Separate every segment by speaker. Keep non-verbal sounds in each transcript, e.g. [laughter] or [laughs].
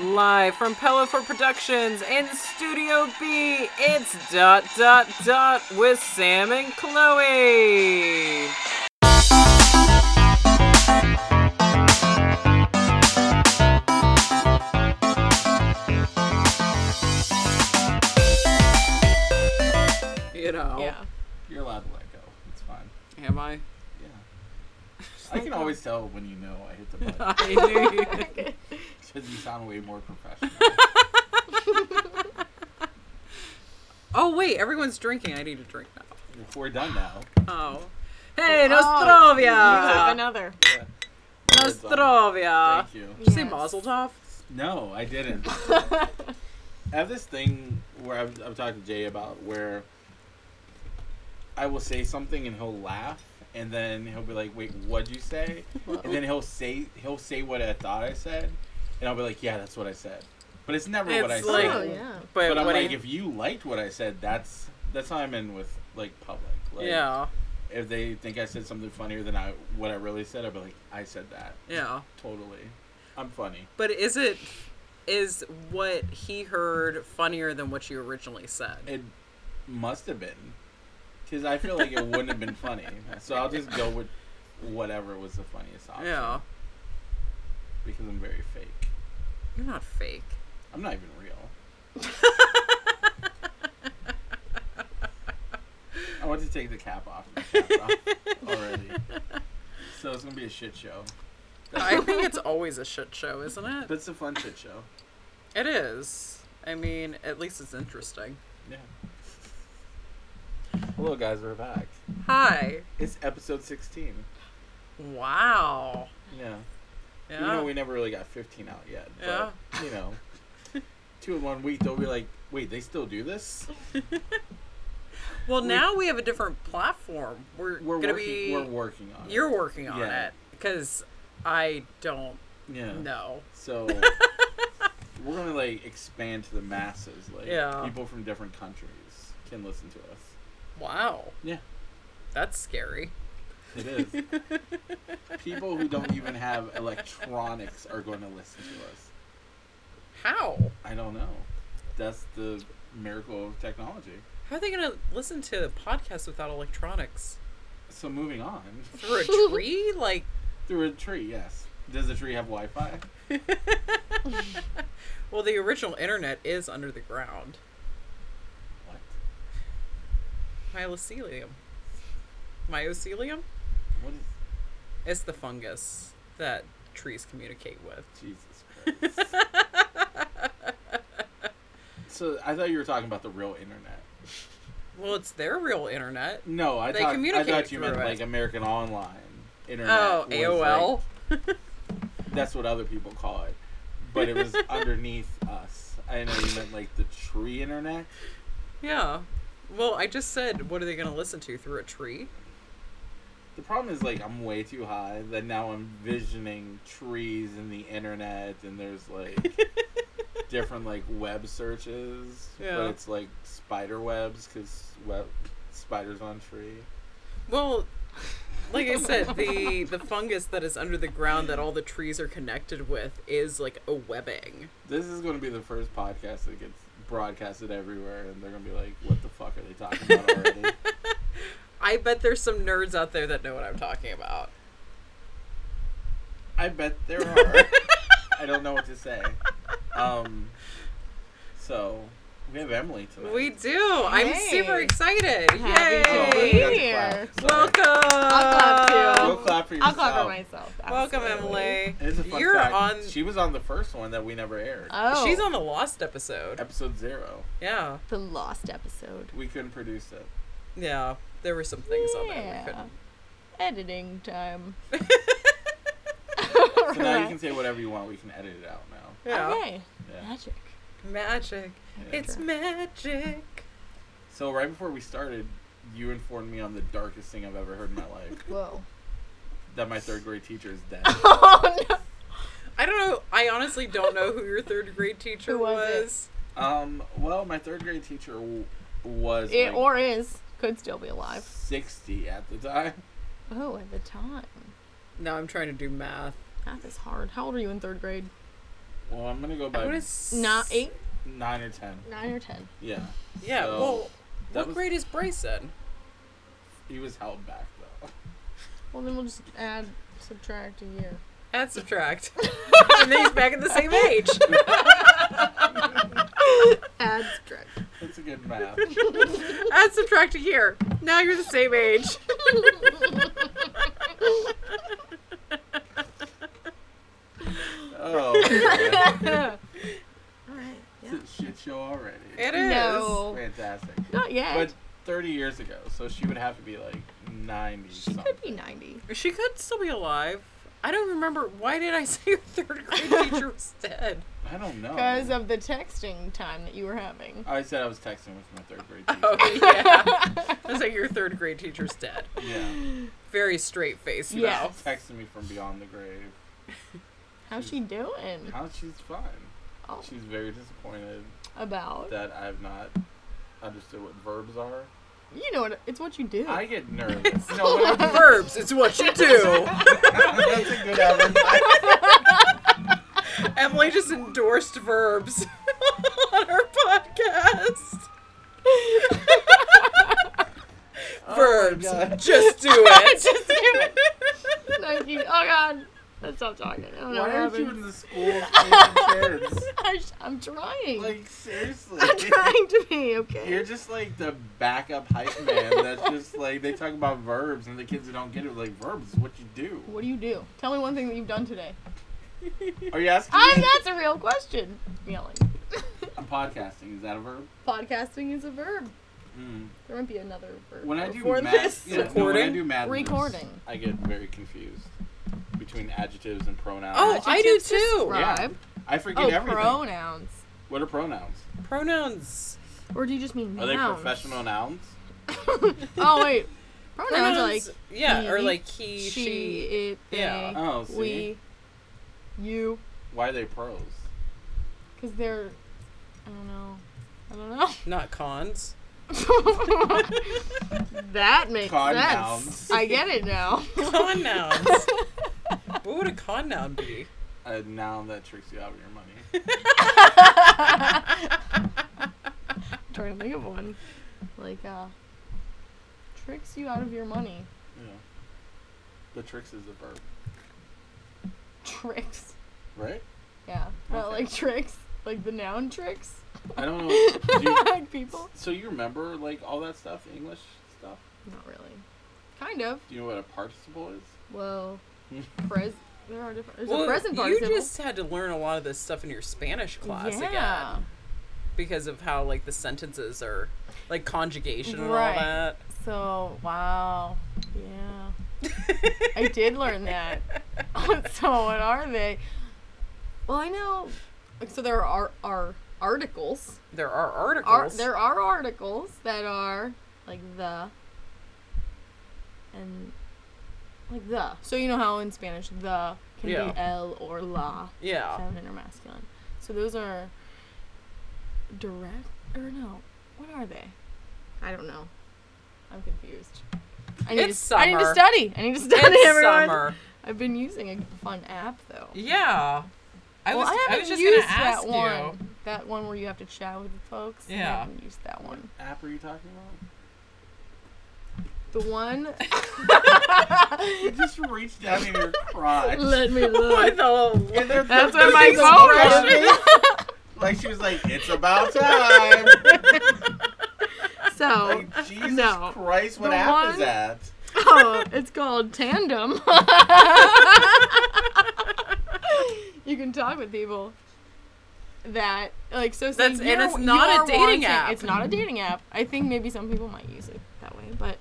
Speaker 1: Live from Pella for Productions in Studio B, it's Dot Dot Dot with Sam and Chloe. You know.
Speaker 2: Yeah.
Speaker 3: You're allowed to let go. It's fine.
Speaker 1: Am I? [laughs]
Speaker 3: Yeah. I can always tell when you know I hit the
Speaker 1: [laughs]
Speaker 3: button
Speaker 1: I knew you.
Speaker 3: because you sound way more professional.
Speaker 1: Oh, wait, everyone's drinking. I need a drink now.
Speaker 3: We're done now.
Speaker 1: Oh. Hey,
Speaker 2: You have
Speaker 1: Nostrovia!
Speaker 2: another.
Speaker 3: Yeah.
Speaker 1: Nostrovia!
Speaker 3: Thank you.
Speaker 1: Did you say
Speaker 2: Yes.
Speaker 1: Mazel Tov?
Speaker 3: No, I didn't. I have this thing where I've, I've talked to Jay about where I will say something and he'll laugh and then he'll be like, "Wait, what'd you say?" and then he'll say he'll say what I thought I said, and I'll be like, "Yeah, that's what I said," but it's never what I
Speaker 1: It's like-
Speaker 3: said.
Speaker 2: oh yeah.
Speaker 1: But,
Speaker 3: But I'm
Speaker 1: what do
Speaker 3: like,
Speaker 1: you-
Speaker 3: if you liked what I said, that's that's how I'm in with like public. Like,
Speaker 1: yeah,
Speaker 3: If they think I said something funnier than I what I really said, I'd be like, I said that.
Speaker 1: yeah.
Speaker 3: Totally. I'm funny.
Speaker 1: But is it is what he heard funnier than what you originally said?
Speaker 3: It must have been, because I feel like it wouldn't have been funny. So I'll just go with whatever was the funniest option.
Speaker 1: Yeah,
Speaker 3: Because I'm very fake.
Speaker 1: you're not
Speaker 3: [laughs]
Speaker 1: fake.
Speaker 3: I'm not even real. I want to take the cap off, the cap off already. So it's gonna be a shit show.
Speaker 1: I think it's always a shit show, isn't
Speaker 3: [laughs]
Speaker 1: it?
Speaker 3: But it's a fun shit show.
Speaker 1: It is. I mean, at least it's interesting.
Speaker 3: Yeah. Hello guys, we're back.
Speaker 1: Hi.
Speaker 3: It's episode 16.
Speaker 1: Wow.
Speaker 3: Yeah.
Speaker 1: Yeah.
Speaker 3: Even though we never really got 15 out yet. But,
Speaker 1: Yeah.
Speaker 3: You know, two in one week, they'll be like, wait, they still do this?
Speaker 1: well, now we have a different platform. We're,
Speaker 3: We're
Speaker 1: gonna
Speaker 3: working.
Speaker 1: be.
Speaker 3: We're working on it.
Speaker 1: you're working on
Speaker 3: Yeah.
Speaker 1: it because I don't
Speaker 3: Yeah.
Speaker 1: know.
Speaker 3: So we're gonna like expand to the masses. Like
Speaker 1: Yeah.
Speaker 3: people from different countries can listen to us.
Speaker 1: Wow.
Speaker 3: Yeah.
Speaker 1: That's scary.
Speaker 3: It is. people who don't even have electronics are going to listen to us.
Speaker 1: [laughs] How?
Speaker 3: I don't know. That's the miracle of technology.
Speaker 1: How are they going to listen to podcasts without electronics?
Speaker 3: So moving on
Speaker 1: Through
Speaker 3: [laughs]
Speaker 1: a tree? Like,
Speaker 3: through a tree. Yes. Does the tree have Wi-Fi?
Speaker 1: well, the original internet is under the ground.
Speaker 3: What?
Speaker 1: Mycelium. Mycelium?
Speaker 3: What is?
Speaker 1: It's the fungus that trees communicate with.
Speaker 3: Jesus Christ. so I thought you were talking about the real internet.
Speaker 1: Well, it's their real internet.
Speaker 3: No, I
Speaker 1: They
Speaker 3: thought I
Speaker 1: communicate
Speaker 3: thought you meant
Speaker 1: through it.
Speaker 3: like American Online internet.
Speaker 1: Oh,
Speaker 3: was,
Speaker 1: AOL.
Speaker 3: like- that's what other people call it, but
Speaker 1: [laughs]
Speaker 3: it was underneath us. I know you meant like the tree internet.
Speaker 1: yeah. Well, I just said, what are they going to listen to through a tree?
Speaker 3: The problem is like I'm way too high. That now I'm visioning trees and the internet, and
Speaker 1: [laughs]
Speaker 3: there's like different like web searches,
Speaker 1: Yeah.
Speaker 3: but it's like spider webs because web spiders on tree.
Speaker 1: Well, like I said, the the fungus that is under the ground that all the trees are connected with is like a webbing.
Speaker 3: This is going to be the first podcast that gets broadcasted everywhere, and they're going to be like, "What the fuck are they talking about already?"
Speaker 1: I bet there's some nerds out there that know what I'm talking about.
Speaker 3: I bet there are. I don't know what to say. Um, so we have Emily tonight.
Speaker 1: We do. I'm super
Speaker 2: Yay.
Speaker 1: excited.
Speaker 2: Happy
Speaker 3: Oh,
Speaker 2: to
Speaker 3: we
Speaker 2: be
Speaker 1: Yay!
Speaker 3: got to
Speaker 2: here.
Speaker 3: clap. Sorry.
Speaker 1: Welcome.
Speaker 2: I'll clap too.
Speaker 3: Go clap for
Speaker 2: I'll
Speaker 3: yourself.
Speaker 2: clap for myself.
Speaker 1: Welcome,
Speaker 2: absolutely.
Speaker 1: Emily.
Speaker 3: It's a fun
Speaker 1: You're
Speaker 3: fact.
Speaker 1: on-
Speaker 3: She was on the first one that we never aired,
Speaker 2: Oh,
Speaker 1: She's on the Lost episode.
Speaker 3: episode zero.
Speaker 1: Yeah.
Speaker 2: the lost episode.
Speaker 3: We couldn't produce it.
Speaker 1: Yeah. There were some things on there
Speaker 2: Yeah.
Speaker 1: we couldn't.
Speaker 2: Editing
Speaker 1: [laughs]
Speaker 2: time.
Speaker 3: So now
Speaker 2: [laughs]
Speaker 3: you can say whatever you want. We can edit it out now.
Speaker 1: Yeah.
Speaker 2: Okay.
Speaker 3: Yeah.
Speaker 2: Magic.
Speaker 1: Magic. It's magic.
Speaker 3: So right before we started, you informed me on the darkest thing I've ever heard in my life
Speaker 2: Whoa.
Speaker 3: that my third grade teacher is dead.
Speaker 2: [laughs] Oh no.
Speaker 1: I don't know. I honestly don't know who your third grade teacher
Speaker 2: Who was it?
Speaker 1: was.
Speaker 3: um, well, my third grade teacher w- was
Speaker 2: It
Speaker 3: like,
Speaker 2: or is could still be alive.
Speaker 3: sixty at the time.
Speaker 2: Oh, at the time.
Speaker 1: Now I'm trying to do math.
Speaker 2: Math is hard. How old are you in third grade?
Speaker 3: Well, I'm gonna go
Speaker 1: I
Speaker 3: by
Speaker 1: would have
Speaker 2: Not eight,
Speaker 3: nine or ten.
Speaker 2: nine or ten.
Speaker 3: Yeah,
Speaker 1: Yeah.
Speaker 3: So,
Speaker 1: well,
Speaker 3: that
Speaker 1: what
Speaker 3: was-
Speaker 1: grade is Bryce at?
Speaker 3: he was held back though. [laughs]
Speaker 2: Well, then we'll just add, subtract a year.
Speaker 1: Add [laughs] subtract, and then he's back at the same age.
Speaker 2: Add, [laughs] subtract.
Speaker 3: That's a good math.
Speaker 1: Add subtract a year. Now you're the same age.
Speaker 3: Oh, man.
Speaker 2: All right. Yeah.
Speaker 3: It's a shit show already.
Speaker 1: It is.
Speaker 2: No.
Speaker 3: Fantastic.
Speaker 2: Not yet.
Speaker 3: But 30 years ago, so she would have to be like 90
Speaker 2: she
Speaker 3: something.
Speaker 2: could be ninety.
Speaker 1: She could still be alive. I don't remember. Why did I say her third grade teacher was dead?
Speaker 3: I don't know.
Speaker 2: Because of the texting time that you were having.
Speaker 3: I said I was texting with my third grade teacher.
Speaker 1: [laughs] Oh yeah. I say your third grade teacher's dead.
Speaker 3: Yeah.
Speaker 2: [laughs]
Speaker 1: Very straight face.
Speaker 3: She
Speaker 2: Yeah.
Speaker 1: Yeah.
Speaker 3: was texting me from beyond the grave.
Speaker 2: How's she doing?
Speaker 3: How she's fine.
Speaker 2: Oh,
Speaker 3: She's very disappointed
Speaker 2: about.
Speaker 3: that I've not understood what verbs are.
Speaker 2: You know what? It's what you do.
Speaker 3: I get [laughs] nervous. no, when I'm-
Speaker 1: [laughs] Verbs. It's what you do.
Speaker 3: that's a good average.
Speaker 1: Emily just endorsed verbs [laughs] on her podcast. verbs.
Speaker 3: Oh God.
Speaker 1: Oh just [laughs] do it.
Speaker 2: [laughs] Just give it. Thank you. Oh God. Let's stop talking. I don't know
Speaker 3: Why
Speaker 2: what
Speaker 3: aren't you
Speaker 2: happened.
Speaker 3: in the school for kids?
Speaker 2: I sh- I'm trying.
Speaker 3: [laughs] Like seriously.
Speaker 2: [laughs] I'm trying to be okay.
Speaker 3: You're just like the backup hype man. That's just like they talk about verbs, and the kids who don't get it are like verbs is what you do.
Speaker 2: What do you do? Tell me one thing that you've done today.
Speaker 3: Are you asking
Speaker 2: I,
Speaker 3: me?
Speaker 2: that's a real question. Yelling. [laughs]
Speaker 3: I'm podcasting. Is that a verb?
Speaker 2: Podcasting is a verb.
Speaker 3: Mm.
Speaker 2: There might be another verb.
Speaker 3: When I do
Speaker 2: before
Speaker 3: mad,
Speaker 2: this.
Speaker 3: Yeah, no, when I
Speaker 1: Recording?
Speaker 3: do mad libs,
Speaker 2: Recording.
Speaker 3: I get very confused between adjectives and pronouns.
Speaker 1: Oh, I do
Speaker 2: Adjectives
Speaker 1: too.
Speaker 2: describe.
Speaker 3: I forget
Speaker 2: Oh,
Speaker 3: everything.
Speaker 2: pronouns.
Speaker 3: What are pronouns?
Speaker 1: Pronouns.
Speaker 2: Or do you just mean
Speaker 3: Are they
Speaker 2: nouns?
Speaker 3: professional nouns?
Speaker 2: [laughs] oh wait, pronouns are like
Speaker 1: yeah, or
Speaker 2: he,
Speaker 1: like he,
Speaker 2: she,
Speaker 1: she.
Speaker 2: it, they,
Speaker 1: yeah.
Speaker 3: Oh, see,
Speaker 2: we, you,
Speaker 3: why are they pros?
Speaker 2: because they're, I don't know, I don't know.
Speaker 1: not
Speaker 2: [laughs]
Speaker 1: cons.
Speaker 2: that makes
Speaker 3: Con
Speaker 2: sense.
Speaker 3: nouns.
Speaker 2: I get it now.
Speaker 1: Con nouns. what would a con noun be?
Speaker 3: A noun that tricks you out of your money.
Speaker 2: [laughs] [laughs] trying to think of one. Like uh, tricks you out of your money.
Speaker 3: yeah. The tricks is a verb,
Speaker 2: Tricks.
Speaker 3: right?
Speaker 2: Yeah. Not
Speaker 3: Okay.
Speaker 2: like tricks. Like the noun tricks.
Speaker 3: I don't know. do
Speaker 2: [laughs]
Speaker 3: you-
Speaker 2: like people.
Speaker 3: So you remember like all that stuff, English stuff?
Speaker 2: Not really. Kind of.
Speaker 3: Do you know what a participle is?
Speaker 2: Well,
Speaker 3: Hmm.
Speaker 2: pres. There are different.
Speaker 1: [laughs]
Speaker 2: There's
Speaker 1: Well,
Speaker 2: a present
Speaker 1: you
Speaker 2: participle.
Speaker 1: just had to learn a lot of this stuff in your Spanish class
Speaker 2: yeah.
Speaker 1: again because of how like the sentences are like conjugation and
Speaker 2: Right.
Speaker 1: all that.
Speaker 2: So wow. Yeah.
Speaker 1: [laughs]
Speaker 2: I did learn that. [laughs] so what are they? Well, I know. like, So there are are articles.
Speaker 1: There are
Speaker 2: Are
Speaker 1: articles.
Speaker 2: there are articles that are like the and like the. So you know how in Spanish the can
Speaker 1: Yeah.
Speaker 2: be el or la. [laughs]
Speaker 1: yeah.
Speaker 2: feminine or masculine. So those are direct or no? What are they? I don't know. I'm confused. I need,
Speaker 1: It's
Speaker 2: to, I need to
Speaker 1: summer.
Speaker 2: study. I need to study.
Speaker 1: It's
Speaker 2: everyone.
Speaker 1: summer.
Speaker 2: I've been using a fun app though.
Speaker 1: Yeah. I
Speaker 2: well,
Speaker 1: was
Speaker 2: I
Speaker 1: I,
Speaker 2: haven't
Speaker 1: was just
Speaker 2: used
Speaker 1: gonna ask
Speaker 2: that one.
Speaker 1: [laughs] you.
Speaker 2: That one where you have to chat with the folks. I
Speaker 1: Yeah.
Speaker 2: haven't used that one.
Speaker 3: App are you talking about?
Speaker 2: The one.
Speaker 1: [laughs]
Speaker 2: [laughs]
Speaker 3: You just reached down in your
Speaker 2: [laughs]
Speaker 3: crotch.
Speaker 2: Let
Speaker 1: [laughs]
Speaker 2: me
Speaker 1: What
Speaker 2: look. [laughs]
Speaker 1: the
Speaker 3: And they're-
Speaker 2: That's
Speaker 3: they're
Speaker 2: where my
Speaker 3: thinking
Speaker 2: phone
Speaker 3: about
Speaker 2: is.
Speaker 3: it. [laughs] Like she was like, it's about time.
Speaker 2: so,
Speaker 3: Like Jesus
Speaker 2: No.
Speaker 3: Christ, what
Speaker 2: The
Speaker 3: app is
Speaker 2: one-
Speaker 3: that?
Speaker 2: oh, it's called Tandem. [laughs]
Speaker 1: [laughs]
Speaker 2: [laughs] you can talk with people that like so. say
Speaker 1: That's- and
Speaker 2: you're-
Speaker 1: it's
Speaker 2: you
Speaker 1: not a
Speaker 2: are
Speaker 1: dating
Speaker 2: wanting-
Speaker 1: app.
Speaker 2: It's not a dating app. I think maybe some people might use it that way, but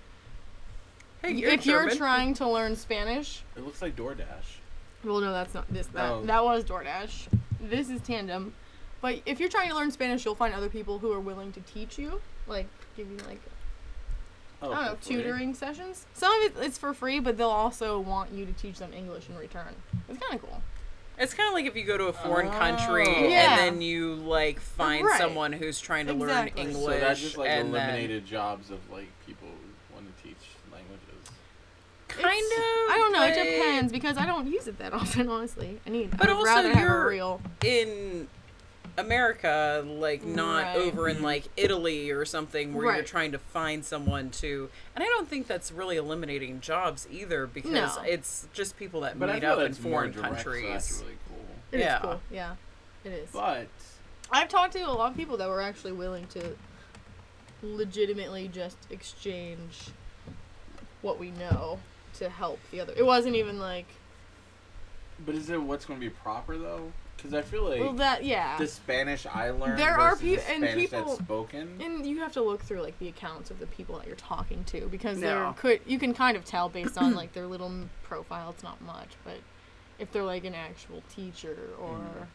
Speaker 1: Hey, you're
Speaker 2: if you're
Speaker 1: German.
Speaker 2: trying to learn Spanish,
Speaker 3: It looks like DoorDash.
Speaker 2: well, no, that's not this. That
Speaker 3: No.
Speaker 2: that was DoorDash. This is Tandem. But if you're trying to learn Spanish, you'll find other people who are willing to teach you, like give you like
Speaker 3: Oh,
Speaker 2: I don't know,
Speaker 3: for free.
Speaker 2: tutoring sessions. Some of it, it's for free, but they'll also want you to teach them English in return. It's kind of cool.
Speaker 1: It's kind of like if you go to a foreign country
Speaker 3: Oh.
Speaker 2: Yeah.
Speaker 1: and then you like find
Speaker 2: Right.
Speaker 1: someone who's trying to
Speaker 2: Exactly.
Speaker 1: learn
Speaker 2: So
Speaker 1: English
Speaker 3: So that just like
Speaker 1: and then
Speaker 3: eliminated jobs of like people who want to teach languages.
Speaker 1: kind of.
Speaker 2: I don't know.
Speaker 1: like,
Speaker 2: It depends because I don't use it that [laughs] often. Honestly, I need.
Speaker 1: But
Speaker 2: I'd
Speaker 1: also
Speaker 2: rather have a
Speaker 1: you're-
Speaker 2: real.
Speaker 1: In America, like not
Speaker 2: Right.
Speaker 1: over in like Italy or something where you're
Speaker 2: Right.
Speaker 1: trying to find someone to. And I don't think that's really eliminating jobs either because
Speaker 2: No.
Speaker 1: it's just people that
Speaker 3: But I
Speaker 1: meet
Speaker 3: feel
Speaker 1: up in
Speaker 3: that's more
Speaker 1: foreign
Speaker 3: direct, so that's
Speaker 1: countries.
Speaker 3: really cool.
Speaker 2: It is
Speaker 1: Yeah.
Speaker 2: cool. Yeah, it is.
Speaker 3: But
Speaker 2: I've talked to a lot of people that were actually willing to legitimately just exchange what we know to help the other. It wasn't even like
Speaker 3: but is it what's going to be proper though? Because I feel like
Speaker 2: well that yeah.
Speaker 3: the Spanish I learned
Speaker 2: There are
Speaker 3: versus the
Speaker 2: peo- and
Speaker 3: Spanish
Speaker 2: people-
Speaker 3: that's spoken.
Speaker 2: and you have to look through like the accounts of the people that you're talking to because
Speaker 1: No.
Speaker 2: there could you can kind of tell based on like their little m- profile. It's not much, but if they're like an actual teacher or
Speaker 1: Mm.
Speaker 3: Mhm.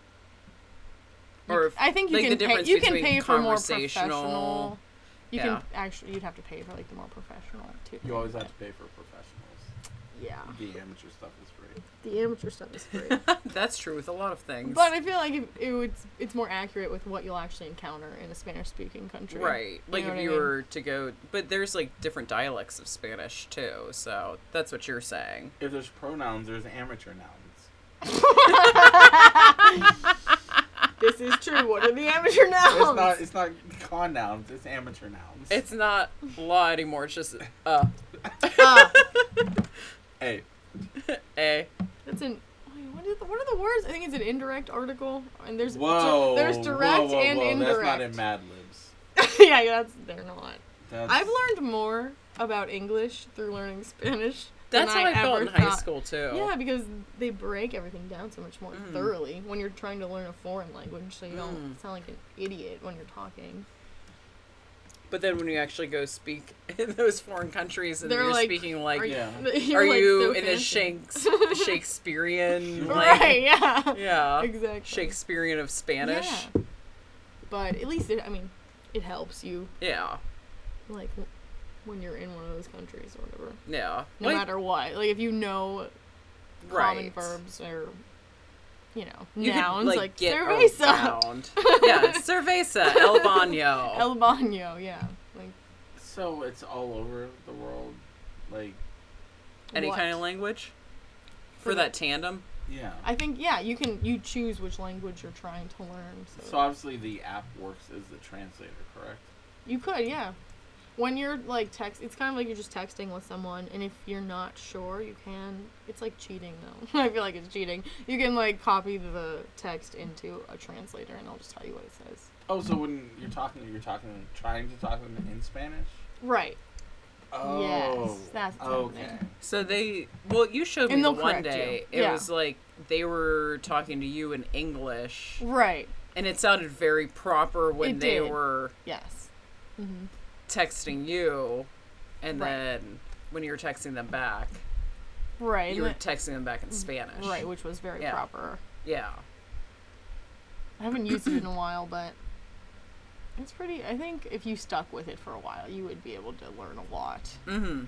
Speaker 2: You
Speaker 1: Or
Speaker 2: c-
Speaker 1: if,
Speaker 2: I think you
Speaker 1: like, the
Speaker 2: can pay,
Speaker 1: difference
Speaker 2: you can
Speaker 1: between
Speaker 2: pay for more
Speaker 1: conversational-
Speaker 2: professional. You
Speaker 1: Yeah.
Speaker 2: can actually you'd have to pay for like the more professional too.
Speaker 3: You always have to pay for professionals.
Speaker 2: Yeah.
Speaker 3: The amateur stuff is free.
Speaker 2: The amateur stuff
Speaker 1: [laughs]
Speaker 2: is free.
Speaker 1: that's true with a lot of things.
Speaker 2: [laughs] but I feel like it, it would, it's more accurate with what you'll actually encounter in a Spanish speaking country.
Speaker 1: Right. Like
Speaker 2: know
Speaker 1: if
Speaker 2: what I
Speaker 1: you
Speaker 2: mean?
Speaker 1: were to go but there's like different dialects of Spanish too, so that's what you're saying.
Speaker 3: If there's pronouns, there's amateur nouns.
Speaker 2: This is true. What are the amateur nouns?
Speaker 3: It's not. It's not con nouns. It's amateur nouns.
Speaker 1: It's not law anymore, it's just uh
Speaker 2: [laughs] Ah,
Speaker 3: hey.
Speaker 1: eh.
Speaker 2: that's an. wait, What, is the, what are the words? I think it's an indirect article, and there's
Speaker 3: Whoa.
Speaker 2: there's direct
Speaker 3: whoa, whoa,
Speaker 2: and
Speaker 3: whoa.
Speaker 2: indirect.
Speaker 3: That's not in Mad Libs.
Speaker 2: [laughs] yeah, yeah, that's they're not.
Speaker 3: That's,
Speaker 2: I've learned more about English through learning Spanish.
Speaker 1: That's
Speaker 2: than
Speaker 1: how I, felt
Speaker 2: ever
Speaker 1: in high
Speaker 2: thought.
Speaker 1: school too.
Speaker 2: Yeah, because they break everything down so much more
Speaker 1: Mm.
Speaker 2: thoroughly when you're trying to learn a foreign language, so you
Speaker 1: Mm.
Speaker 2: don't sound like an idiot when you're talking.
Speaker 1: But then when you actually go speak [laughs] in those foreign countries and
Speaker 2: They're
Speaker 1: you're
Speaker 2: like,
Speaker 1: speaking like
Speaker 2: are
Speaker 1: are
Speaker 2: you,
Speaker 1: you,
Speaker 3: Yeah.
Speaker 2: [laughs] you're, like, so
Speaker 1: in a
Speaker 2: fancy. [laughs]
Speaker 1: Shanks, Shakespearean like
Speaker 2: Right? Yeah.
Speaker 1: Yeah.
Speaker 2: Exactly.
Speaker 1: Shakespearean of Spanish.
Speaker 2: Yeah. But at least it, I mean, it helps you
Speaker 1: Yeah.
Speaker 2: like w- when you're in one of those countries or whatever.
Speaker 1: Yeah.
Speaker 2: No
Speaker 1: Like,
Speaker 2: matter what, like if you know common
Speaker 1: right.
Speaker 2: verbs or you know
Speaker 1: You could,
Speaker 2: nouns like,
Speaker 1: get
Speaker 2: cerveza,
Speaker 1: around. [laughs] yeah, cerveza, el baño.
Speaker 2: [laughs] el baño, yeah, like
Speaker 3: So it's all over the world. Like,
Speaker 1: Any
Speaker 2: what?
Speaker 1: kind of language for that tandem.
Speaker 3: yeah.
Speaker 2: I think yeah, you can you choose which language you're trying to learn. So,
Speaker 3: so obviously the app works as the translator, correct?
Speaker 2: you could yeah. When you're like text, it's kind of like you're just texting with someone, and if you're not sure, you can. It's like cheating though. [laughs] I feel like it's cheating. You can like copy the text into a translator, and I'll just tell you what it says.
Speaker 3: Oh, so when you're talking, you're talking, trying to talk to them in Spanish.
Speaker 2: Right.
Speaker 3: Oh,
Speaker 2: that's what's
Speaker 3: okay.
Speaker 2: happening.
Speaker 1: So they, well, you showed me
Speaker 2: And
Speaker 1: the
Speaker 2: they'll
Speaker 1: one
Speaker 2: correct
Speaker 1: day.
Speaker 2: you.
Speaker 1: It
Speaker 2: Yeah.
Speaker 1: was like they were talking to you in English,
Speaker 2: Right.
Speaker 1: and it sounded very proper when
Speaker 2: It
Speaker 1: they
Speaker 2: did.
Speaker 1: were
Speaker 2: Yes. hmm
Speaker 1: texting you, and
Speaker 2: Right.
Speaker 1: then when you were texting them back,
Speaker 2: Right.
Speaker 1: you
Speaker 2: and
Speaker 1: were texting them back in Spanish.
Speaker 2: that- right, which was very
Speaker 1: Yeah.
Speaker 2: proper.
Speaker 1: Yeah.
Speaker 2: I haven't used it in a while, but it's pretty. I think if you stuck with it for a while, you would be able to learn a lot.
Speaker 1: Mm-hmm.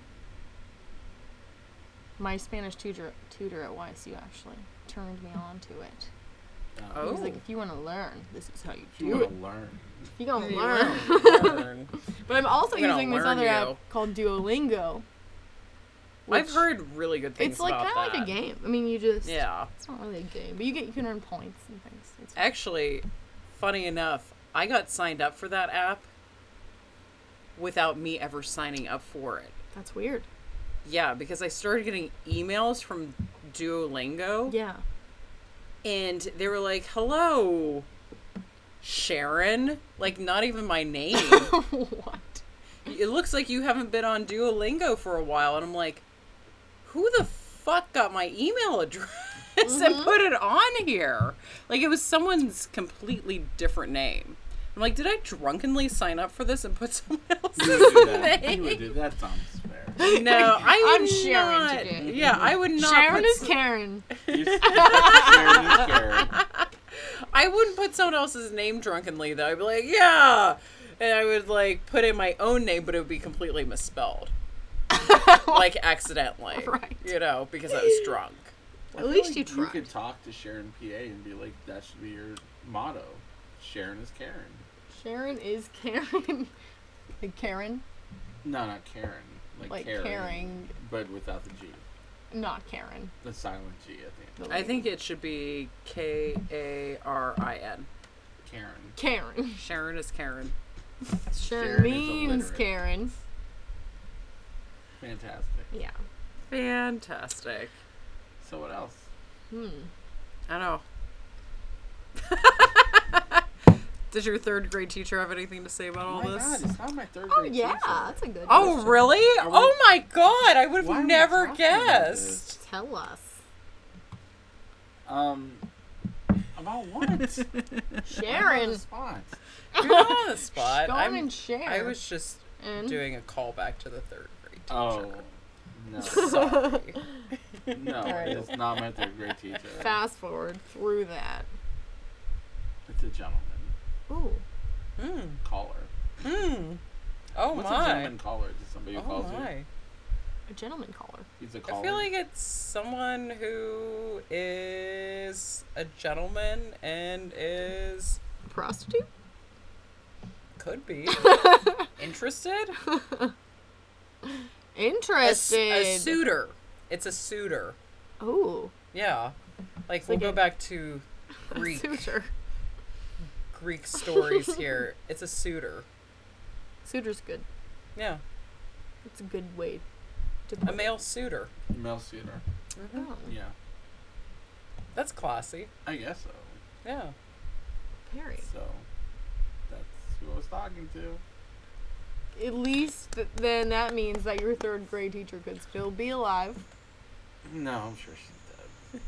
Speaker 2: My Spanish tutor tutor at YSU actually turned me on to it.
Speaker 3: Oh,
Speaker 2: He was like,
Speaker 1: Oh.
Speaker 2: if you want to learn, this is how you
Speaker 3: if you
Speaker 2: do it.
Speaker 3: want to learn.
Speaker 2: If
Speaker 1: [laughs]
Speaker 2: you gonna
Speaker 1: You
Speaker 2: learn.
Speaker 1: learn, learn.
Speaker 2: [laughs] But I'm also
Speaker 1: You're gonna
Speaker 2: using this
Speaker 1: learn
Speaker 2: other
Speaker 1: you.
Speaker 2: app called Duolingo.
Speaker 1: I've
Speaker 2: which
Speaker 1: heard really good things
Speaker 2: It's like
Speaker 1: about
Speaker 2: kind of like a
Speaker 1: that.
Speaker 2: game. I mean, you just
Speaker 1: Yeah.
Speaker 2: It's not really a game, but you get you can earn points and things. It's fun.
Speaker 1: Actually, funny enough, I got signed up for that app without me ever signing up for it.
Speaker 2: That's weird.
Speaker 1: Yeah, because I started getting emails from Duolingo
Speaker 2: Yeah.
Speaker 1: [laughs]
Speaker 2: [laughs]
Speaker 1: and they were like, "Hello, Sharon." Like not even my name.
Speaker 2: what?
Speaker 1: it looks like you haven't been on Duolingo for a while and I'm like, "Who the fuck got my email address?"
Speaker 2: Mm-hmm.
Speaker 1: And put it on here. Like it was someone's completely different name. I'm like, did I drunkenly sign up for this and put [laughs] someone
Speaker 2: [laughs]
Speaker 1: else's
Speaker 3: You would do that.
Speaker 1: name?
Speaker 3: You would do that. Sounds fair.
Speaker 1: No, I would
Speaker 2: I'm Sharon
Speaker 1: not-
Speaker 2: today.
Speaker 1: Yeah, I would not.
Speaker 2: Sharon
Speaker 1: put
Speaker 2: is
Speaker 1: s-
Speaker 2: Karen.
Speaker 3: You s- Sharon is
Speaker 2: [laughs]
Speaker 3: Karen.
Speaker 1: I wouldn't put someone else's name drunkenly though. I'd be like, yeah, and I would like put in my own name, but it would be completely
Speaker 2: [laughs]
Speaker 1: misspelled, like accidentally,
Speaker 2: Right.
Speaker 1: You know, because I was drunk.
Speaker 3: I
Speaker 2: At
Speaker 3: feel
Speaker 2: least
Speaker 3: like
Speaker 2: you
Speaker 3: You
Speaker 2: tried.
Speaker 3: could talk to Sharon PA and be like, that should be your motto. Sharon is Karen.
Speaker 2: Sharon is Karen. [laughs] Like Karen.
Speaker 3: No, not Karen. Like,
Speaker 2: like
Speaker 3: Karen,
Speaker 2: caring,
Speaker 3: but without the G,
Speaker 2: not Karen.
Speaker 3: the silent G at the end.
Speaker 2: the
Speaker 1: I
Speaker 2: lady.
Speaker 1: think it should be K A R I N.
Speaker 3: Karen.
Speaker 2: Karen.
Speaker 1: Sharon is Karen.
Speaker 2: Sure
Speaker 3: Sharon is
Speaker 2: means
Speaker 3: illiterate.
Speaker 2: Karen.
Speaker 3: Fantastic.
Speaker 2: Yeah.
Speaker 1: Fantastic.
Speaker 3: So what else?
Speaker 2: Hmm.
Speaker 1: I know. [laughs] Does your third grade teacher have anything to say about all
Speaker 3: Oh my
Speaker 1: this?
Speaker 3: God, it's not my third
Speaker 2: Oh
Speaker 3: grade
Speaker 2: yeah,
Speaker 3: teacher.
Speaker 2: that's a good.
Speaker 1: Oh,
Speaker 2: question.
Speaker 1: really?
Speaker 3: we-
Speaker 1: Oh my god, I would
Speaker 3: Why are
Speaker 1: have
Speaker 3: we
Speaker 1: never
Speaker 3: talking about
Speaker 1: guessed.
Speaker 2: Tell us.
Speaker 3: Um, about what?
Speaker 1: [laughs]
Speaker 3: I'm on
Speaker 2: Sharon.
Speaker 3: the spot.
Speaker 1: You're not
Speaker 3: [laughs]
Speaker 1: on the spot.
Speaker 2: Go on
Speaker 1: I'm,
Speaker 2: and share.
Speaker 1: I was just
Speaker 3: Hmm?
Speaker 2: And- [laughs]
Speaker 1: doing a callback to the third grade
Speaker 3: Oh,
Speaker 1: teacher.
Speaker 3: no,
Speaker 1: Sorry.
Speaker 2: [laughs]
Speaker 3: no,
Speaker 2: Alright.
Speaker 3: it's not my third grade teacher.
Speaker 2: Fast forward through that.
Speaker 3: It's a gentleman
Speaker 2: Ooh.
Speaker 1: Mm.
Speaker 3: caller.
Speaker 1: Mm. Oh
Speaker 3: What's a
Speaker 1: my.
Speaker 3: gentleman caller? Is it somebody who
Speaker 1: Oh
Speaker 3: calls you?
Speaker 1: my.
Speaker 2: A gentleman caller.
Speaker 3: He's a caller.
Speaker 1: I feel like it's someone who is a gentleman and is
Speaker 2: Prostitute?
Speaker 1: could [laughs] be interested. A, s-
Speaker 2: Interested.
Speaker 1: a suitor. It's a suitor.
Speaker 2: Ooh.
Speaker 1: Yeah. Like we'll
Speaker 2: like
Speaker 1: go
Speaker 2: a-
Speaker 1: back [laughs] to
Speaker 2: a
Speaker 1: Greek
Speaker 2: Suitor.
Speaker 1: Greek [laughs] stories here. It's a suitor.
Speaker 2: Suitor's good.
Speaker 1: Yeah.
Speaker 2: It's a good way to
Speaker 1: A
Speaker 2: put it.
Speaker 1: male Mm-hmm. suitor.
Speaker 3: male suitor.
Speaker 2: Oh,
Speaker 3: Yeah,
Speaker 1: That's classy.
Speaker 3: I guess so.
Speaker 1: Yeah.
Speaker 2: Very.
Speaker 3: So that's who I was talking to.
Speaker 2: At least th- then that means that your third grade teacher could still be alive.
Speaker 3: No, I'm sure she's dead.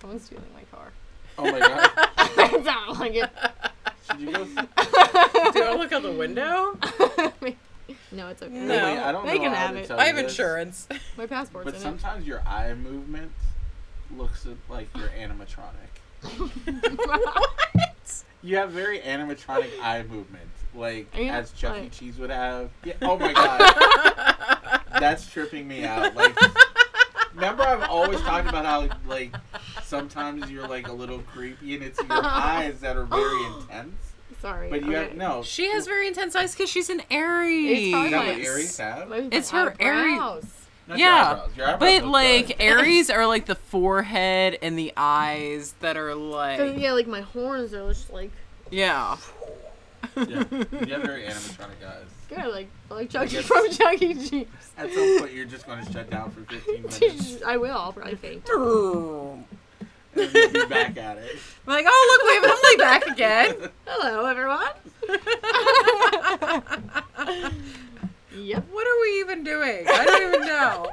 Speaker 2: Someone's stealing my car. [laughs]
Speaker 3: Oh my god.
Speaker 2: I sounded like it.
Speaker 3: Should you go? s-
Speaker 1: Do I look out the window?
Speaker 2: no, it's okay.
Speaker 1: No.
Speaker 3: Wait, I don't
Speaker 2: They
Speaker 3: know
Speaker 2: can
Speaker 3: how
Speaker 2: have
Speaker 3: to
Speaker 2: it.
Speaker 3: tell
Speaker 1: I have
Speaker 3: you this,
Speaker 1: insurance.
Speaker 2: My passport's
Speaker 3: But
Speaker 2: in
Speaker 3: sometimes your eye movement looks like you're animatronic.
Speaker 2: it.
Speaker 3: You have very
Speaker 2: [laughs]
Speaker 3: animatronic eye movement, like
Speaker 2: Are you-
Speaker 3: as Chuck E.
Speaker 2: like-
Speaker 3: Cheese would have. Yeah, oh my god,
Speaker 2: [laughs]
Speaker 3: that's tripping me out. Like, remember I've always talked about how like sometimes you're like a little creepy, and it's your
Speaker 2: [laughs]
Speaker 3: eyes that are
Speaker 2: [gasps]
Speaker 3: very intense.
Speaker 2: [laughs] Sorry.
Speaker 3: But you
Speaker 2: okay.
Speaker 3: have no.
Speaker 1: she has very intense eyes because she's an Aries.
Speaker 2: It's probably
Speaker 3: Is that what
Speaker 2: Nice.
Speaker 3: Aries have?
Speaker 2: Maybe
Speaker 1: It's
Speaker 2: my
Speaker 1: her airy-
Speaker 2: eyebrows.
Speaker 3: Not
Speaker 1: Yeah,
Speaker 3: eyebrows. eyebrows
Speaker 1: But
Speaker 3: look
Speaker 1: like [laughs]
Speaker 3: good.
Speaker 1: Aries are like the forehead and the eyes that are
Speaker 2: So,
Speaker 1: like
Speaker 2: yeah, like my horns are just like
Speaker 1: yeah.
Speaker 3: yeah, you have
Speaker 2: [laughs]
Speaker 3: very animatronic eyes.
Speaker 2: yeah, like like Chuck
Speaker 3: guess-
Speaker 2: from Chuck E. Cheese.
Speaker 3: [laughs] At some point, you're just going to shut down for
Speaker 2: [laughs]
Speaker 3: 15 minutes
Speaker 2: I will. I'll probably faint.
Speaker 3: and you'll be back at it.
Speaker 1: [laughs] [laughs] like oh look, we have Emily back again. [laughs]
Speaker 2: Hello, everyone. Yep.
Speaker 1: What are we even doing? I don't even know.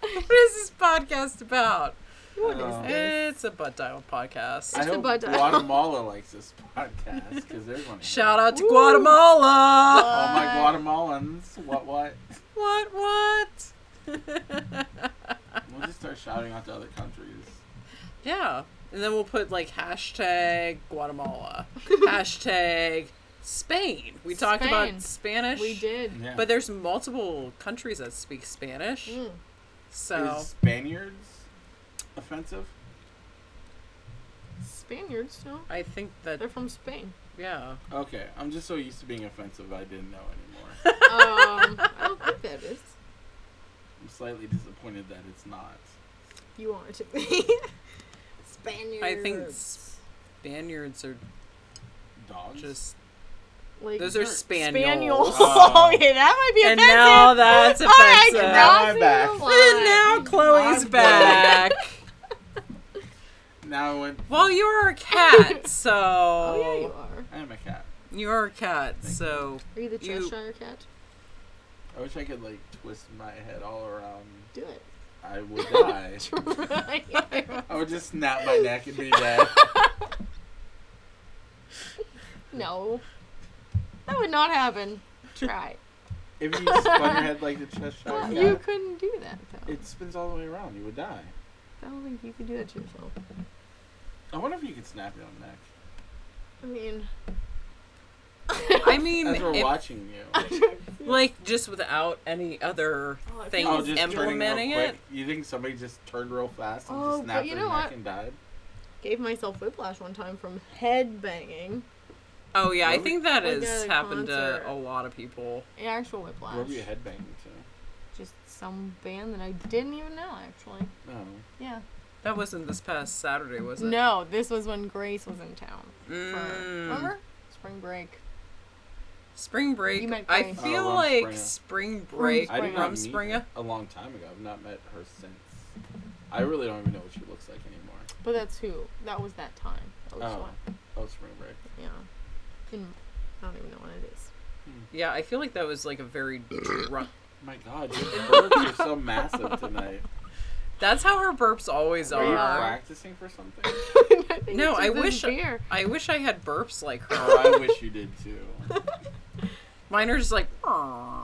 Speaker 1: What is this podcast about?
Speaker 2: [laughs] What is
Speaker 3: Um,
Speaker 2: this?
Speaker 1: It's a butt dial podcast.
Speaker 3: I
Speaker 2: Just
Speaker 3: hope
Speaker 2: about to-
Speaker 3: Guatemala likes this podcast because they're going to.
Speaker 1: Shout out to
Speaker 2: Ooh.
Speaker 1: Guatemala.
Speaker 3: All Oh, my
Speaker 2: Bye.
Speaker 3: Guatemalans, what what?
Speaker 1: What what? [laughs]
Speaker 3: We'll just start shouting out to other countries.
Speaker 1: yeah, and then we'll put like hashtag
Speaker 2: [laughs]
Speaker 1: Guatemala, hashtag Spain. We talked
Speaker 2: Spain.
Speaker 1: about Spanish.
Speaker 2: We did.
Speaker 3: Yeah.
Speaker 1: But there's multiple countries that speak Spanish.
Speaker 2: Mm.
Speaker 1: So
Speaker 3: is Spaniards offensive?
Speaker 2: Spaniards, no?
Speaker 1: I think that
Speaker 2: They're from Spain.
Speaker 1: yeah.
Speaker 3: Okay, I'm just so used to being offensive, I didn't know anymore.
Speaker 1: [laughs]
Speaker 2: Um, I don't think that is.
Speaker 3: I'm slightly disappointed that it's not.
Speaker 2: You want it to [laughs] be. Spaniards.
Speaker 1: I think Spaniards are
Speaker 3: Dogs.
Speaker 1: just
Speaker 2: Like,
Speaker 1: those are
Speaker 2: they're-
Speaker 1: Spaniels.
Speaker 3: [laughs]
Speaker 2: Spaniels. [laughs]
Speaker 3: Oh.
Speaker 2: Oh, yeah, that might be
Speaker 1: And
Speaker 2: offensive.
Speaker 1: now that's
Speaker 2: All right,
Speaker 1: offensive.
Speaker 3: Now I'm
Speaker 2: crossing
Speaker 3: back.
Speaker 2: the
Speaker 1: And
Speaker 2: line.
Speaker 1: [laughs] now Chloe's
Speaker 3: I'm
Speaker 1: back.
Speaker 3: now I went.
Speaker 1: [laughs] well, you're a
Speaker 3: [laughs]
Speaker 1: cat, so
Speaker 2: Oh, yeah, you are.
Speaker 3: I am a cat.
Speaker 1: you're a cat, so
Speaker 2: Are you the
Speaker 1: You-
Speaker 2: Cheshire cat?
Speaker 3: I wish I could like twist my head all around.
Speaker 2: Do it. [laughs]
Speaker 3: I
Speaker 1: [laughs]
Speaker 3: would die. I would just snap my neck and be dead.
Speaker 2: no. That would not happen.
Speaker 1: [laughs]
Speaker 2: Try.
Speaker 3: if you spun your head like the Cheshire
Speaker 2: Well,
Speaker 3: Cat,
Speaker 2: You couldn't do that, though.
Speaker 3: it spins all the way around. You would die.
Speaker 2: I don't think you could do that to yourself.
Speaker 3: I wonder if you could snap your own neck.
Speaker 2: I mean,
Speaker 1: I mean,
Speaker 3: As we're
Speaker 1: if-
Speaker 3: watching
Speaker 1: [laughs]
Speaker 3: you.
Speaker 1: like just without any other
Speaker 2: Oh, I
Speaker 1: thing
Speaker 2: feel-
Speaker 3: Oh,
Speaker 2: He's
Speaker 3: just
Speaker 1: implementing
Speaker 3: turning real
Speaker 1: it.
Speaker 3: quick. You think somebody just turned real fast and
Speaker 2: Oh,
Speaker 3: just
Speaker 2: but
Speaker 3: snapped
Speaker 2: you
Speaker 3: their
Speaker 2: know
Speaker 3: neck
Speaker 2: what?
Speaker 3: and died?
Speaker 2: gave myself whiplash one time from head banging.
Speaker 1: Oh yeah, I
Speaker 3: Really?
Speaker 1: think that
Speaker 2: Like
Speaker 1: has
Speaker 2: at a
Speaker 1: happened
Speaker 2: concert.
Speaker 1: to a lot of people.
Speaker 2: An actual whiplash.
Speaker 3: Where were you headbanging to?
Speaker 2: Just some band that I didn't even know actually.
Speaker 3: No.
Speaker 2: Yeah.
Speaker 1: That wasn't this past Saturday, was it?
Speaker 2: No, this was when Grace was in town. For,
Speaker 1: Mm.
Speaker 2: Remember? Spring break.
Speaker 1: Spring break.
Speaker 2: You might
Speaker 1: I
Speaker 2: break.
Speaker 1: feel
Speaker 3: Oh,
Speaker 1: like
Speaker 3: Rumspringa.
Speaker 1: spring break.
Speaker 3: I did
Speaker 2: Spring.
Speaker 3: not
Speaker 1: Rum
Speaker 3: meet
Speaker 1: Springer.
Speaker 3: her a long time ago. I've not met her since. I really don't even know what she looks like anymore.
Speaker 2: But that's who. That was that time. That was
Speaker 3: Oh.
Speaker 2: one.
Speaker 3: Oh, spring break.
Speaker 2: Yeah. And I don't even know what it
Speaker 1: [laughs]
Speaker 2: is.
Speaker 1: Yeah, I feel like that was like a very drunk. [laughs]
Speaker 3: My God, your birds are so massive tonight.
Speaker 1: That's how her burps always
Speaker 3: Are you
Speaker 2: Yeah.
Speaker 1: are.
Speaker 3: practicing for something? [laughs]
Speaker 2: I think
Speaker 1: No,
Speaker 2: it's
Speaker 1: I
Speaker 2: just this
Speaker 1: wish-
Speaker 2: beer.
Speaker 1: I wish I had burps like her. [laughs]
Speaker 3: Oh, I wish you did
Speaker 2: [laughs]
Speaker 3: too.
Speaker 1: Mine are just like.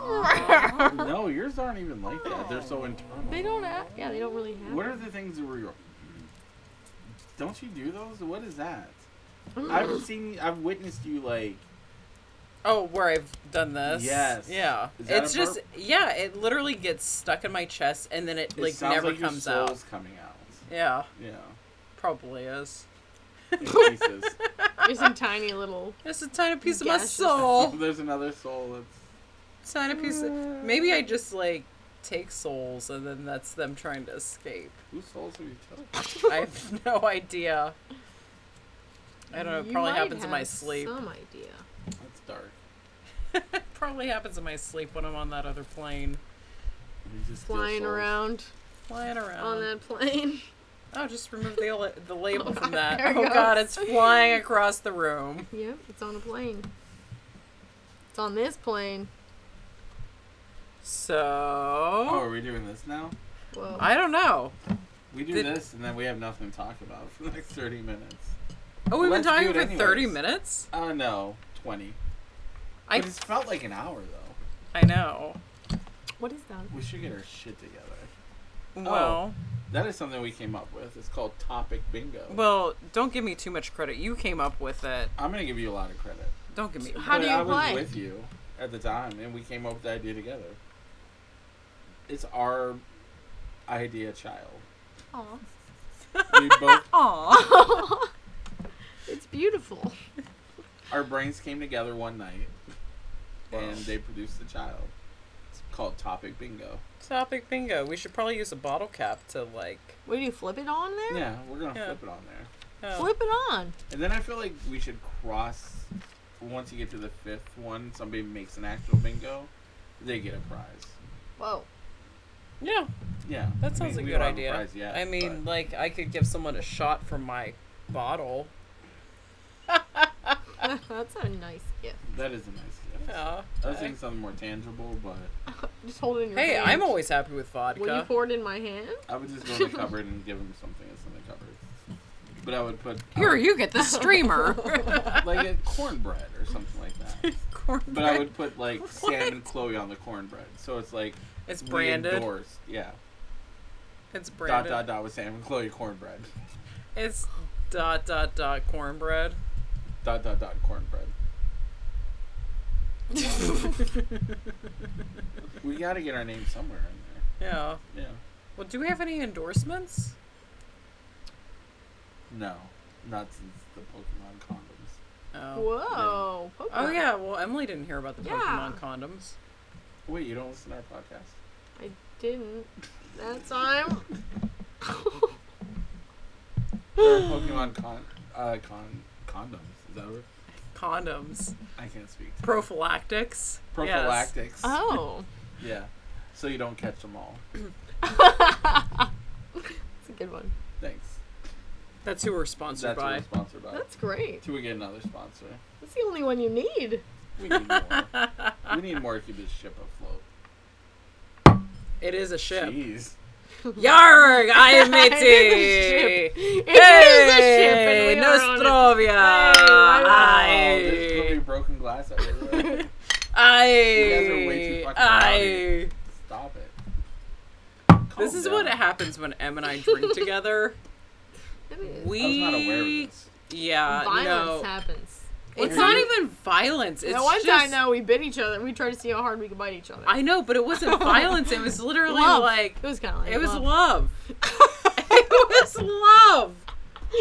Speaker 3: No, yours aren't even like that. They're so internal.
Speaker 2: [laughs] they don't have, yeah, they don't really have.
Speaker 3: What are
Speaker 2: [laughs]
Speaker 3: the things that were your? Don't you do those? What is that?
Speaker 2: Mm.
Speaker 3: I've seen, I've witnessed you like.
Speaker 1: Oh, where I've done this.
Speaker 3: Yes.
Speaker 1: Yeah.
Speaker 3: Is that
Speaker 1: It's
Speaker 3: a
Speaker 1: just
Speaker 3: burp?
Speaker 1: yeah, it literally gets stuck in my chest and then it,
Speaker 3: It
Speaker 1: like
Speaker 3: sounds
Speaker 1: never
Speaker 3: like
Speaker 1: comes
Speaker 3: your
Speaker 1: out.
Speaker 3: soul's coming out.
Speaker 1: Yeah,
Speaker 3: Yeah.
Speaker 1: [laughs] probably is.
Speaker 3: In pieces.
Speaker 2: There's some tiny little.
Speaker 1: It's a tiny piece of my
Speaker 2: Gashes.
Speaker 1: soul.
Speaker 3: [laughs] There's another soul that's.
Speaker 1: tiny piece of
Speaker 2: Uh.
Speaker 1: maybe I just like take souls and then that's them trying to
Speaker 2: [laughs]
Speaker 1: escape.
Speaker 3: Whose souls are you telling?
Speaker 1: I have [laughs] no idea. I don't know, it
Speaker 2: You
Speaker 1: probably
Speaker 2: might
Speaker 1: happens in my
Speaker 2: have
Speaker 1: sleep. [laughs]
Speaker 2: Some idea.
Speaker 3: That's dark.
Speaker 1: probably happens in my sleep when I'm on that other plane.
Speaker 3: You just steal
Speaker 2: Flying
Speaker 3: souls.
Speaker 2: around
Speaker 1: Flying around.
Speaker 2: on that plane. [laughs]
Speaker 1: Oh, just remove the la- the label
Speaker 2: Oh,
Speaker 1: from
Speaker 2: God,
Speaker 1: that.
Speaker 2: [laughs] there it
Speaker 1: oh God,
Speaker 2: goes.
Speaker 1: it's flying across the room.
Speaker 2: yep, it's on a plane. It's on this plane.
Speaker 1: So
Speaker 3: Oh, are we doing this now?
Speaker 2: Whoa.
Speaker 1: I don't know.
Speaker 3: We do
Speaker 1: Did-
Speaker 3: this and then we have nothing to talk about for the next 30 minutes.
Speaker 1: Oh, we've
Speaker 3: Let's do
Speaker 1: been talking
Speaker 3: it
Speaker 1: for thirty
Speaker 3: anyways.
Speaker 1: minutes.
Speaker 3: Uh, no, 20.
Speaker 1: I
Speaker 3: But it's felt like an hour though.
Speaker 1: I know.
Speaker 2: what is that?
Speaker 3: We should get our shit together. Oh.
Speaker 1: Well,
Speaker 3: That is something we came up with. It's called Topic Bingo.
Speaker 1: well, don't give me too much credit. You came up with it.
Speaker 3: I'm going to give you a lot of credit.
Speaker 1: Don't give me.
Speaker 2: How
Speaker 3: But
Speaker 2: do you
Speaker 3: I was
Speaker 2: play?
Speaker 3: with you at the time and we came up with the idea together. It's our idea child.
Speaker 1: [laughs]
Speaker 2: Aw.
Speaker 3: We both
Speaker 1: Aw.
Speaker 2: [laughs] it's beautiful.
Speaker 3: our brains came together one night and
Speaker 1: Wow.
Speaker 3: they produced a child. It's called Topic Bingo.
Speaker 1: Topic bingo. We should probably use a bottle cap to like.
Speaker 2: What do you flip it on there?
Speaker 3: Yeah, we're gonna
Speaker 1: Yeah.
Speaker 3: flip it on there.
Speaker 1: oh.
Speaker 2: Flip it on.
Speaker 3: And then I feel like we should cross. Once you get to the fifth one, somebody makes an actual bingo, they get a prize.
Speaker 2: Whoa. [laughs]
Speaker 1: Yeah,
Speaker 3: Yeah,
Speaker 1: that sounds
Speaker 3: we
Speaker 1: a good
Speaker 3: don't have
Speaker 1: idea.
Speaker 3: prize yet,
Speaker 1: I mean, like I could give someone a shot from my bottle.
Speaker 2: That's a nice gift.
Speaker 3: but that is a nice gift.
Speaker 1: Yeah.
Speaker 3: I was thinking something more tangible, but
Speaker 2: Just hold it in your
Speaker 1: Hey,
Speaker 2: hand.
Speaker 1: I'm always happy with vodka.
Speaker 2: Will you pour it in my hand?
Speaker 3: I would just
Speaker 1: [laughs]
Speaker 3: go in the cupboard and give him something that's in the cupboard. But I would put uh,
Speaker 1: Here, you get the [laughs] streamer.
Speaker 3: like a cornbread or something like
Speaker 1: [laughs]
Speaker 3: that.
Speaker 1: Cornbread.
Speaker 3: But I would put like Sam and Chloe on the cornbread, so it's like
Speaker 1: It's
Speaker 3: we
Speaker 1: branded.
Speaker 3: endorsed. Yeah,
Speaker 1: It's branded.
Speaker 3: dot dot dot with Sam and Chloe cornbread.
Speaker 1: It's dot dot dot [laughs] cornbread.
Speaker 3: Dot dot dot cornbread. We gotta get our name somewhere in
Speaker 1: yeah.
Speaker 3: there. Yeah.
Speaker 1: Well, do we have any endorsements?
Speaker 3: No, not since the Pokemon condoms.
Speaker 1: Oh.
Speaker 2: Whoa. Pokemon.
Speaker 1: Oh yeah. Well, Emily didn't hear about the
Speaker 2: Yeah.
Speaker 1: Pokemon condoms.
Speaker 3: Wait, you don't listen to our
Speaker 1: [gasps]
Speaker 3: podcast?
Speaker 2: I didn't. That
Speaker 1: [laughs]
Speaker 2: time.
Speaker 3: There are Pokemon con uh con condoms. Is that right?
Speaker 1: Condoms.
Speaker 3: I can't speak.
Speaker 1: Prophylactics. Yes.
Speaker 3: Prophylactics.
Speaker 2: oh.
Speaker 3: Yeah. So you don't catch them all.
Speaker 2: [laughs] That's a good one.
Speaker 3: Thanks.
Speaker 1: That's who we're sponsored
Speaker 3: That's what we're
Speaker 1: by.
Speaker 3: sponsored by.
Speaker 2: That's great.
Speaker 3: Till we get another
Speaker 2: [laughs]
Speaker 3: sponsor.
Speaker 2: That's the only one you need.
Speaker 3: We
Speaker 1: [laughs]
Speaker 3: need more. we need more Cubus ship afloat.
Speaker 1: It is a ship.
Speaker 3: Jeez.
Speaker 1: Yarg! I am
Speaker 2: [laughs] It is a
Speaker 1: Mitzi.
Speaker 2: It is
Speaker 1: Hey,
Speaker 2: a ship, and we are on it.
Speaker 1: Nostrovia.
Speaker 3: Oh,
Speaker 2: Hey,
Speaker 3: there's gonna be broken glass everywhere.
Speaker 2: [laughs]
Speaker 1: I.
Speaker 3: guys are way too
Speaker 1: I.
Speaker 3: fucking
Speaker 1: I.
Speaker 3: Stop it.
Speaker 1: This
Speaker 3: Calm
Speaker 1: is
Speaker 3: down.
Speaker 1: what happens when Em and I
Speaker 2: [laughs]
Speaker 1: drink together.
Speaker 2: It is.
Speaker 1: We
Speaker 3: I was not aware of this.
Speaker 1: Yeah,
Speaker 2: Violence
Speaker 1: no.
Speaker 2: happens.
Speaker 1: It's
Speaker 3: Every-
Speaker 1: not even violence. It's
Speaker 2: That one
Speaker 1: just,
Speaker 2: time though, we bit each other. and We tried to see how hard we could bite each other.
Speaker 1: I know, but it
Speaker 2: [laughs]
Speaker 1: wasn't violence. It was literally
Speaker 2: Love.
Speaker 1: like
Speaker 2: it was
Speaker 1: [laughs]
Speaker 2: kind of like [laughs]
Speaker 1: it was
Speaker 2: love.
Speaker 1: love. it was love.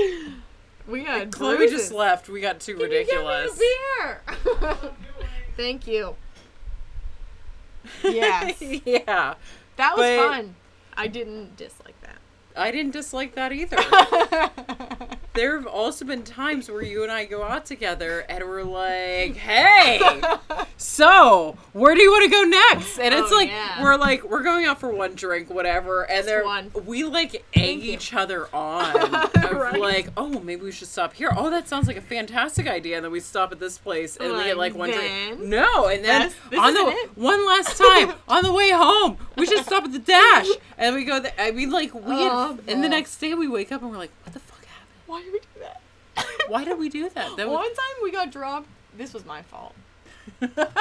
Speaker 2: [laughs] We had
Speaker 1: Chloe
Speaker 2: bruises.
Speaker 1: just left. We got too
Speaker 2: Can
Speaker 1: ridiculous. [laughs]
Speaker 2: You get me a beer? [laughs] Thank you. Yes.
Speaker 1: yeah.
Speaker 2: [laughs] That was
Speaker 1: But-
Speaker 2: fun. I didn't dislike [laughs]
Speaker 1: I didn't dislike that either.
Speaker 2: that.
Speaker 1: there have also been times where you and I go out together and we're like, hey, so where do you want to go next? And it's
Speaker 2: Oh,
Speaker 1: like,
Speaker 2: yeah.
Speaker 1: we're like, we're going out for one drink, whatever. And they're,
Speaker 2: one.
Speaker 1: we like egg
Speaker 2: you.
Speaker 1: each other
Speaker 2: [laughs]
Speaker 1: on. of
Speaker 2: Right.
Speaker 1: Like, oh, maybe we should stop here. Oh, that sounds like a fantastic idea. And then we stop at this place and we get like
Speaker 2: Like,
Speaker 1: one drink.
Speaker 2: then?
Speaker 1: No. And then
Speaker 2: That's- this
Speaker 1: on the,
Speaker 2: isn't it.
Speaker 1: one last
Speaker 2: [laughs]
Speaker 1: time on the way home, we should stop at the dash. And we go there. I mean, like, we,
Speaker 2: Oh,
Speaker 1: had, and the
Speaker 2: boy.
Speaker 1: next day we wake up and we're like, what the fuck happened?
Speaker 2: Why did we do that?
Speaker 1: Why did we do that? That
Speaker 2: One
Speaker 1: was,
Speaker 2: time we got dropped. This was my [laughs] fault.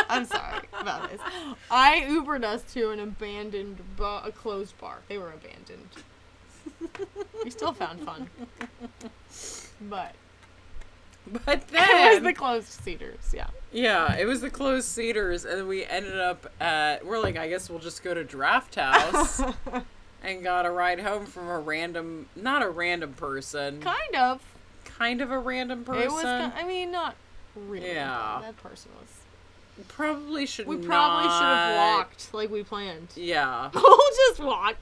Speaker 2: I'm sorry about this. I Ubered us to an abandoned, bu- a closed bar. They were abandoned. we still found [laughs] fun, but
Speaker 1: but
Speaker 2: it [laughs]
Speaker 1: then
Speaker 2: was the closed cedars. Yeah.
Speaker 1: yeah, it was the closed cedars, and then we ended up at we're like, I guess we'll just go to Draft
Speaker 2: [laughs]
Speaker 1: House and got a ride home from a random, not a random person,
Speaker 2: kind of.
Speaker 1: kind of a random person.
Speaker 2: It was. ki- I mean, not really.
Speaker 1: Yeah.
Speaker 2: That person was.
Speaker 1: probably should.
Speaker 2: We probably should have
Speaker 1: not-
Speaker 2: walked like we planned.
Speaker 1: Yeah,
Speaker 2: [laughs] we'll just walk.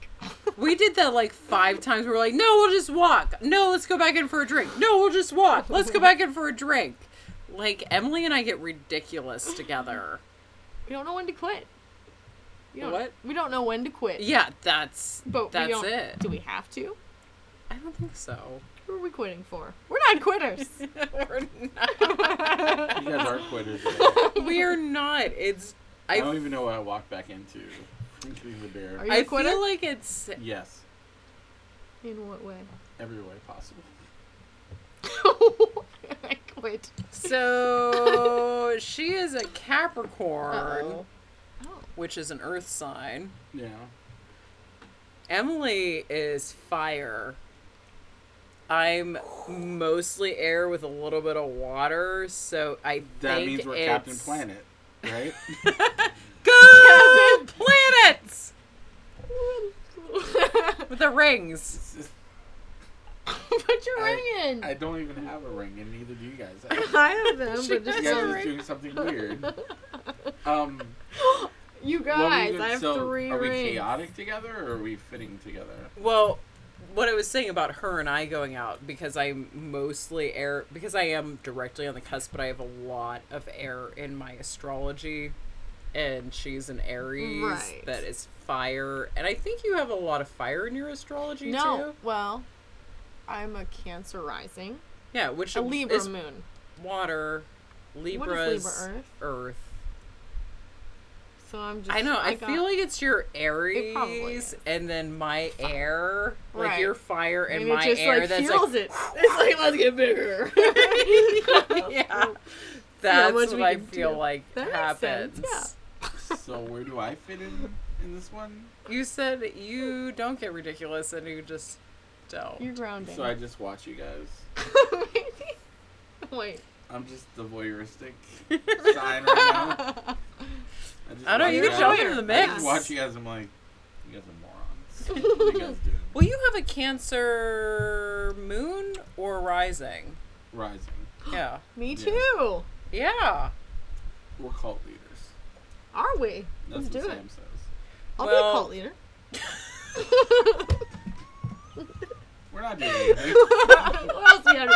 Speaker 1: we did that like five times. We were like, no, we'll just walk. No, let's go back in for a drink. No, we'll just walk. Let's go back in for a drink. Like Emily and I get ridiculous together.
Speaker 2: We don't know when to quit. We don't-
Speaker 1: What?
Speaker 2: We don't know when to quit.
Speaker 1: Yeah, that's
Speaker 2: But
Speaker 1: that's
Speaker 2: we don't,
Speaker 1: it.
Speaker 2: Do we have to?
Speaker 1: I don't think
Speaker 2: [laughs]
Speaker 1: so.
Speaker 2: Who are we quitting for? We're not quitters. [laughs]
Speaker 1: [laughs] We're not.
Speaker 3: You guys are
Speaker 1: [laughs]
Speaker 3: quitters. though.
Speaker 1: We're not. It's
Speaker 3: I don't
Speaker 1: I
Speaker 3: even know what I walked back into. Including the beer.
Speaker 2: Are you
Speaker 1: I
Speaker 2: a quitter?
Speaker 1: feel like it's
Speaker 3: Yes,
Speaker 2: In what way? [laughs]
Speaker 3: every way possible.
Speaker 2: I quit.
Speaker 1: so
Speaker 2: [laughs]
Speaker 1: she is a Capricorn,
Speaker 2: Uh-oh. Oh.
Speaker 1: which is an earth sign.
Speaker 3: Yeah.
Speaker 1: Emily is fire. I'm mostly air with a little bit of water, so I
Speaker 3: That
Speaker 1: think
Speaker 3: means we're
Speaker 1: it's
Speaker 3: Captain Planet, right? [laughs]
Speaker 1: Go planets
Speaker 3: Oh.
Speaker 1: with the rings.
Speaker 2: [laughs] Put your
Speaker 3: I-
Speaker 2: ring in.
Speaker 3: I don't even have a ring, and neither do you
Speaker 1: [laughs]
Speaker 3: guys.
Speaker 2: [laughs]
Speaker 3: [laughs]
Speaker 2: I have them,
Speaker 1: She has
Speaker 2: but just
Speaker 3: you
Speaker 1: That's
Speaker 3: guys
Speaker 1: a
Speaker 3: are
Speaker 1: ring.
Speaker 3: just doing something
Speaker 2: [laughs]
Speaker 3: weird. Um,
Speaker 2: you
Speaker 3: what we
Speaker 2: guys.
Speaker 3: did-
Speaker 2: I have
Speaker 3: so
Speaker 2: three
Speaker 3: Are we
Speaker 2: rings.
Speaker 3: chaotic together, or are we fitting together?
Speaker 1: Well, what I was saying about her and I going out because I'm mostly air because I am directly on the cusp, but I have a lot of air in my astrology, and she's an Aries
Speaker 2: Right.
Speaker 1: that is fire, and I think you have a lot of fire in your astrology
Speaker 2: No,
Speaker 1: too.
Speaker 2: well, I'm a Cancer rising,
Speaker 1: Yeah, which
Speaker 2: a Libra
Speaker 1: is
Speaker 2: moon.
Speaker 1: water,
Speaker 2: Libra
Speaker 1: Libra's
Speaker 2: Earth?
Speaker 1: Earth.
Speaker 2: So I'm just.
Speaker 1: I know. I,
Speaker 2: got-
Speaker 1: feel like it's your
Speaker 2: probably
Speaker 1: Aries,
Speaker 2: is.
Speaker 1: and then my air, like
Speaker 2: Right.
Speaker 1: your fire and
Speaker 2: Maybe
Speaker 1: my
Speaker 2: it just
Speaker 1: air.
Speaker 2: like
Speaker 1: that's
Speaker 2: fuels
Speaker 1: like,
Speaker 2: it. [laughs] It's like let's
Speaker 1: [laughs]
Speaker 2: get bigger.
Speaker 1: yeah.
Speaker 2: how
Speaker 1: That's
Speaker 2: much
Speaker 1: what
Speaker 2: we
Speaker 1: I
Speaker 2: can
Speaker 1: feel
Speaker 2: do.
Speaker 1: like
Speaker 2: That makes sense,
Speaker 1: happens.
Speaker 3: So where do I fit in in this one?
Speaker 1: You said you don't get ridiculous and you just don't.
Speaker 2: You're grounding.
Speaker 3: So I just watch you guys.
Speaker 2: [laughs]
Speaker 3: [laughs]
Speaker 2: Wait.
Speaker 3: I'm just the
Speaker 2: [laughs]
Speaker 3: voyeuristic sign right now. I, just
Speaker 1: I don't
Speaker 3: watch
Speaker 1: know,
Speaker 2: you
Speaker 1: Oh, you
Speaker 3: guys.
Speaker 1: can jump into the
Speaker 3: I
Speaker 1: mix.
Speaker 3: just watch you guys. I'm like, you guys are morons. What are you guys doing?
Speaker 2: [laughs]
Speaker 1: Well, you have a Cancer moon or [gasps] rising.
Speaker 3: Rising.
Speaker 1: Yeah.
Speaker 2: Me
Speaker 3: Yeah.
Speaker 2: too.
Speaker 1: Yeah.
Speaker 3: We're cult leaders.
Speaker 2: Are we?
Speaker 3: That's
Speaker 2: Let's
Speaker 3: what
Speaker 2: do it.
Speaker 3: Sam says.
Speaker 2: I'll
Speaker 1: Well-
Speaker 2: be
Speaker 1: [laughs]
Speaker 2: a
Speaker 3: We're not
Speaker 2: [laughs]
Speaker 3: doing anything.
Speaker 2: cult leader. [laughs] what else we have?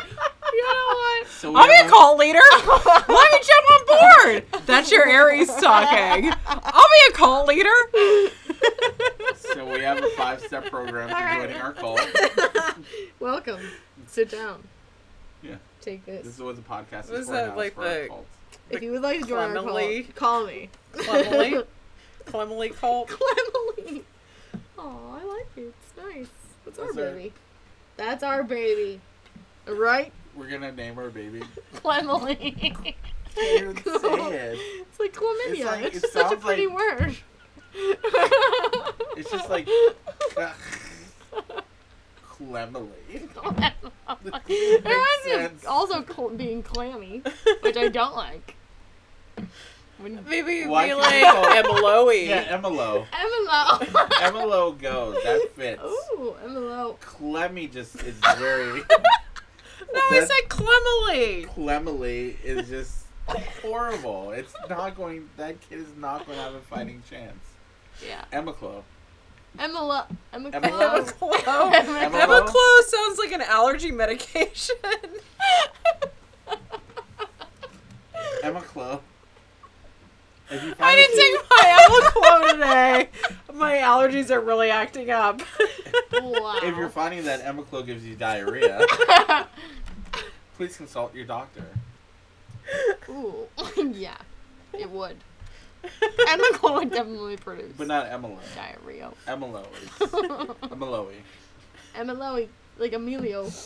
Speaker 2: You know what?
Speaker 3: So we
Speaker 1: I'll be
Speaker 3: have
Speaker 1: a cult leader. [laughs] Let me jump on board. That's your Aries talking. I'll be a cult leader.
Speaker 3: So we have a five-step program
Speaker 2: [laughs]
Speaker 3: to joining our cult.
Speaker 2: Welcome. Sit down.
Speaker 3: Yeah.
Speaker 2: Take this.
Speaker 3: This is what the podcast
Speaker 1: What
Speaker 3: is
Speaker 1: is
Speaker 3: for.
Speaker 1: that,
Speaker 3: now,
Speaker 1: like
Speaker 3: it's for our
Speaker 1: the-
Speaker 3: cult.
Speaker 2: if you would like to join our
Speaker 1: Clemily.
Speaker 2: cult, call me. [laughs]
Speaker 1: [laughs] Clemily. Clemily cult.
Speaker 2: Clemily. Oh, I like it. It's nice. That's our
Speaker 3: That's our-
Speaker 2: baby. That's our baby. Right?
Speaker 3: We're gonna name our baby. [laughs]
Speaker 2: Clemily. [laughs]
Speaker 3: Dude,
Speaker 2: Cool.
Speaker 3: say it.
Speaker 2: It's like chlamydia.
Speaker 3: It's like- it
Speaker 2: It's, just such a
Speaker 3: sounds
Speaker 2: pretty
Speaker 3: like-
Speaker 2: word.
Speaker 3: It's just
Speaker 2: [laughs]
Speaker 3: like [laughs] Clemily.
Speaker 2: it
Speaker 3: Makes
Speaker 2: reminds me of
Speaker 3: sense.
Speaker 2: also cl- being clammy, which I don't
Speaker 3: [laughs]
Speaker 2: like. When
Speaker 1: Maybe you'd
Speaker 3: Why
Speaker 1: be
Speaker 3: can't
Speaker 1: like
Speaker 3: we call-
Speaker 1: Emily.
Speaker 3: Yeah, Emilo.
Speaker 2: Emma
Speaker 1: [laughs]
Speaker 2: [laughs]
Speaker 3: Emilo goes. That fits.
Speaker 2: Ooh, Emma
Speaker 1: [laughs]
Speaker 3: Clemmy just is very.
Speaker 1: No, I
Speaker 3: That-
Speaker 1: said Clemily.
Speaker 3: Clemily is just horrible. It's not going. That kid is not going to have a fighting chance.
Speaker 2: Yeah.
Speaker 3: Emma Clo.
Speaker 2: Emma Lo- Emma,
Speaker 3: Emma
Speaker 2: Close.
Speaker 1: Emma
Speaker 3: Close.
Speaker 1: Clo.
Speaker 2: [laughs] Emma
Speaker 1: Emma
Speaker 3: Clo.
Speaker 1: Clo sounds like an allergy [laughs] medication.
Speaker 3: Emma Clo. If you
Speaker 1: I
Speaker 3: find
Speaker 1: didn't
Speaker 3: a kid-
Speaker 1: take my Emma Clo today. My allergies are really acting up.
Speaker 2: Wow.
Speaker 3: If
Speaker 2: [laughs]
Speaker 3: you're finding that Emma Clo gives you diarrhea, please consult your doctor.
Speaker 2: Ooh. [laughs] yeah. It would. Emma Close would definitely produce
Speaker 3: But not Emma.
Speaker 2: diarrhea. [laughs]
Speaker 3: Emma Lowe. is- Emma Lowe.
Speaker 2: Emma Lowy, like Emilio. [laughs]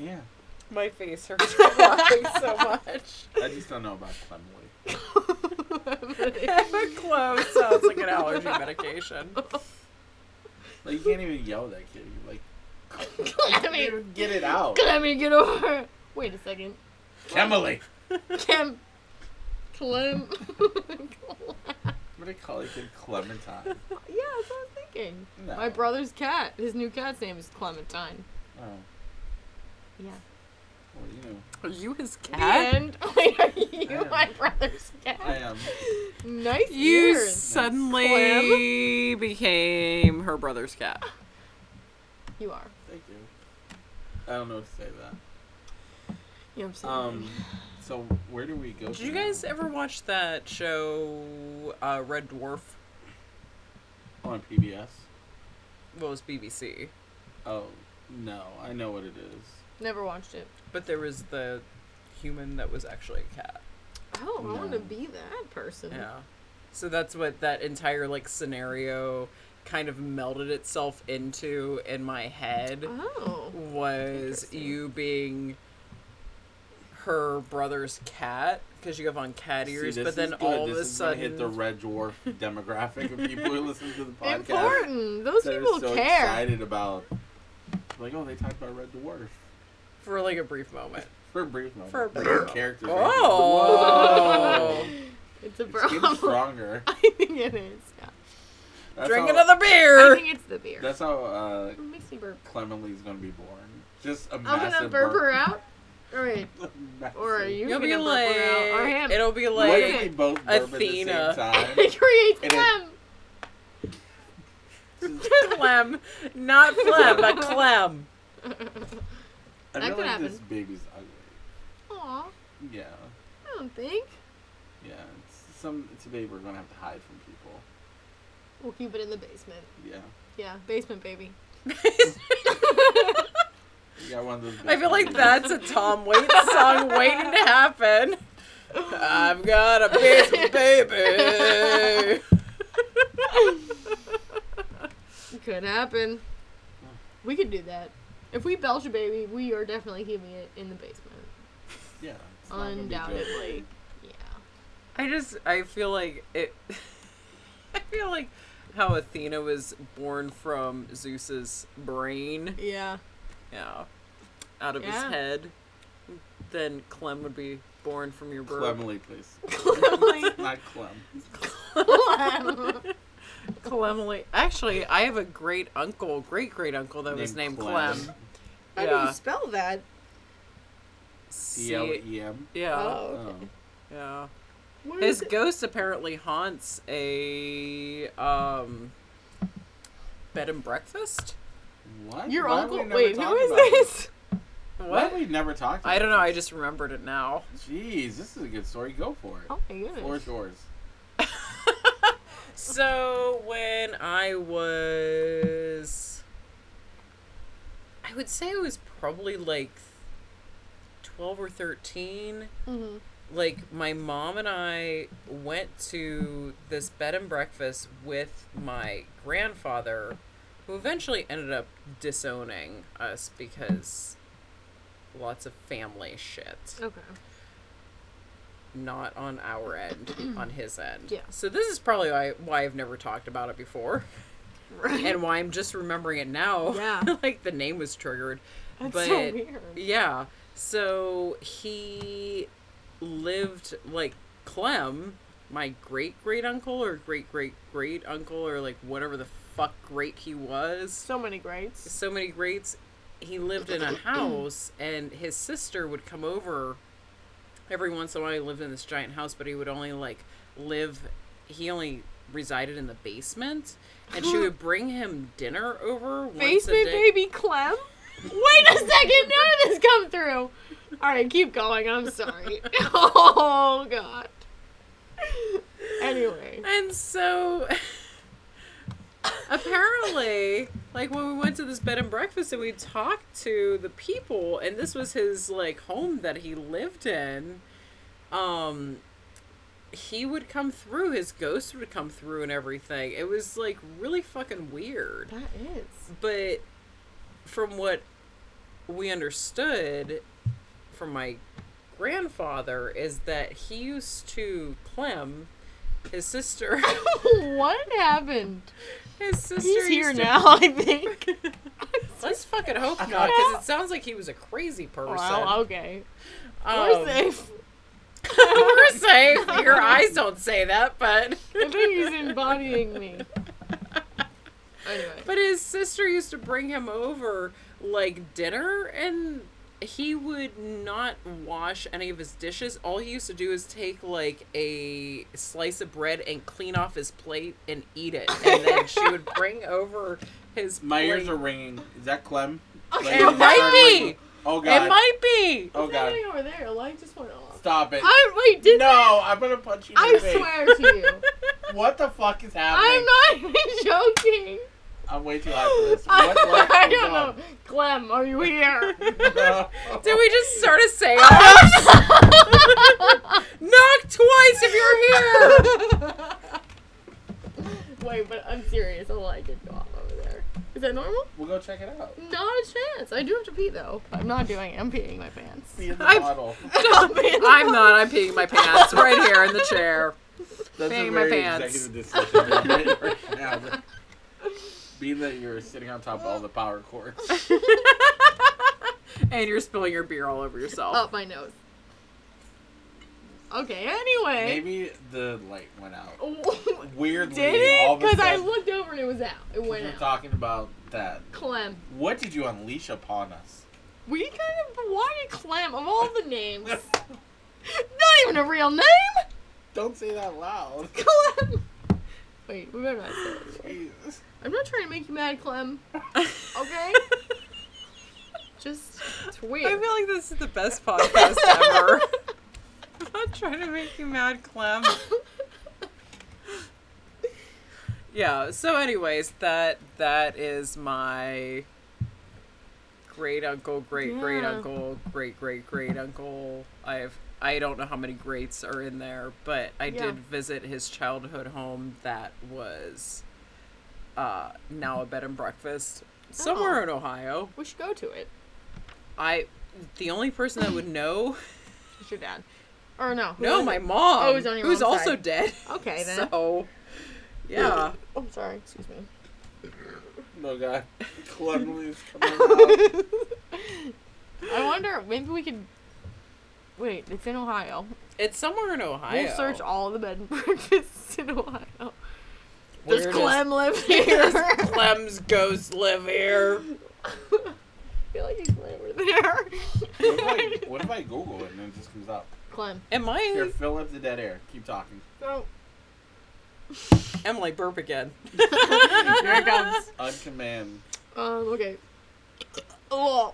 Speaker 3: Yeah.
Speaker 1: [laughs] My face hurts from laughing so much.
Speaker 3: I just don't know about Clemily.
Speaker 1: Emma Clo sounds like an allergy medication.
Speaker 3: Like you can't even yell at that kid. You're like,
Speaker 2: I
Speaker 3: can't
Speaker 2: mean,
Speaker 3: even get it
Speaker 2: [laughs]
Speaker 3: out.
Speaker 2: let me get over. it. Wait a second.
Speaker 3: Emily.
Speaker 2: Cam. Clem. [laughs]
Speaker 3: I'm gonna call that kid Clementine.
Speaker 2: yeah, that's what I'm thinking.
Speaker 3: No.
Speaker 2: My brother's cat. His new cat's name is Clementine.
Speaker 3: Oh, well,
Speaker 2: Yeah.
Speaker 3: you know,
Speaker 1: Are you his cat?
Speaker 2: And [laughs] wait, are you
Speaker 3: Damn.
Speaker 2: my brother's cat?
Speaker 3: I am.
Speaker 2: Nice
Speaker 1: You
Speaker 2: ears.
Speaker 1: suddenly became her brother's cat.
Speaker 2: You are.
Speaker 3: Thank you. I don't know what to say to that.
Speaker 2: You have
Speaker 3: Um, so where do we go?
Speaker 1: Did
Speaker 3: from
Speaker 1: you guys
Speaker 3: there?
Speaker 1: ever watch that show, uh, Red Dwarf?
Speaker 3: on PBS?
Speaker 1: Well, it was BBC,
Speaker 3: Oh no, I know what it is.
Speaker 2: Never watched it.
Speaker 1: but there was the human that was actually a cat.
Speaker 2: Oh, I want
Speaker 3: No.
Speaker 2: to be that person.
Speaker 1: Yeah. So that's what that entire like scenario kind of melded itself into in my head
Speaker 2: Oh.
Speaker 1: was
Speaker 2: Interesting.
Speaker 1: you being her brother's cat because you have on cat ears,
Speaker 3: See, this
Speaker 1: but then
Speaker 3: is good.
Speaker 1: all
Speaker 3: this
Speaker 1: of a
Speaker 3: is
Speaker 1: sudden
Speaker 3: gonna hit the red dwarf demographic of people who listen
Speaker 1: [laughs]
Speaker 3: to the podcast.
Speaker 2: Important. Those
Speaker 3: That are
Speaker 2: people
Speaker 3: so
Speaker 2: care.
Speaker 3: excited about. Like, oh, they talked about Red Dwarf
Speaker 1: for like a brief
Speaker 3: [laughs]
Speaker 1: moment.
Speaker 3: for a brief moment.
Speaker 1: For a brief
Speaker 3: Their
Speaker 1: moment.
Speaker 3: character.
Speaker 1: Oh,
Speaker 2: It's a
Speaker 3: It's getting
Speaker 2: problem.
Speaker 3: stronger.
Speaker 2: [laughs] I think it is. Yeah.
Speaker 3: That's
Speaker 1: drink
Speaker 3: how-
Speaker 1: another
Speaker 2: I
Speaker 1: beer.
Speaker 2: think it's the beer.
Speaker 3: That's how uh,
Speaker 2: it makes me burp.
Speaker 3: Clemently's gonna be born. Just a
Speaker 2: I'm gonna
Speaker 3: massive
Speaker 2: burp
Speaker 3: burp.
Speaker 2: her out. All right.
Speaker 3: [laughs] Massive-
Speaker 2: [laughs] Or are you
Speaker 1: You'll be
Speaker 2: gonna burp her out? Or
Speaker 1: like,
Speaker 2: him?
Speaker 1: it'll be
Speaker 3: What
Speaker 1: like,
Speaker 3: if we both burp
Speaker 1: Athena.
Speaker 2: [laughs]
Speaker 3: at the same
Speaker 2: it creates
Speaker 3: It'll-
Speaker 2: them.
Speaker 1: [laughs] Clem, not Clem, but Clem.
Speaker 3: time?
Speaker 2: That
Speaker 3: I feel
Speaker 2: could
Speaker 3: like
Speaker 2: happen.
Speaker 3: this baby's ugly.
Speaker 2: Aw,
Speaker 3: Yeah,
Speaker 2: I don't think.
Speaker 3: yeah. It's some it's a baby we're gonna have to hide from people.
Speaker 2: We'll keep it in the basement.
Speaker 3: Yeah,
Speaker 2: Yeah, basement baby.
Speaker 3: you got one of those.
Speaker 1: I feel like
Speaker 3: babies.
Speaker 1: that's a Tom Waits song waiting to happen. I've got a big baby.
Speaker 2: Could happen. We could do that. If we belch a baby, we are definitely keeping it in the basement.
Speaker 3: Yeah, it's not gonna be good.
Speaker 2: Undoubtedly. Yeah.
Speaker 1: I just, I feel like it. [laughs] I feel like how Athena was born from Zeus's brain,
Speaker 2: Yeah.
Speaker 3: [laughs]
Speaker 1: yeah, out of
Speaker 2: Yeah.
Speaker 1: his head. Then Clem would be born from your birth.
Speaker 3: Clemily, please.
Speaker 2: Clearly.
Speaker 3: Not Clem.
Speaker 1: Clemly. Actually, I have a great uncle, great great uncle that was named Clem.
Speaker 2: How do
Speaker 1: Yeah.
Speaker 2: you spell that?
Speaker 1: See-
Speaker 3: C L E M.
Speaker 1: Yeah.
Speaker 2: Oh,
Speaker 3: Oh,
Speaker 2: okay.
Speaker 1: Yeah.
Speaker 2: What
Speaker 1: His
Speaker 2: is it?
Speaker 1: ghost apparently haunts a um bed and breakfast.
Speaker 3: what?
Speaker 2: Your
Speaker 3: Why have we
Speaker 2: uncle.
Speaker 3: never
Speaker 2: Wait, who
Speaker 3: talked
Speaker 2: is
Speaker 3: about
Speaker 2: this?
Speaker 3: Why have we never talked?
Speaker 1: I
Speaker 3: about
Speaker 1: don't know. I
Speaker 3: this?
Speaker 1: just remembered it now.
Speaker 3: Jeez, this is a good story. Go for it.
Speaker 2: Oh my goodness.
Speaker 3: Floor's yours.
Speaker 1: So when I was, I would say I was probably like twelve or thirteen.
Speaker 2: Mm-hmm.
Speaker 1: like my mom and I went to this bed and breakfast with my grandfather, who eventually ended up disowning us because lots of family shit.
Speaker 2: Okay.
Speaker 1: Not on our
Speaker 2: [clears throat]
Speaker 1: end, on his end.
Speaker 2: Yeah.
Speaker 1: So this is probably why, why I've never talked about it
Speaker 2: [clears throat]
Speaker 1: before
Speaker 2: Right.
Speaker 1: and why I'm just remembering it now.
Speaker 2: Yeah.
Speaker 1: [laughs] like the name was triggered.
Speaker 2: [laughs] That's
Speaker 1: but
Speaker 2: so weird.
Speaker 1: yeah. So he lived like Clem, my great great uncle or great great great uncle or like whatever the fuck great he was.
Speaker 2: So many grades.
Speaker 1: So many greats. he lived in a house and his sister would come over every once in a while he lived in this giant house but he would only like live he only resided in the basement and she would bring him dinner over once
Speaker 2: Basement
Speaker 1: a day
Speaker 2: baby Clem? Wait a second, none of this come through. Alright, keep going, I'm sorry. [laughs] oh god. Anyway.
Speaker 1: And so [laughs] apparently, like when we went to this bed and breakfast and we talked to the people and this was his like home that he lived in, um he would come through, his ghost would come through and everything. It was like really fucking weird.
Speaker 2: That is.
Speaker 1: But from what we understood from my grandfather is that he used to Clem, his sister [laughs]
Speaker 2: what happened?
Speaker 1: His sister
Speaker 2: He's here
Speaker 1: used to-
Speaker 2: now, I think.
Speaker 1: [laughs] Let's fucking hope not, because it sounds like he was a crazy person.
Speaker 2: Wow, okay.
Speaker 1: Um,
Speaker 2: We're safe.
Speaker 1: [laughs] we're safe. Your eyes don't say that,
Speaker 2: [laughs]
Speaker 1: but
Speaker 2: I think he's embodying me. Anyway.
Speaker 1: but his sister used to bring him over like dinner, and he would not wash any of his dishes. All he used to do is take like a slice of bread and clean off his plate and eat it, and then she would bring over his.
Speaker 3: My ears
Speaker 1: plate.
Speaker 3: are ringing. Is that Clem?
Speaker 2: Okay.
Speaker 1: It might be.
Speaker 3: Oh god.
Speaker 1: It might be.
Speaker 3: Oh god.
Speaker 2: Something over there. A light just went off.
Speaker 3: Stop it.
Speaker 2: I wait, did
Speaker 3: no, I'm gonna punch you in
Speaker 2: I
Speaker 3: the face.
Speaker 2: swear to you.
Speaker 3: What the fuck is happening?
Speaker 2: I'm not [laughs] even joking.
Speaker 3: I'm way too high for this.
Speaker 2: [laughs] I,
Speaker 3: What the fuck
Speaker 2: I
Speaker 3: is
Speaker 2: don't
Speaker 3: on?
Speaker 2: know. Clem, are you here?
Speaker 3: No.
Speaker 1: [laughs] [laughs] Did we just start a [laughs] seance? Knock twice if you're here.
Speaker 2: Wait, but I'm serious. A light did go off over there. Is that normal?
Speaker 3: We'll go check it out.
Speaker 2: Not a chance. I do have to pee though. I'm not doing it. I'm peeing my pants. [laughs]
Speaker 3: Pee in the
Speaker 1: I'm-
Speaker 3: bottle.
Speaker 2: Stop it.
Speaker 1: [laughs]
Speaker 3: [laughs]
Speaker 1: I'm not. I'm peeing my pants right here in the chair.
Speaker 3: That's
Speaker 1: Peeing
Speaker 3: a
Speaker 1: my
Speaker 3: very
Speaker 1: pants.
Speaker 3: executive decision. you made right now. Being that you're sitting on top of all the power cords.
Speaker 1: And you're spilling your beer all over yourself.
Speaker 2: Up my nose. Okay. Anyway.
Speaker 3: Maybe the light went out. Weirdly,
Speaker 2: [laughs] Did
Speaker 3: all
Speaker 2: it?
Speaker 3: of a [laughs]
Speaker 2: Because I
Speaker 3: sudden,
Speaker 2: looked over and it was out. It
Speaker 3: we
Speaker 2: went
Speaker 3: were
Speaker 2: out.
Speaker 3: talking about that.
Speaker 2: Clem.
Speaker 3: What did you unleash upon us?
Speaker 2: We kind of. Why did Clem, of all the
Speaker 3: [laughs]
Speaker 2: names, not even a real name?
Speaker 3: [laughs] Don't say that loud.
Speaker 2: Clem! Wait, we better not say that.
Speaker 3: Jesus.
Speaker 2: I'm not trying to make you mad, Clem. Okay? Just. It's
Speaker 1: [laughs]
Speaker 2: weird.
Speaker 1: I
Speaker 2: [laughs]
Speaker 1: feel like this is the [laughs] best podcast ever. I'm not trying to make you mad, Clem. Yeah. So, anyways, that that is my great uncle, great great
Speaker 2: Yeah.
Speaker 1: uncle, great great great uncle. I've I don't know how many greats are in there, but I
Speaker 2: Yeah.
Speaker 1: did visit his childhood home that was uh, now a bed and breakfast somewhere
Speaker 2: Oh.
Speaker 1: in Ohio.
Speaker 2: we should go to it.
Speaker 1: I the only person that would know
Speaker 2: It's your dad. Or no. who
Speaker 1: no
Speaker 2: is
Speaker 1: my
Speaker 2: it?
Speaker 1: mom
Speaker 2: Oh, it was on your
Speaker 1: who's
Speaker 2: mom's
Speaker 1: also
Speaker 2: side.
Speaker 1: dead. [laughs]
Speaker 2: Okay, then.
Speaker 1: So yeah.
Speaker 2: Oh, I'm sorry. Excuse
Speaker 1: [laughs]
Speaker 2: me.
Speaker 3: No, God. Clemley's [laughs] coming out.
Speaker 2: I wonder, maybe we could. Wait, it's in Ohio.
Speaker 1: It's somewhere in Ohio.
Speaker 2: We'll search all the bed and [laughs] breakfasts in Ohio. Does
Speaker 1: Weirdest- [laughs]
Speaker 2: Clem live here? [laughs]
Speaker 1: Clem's ghosts live here.
Speaker 2: I feel like he's over there.
Speaker 3: What if, I, what if I Google it and it just comes up?
Speaker 2: Clem.
Speaker 1: Am
Speaker 3: Here,
Speaker 1: I
Speaker 3: fill up the dead air. Keep talking.
Speaker 1: [laughs]
Speaker 2: Oh,
Speaker 1: Emily Burp again? [laughs]
Speaker 2: here it comes.
Speaker 3: On command.
Speaker 2: Um, okay. Oh,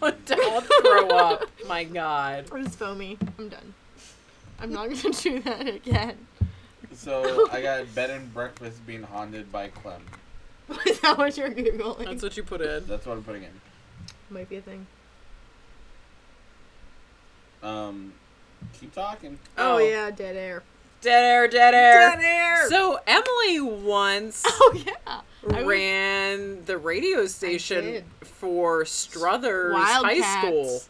Speaker 1: Don't throw up. My God.
Speaker 2: it's foamy. I'm done. I'm not gonna [laughs] do that again. [laughs]
Speaker 3: So I got bed and breakfast being haunted by Clem.
Speaker 2: Is that what you're googling?
Speaker 1: That's what you put in.
Speaker 3: That's what I'm putting in.
Speaker 2: Might be a thing.
Speaker 3: Um, keep talking.
Speaker 1: Oh.
Speaker 2: yeah, dead air.
Speaker 1: Dead air, dead air.
Speaker 2: air. [laughs]
Speaker 1: So Emily once
Speaker 2: oh yeah. I was-
Speaker 1: ran the radio station
Speaker 2: did.
Speaker 1: for Struthers High
Speaker 2: Wildcats.
Speaker 1: School.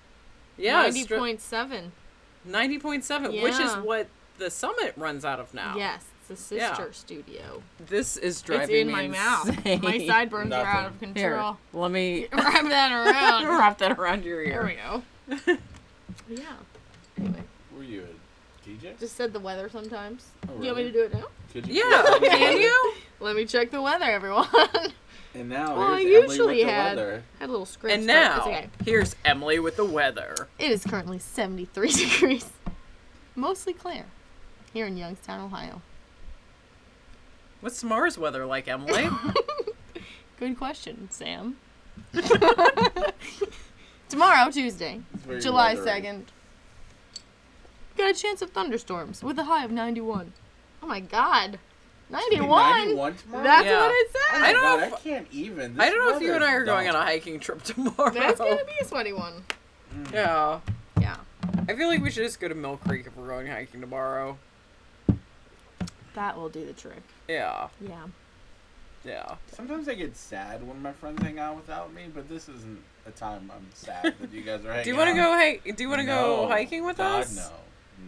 Speaker 1: Yeah,
Speaker 2: Ninety point seven.
Speaker 1: ninety point seven, which is
Speaker 2: Yeah.
Speaker 1: what the summit runs out of now.
Speaker 2: Yes, it's a
Speaker 1: Yeah.
Speaker 2: sister studio.
Speaker 1: This is
Speaker 2: It's
Speaker 1: driving
Speaker 2: in
Speaker 1: me [laughs]
Speaker 2: my mouth. My
Speaker 1: insane.
Speaker 2: sideburns are out
Speaker 3: Nothing.
Speaker 2: of control.
Speaker 1: Here, let me
Speaker 2: [laughs]
Speaker 1: [laughs]
Speaker 2: Wrap that around.
Speaker 1: wrap that around your
Speaker 2: There we
Speaker 1: ear. [laughs]
Speaker 2: go. yeah. Anyway,
Speaker 3: Were you a DJ?
Speaker 2: just said the weather sometimes.
Speaker 3: Oh,
Speaker 2: You want me
Speaker 3: really?
Speaker 2: to do it now? [laughs]
Speaker 3: Could you
Speaker 1: Yeah,
Speaker 3: please-
Speaker 1: can you?
Speaker 2: Let me check the weather, everyone. [laughs]
Speaker 3: And now
Speaker 2: Well, I
Speaker 3: here's Emily
Speaker 2: usually
Speaker 3: with the
Speaker 2: had
Speaker 3: weather.
Speaker 2: had a little script.
Speaker 1: And
Speaker 2: but it's
Speaker 1: now,
Speaker 2: okay.
Speaker 1: here's Emily with the weather.
Speaker 2: It is currently 73 [laughs] degrees. Mostly clear. Here in Youngstown, Ohio.
Speaker 1: What's tomorrow's weather like,
Speaker 2: [laughs]
Speaker 1: Emily?
Speaker 2: Good question, Sam. [laughs] Tomorrow, Tuesday,
Speaker 3: It's very
Speaker 2: July
Speaker 3: weathery.
Speaker 2: 2nd. Got a chance of thunderstorms with a high of 91. Oh my god. 91?
Speaker 3: 91 tomorrow? Oh
Speaker 2: That's
Speaker 1: Yeah.
Speaker 2: what I said.
Speaker 1: I don't
Speaker 3: God,
Speaker 1: know if-
Speaker 3: I can't even.
Speaker 1: I don't know if you and I are going on
Speaker 3: on.
Speaker 1: a hiking trip tomorrow.
Speaker 2: That's going to be a sweaty one.
Speaker 1: [laughs] Yeah.
Speaker 2: Yeah.
Speaker 1: I feel like we should just go to Mill Creek if we're going hiking tomorrow.
Speaker 2: That will do the trick.
Speaker 1: Yeah.
Speaker 2: Yeah.
Speaker 1: Yeah.
Speaker 3: Sometimes I get sad when my friends hang out without me, but this isn't a time I'm sad that you guys are
Speaker 1: [laughs]
Speaker 3: hanging
Speaker 1: Do you want to
Speaker 3: out.
Speaker 1: go hike? Do you want to go
Speaker 3: No.
Speaker 1: hiking with
Speaker 3: God,
Speaker 1: us?
Speaker 3: No.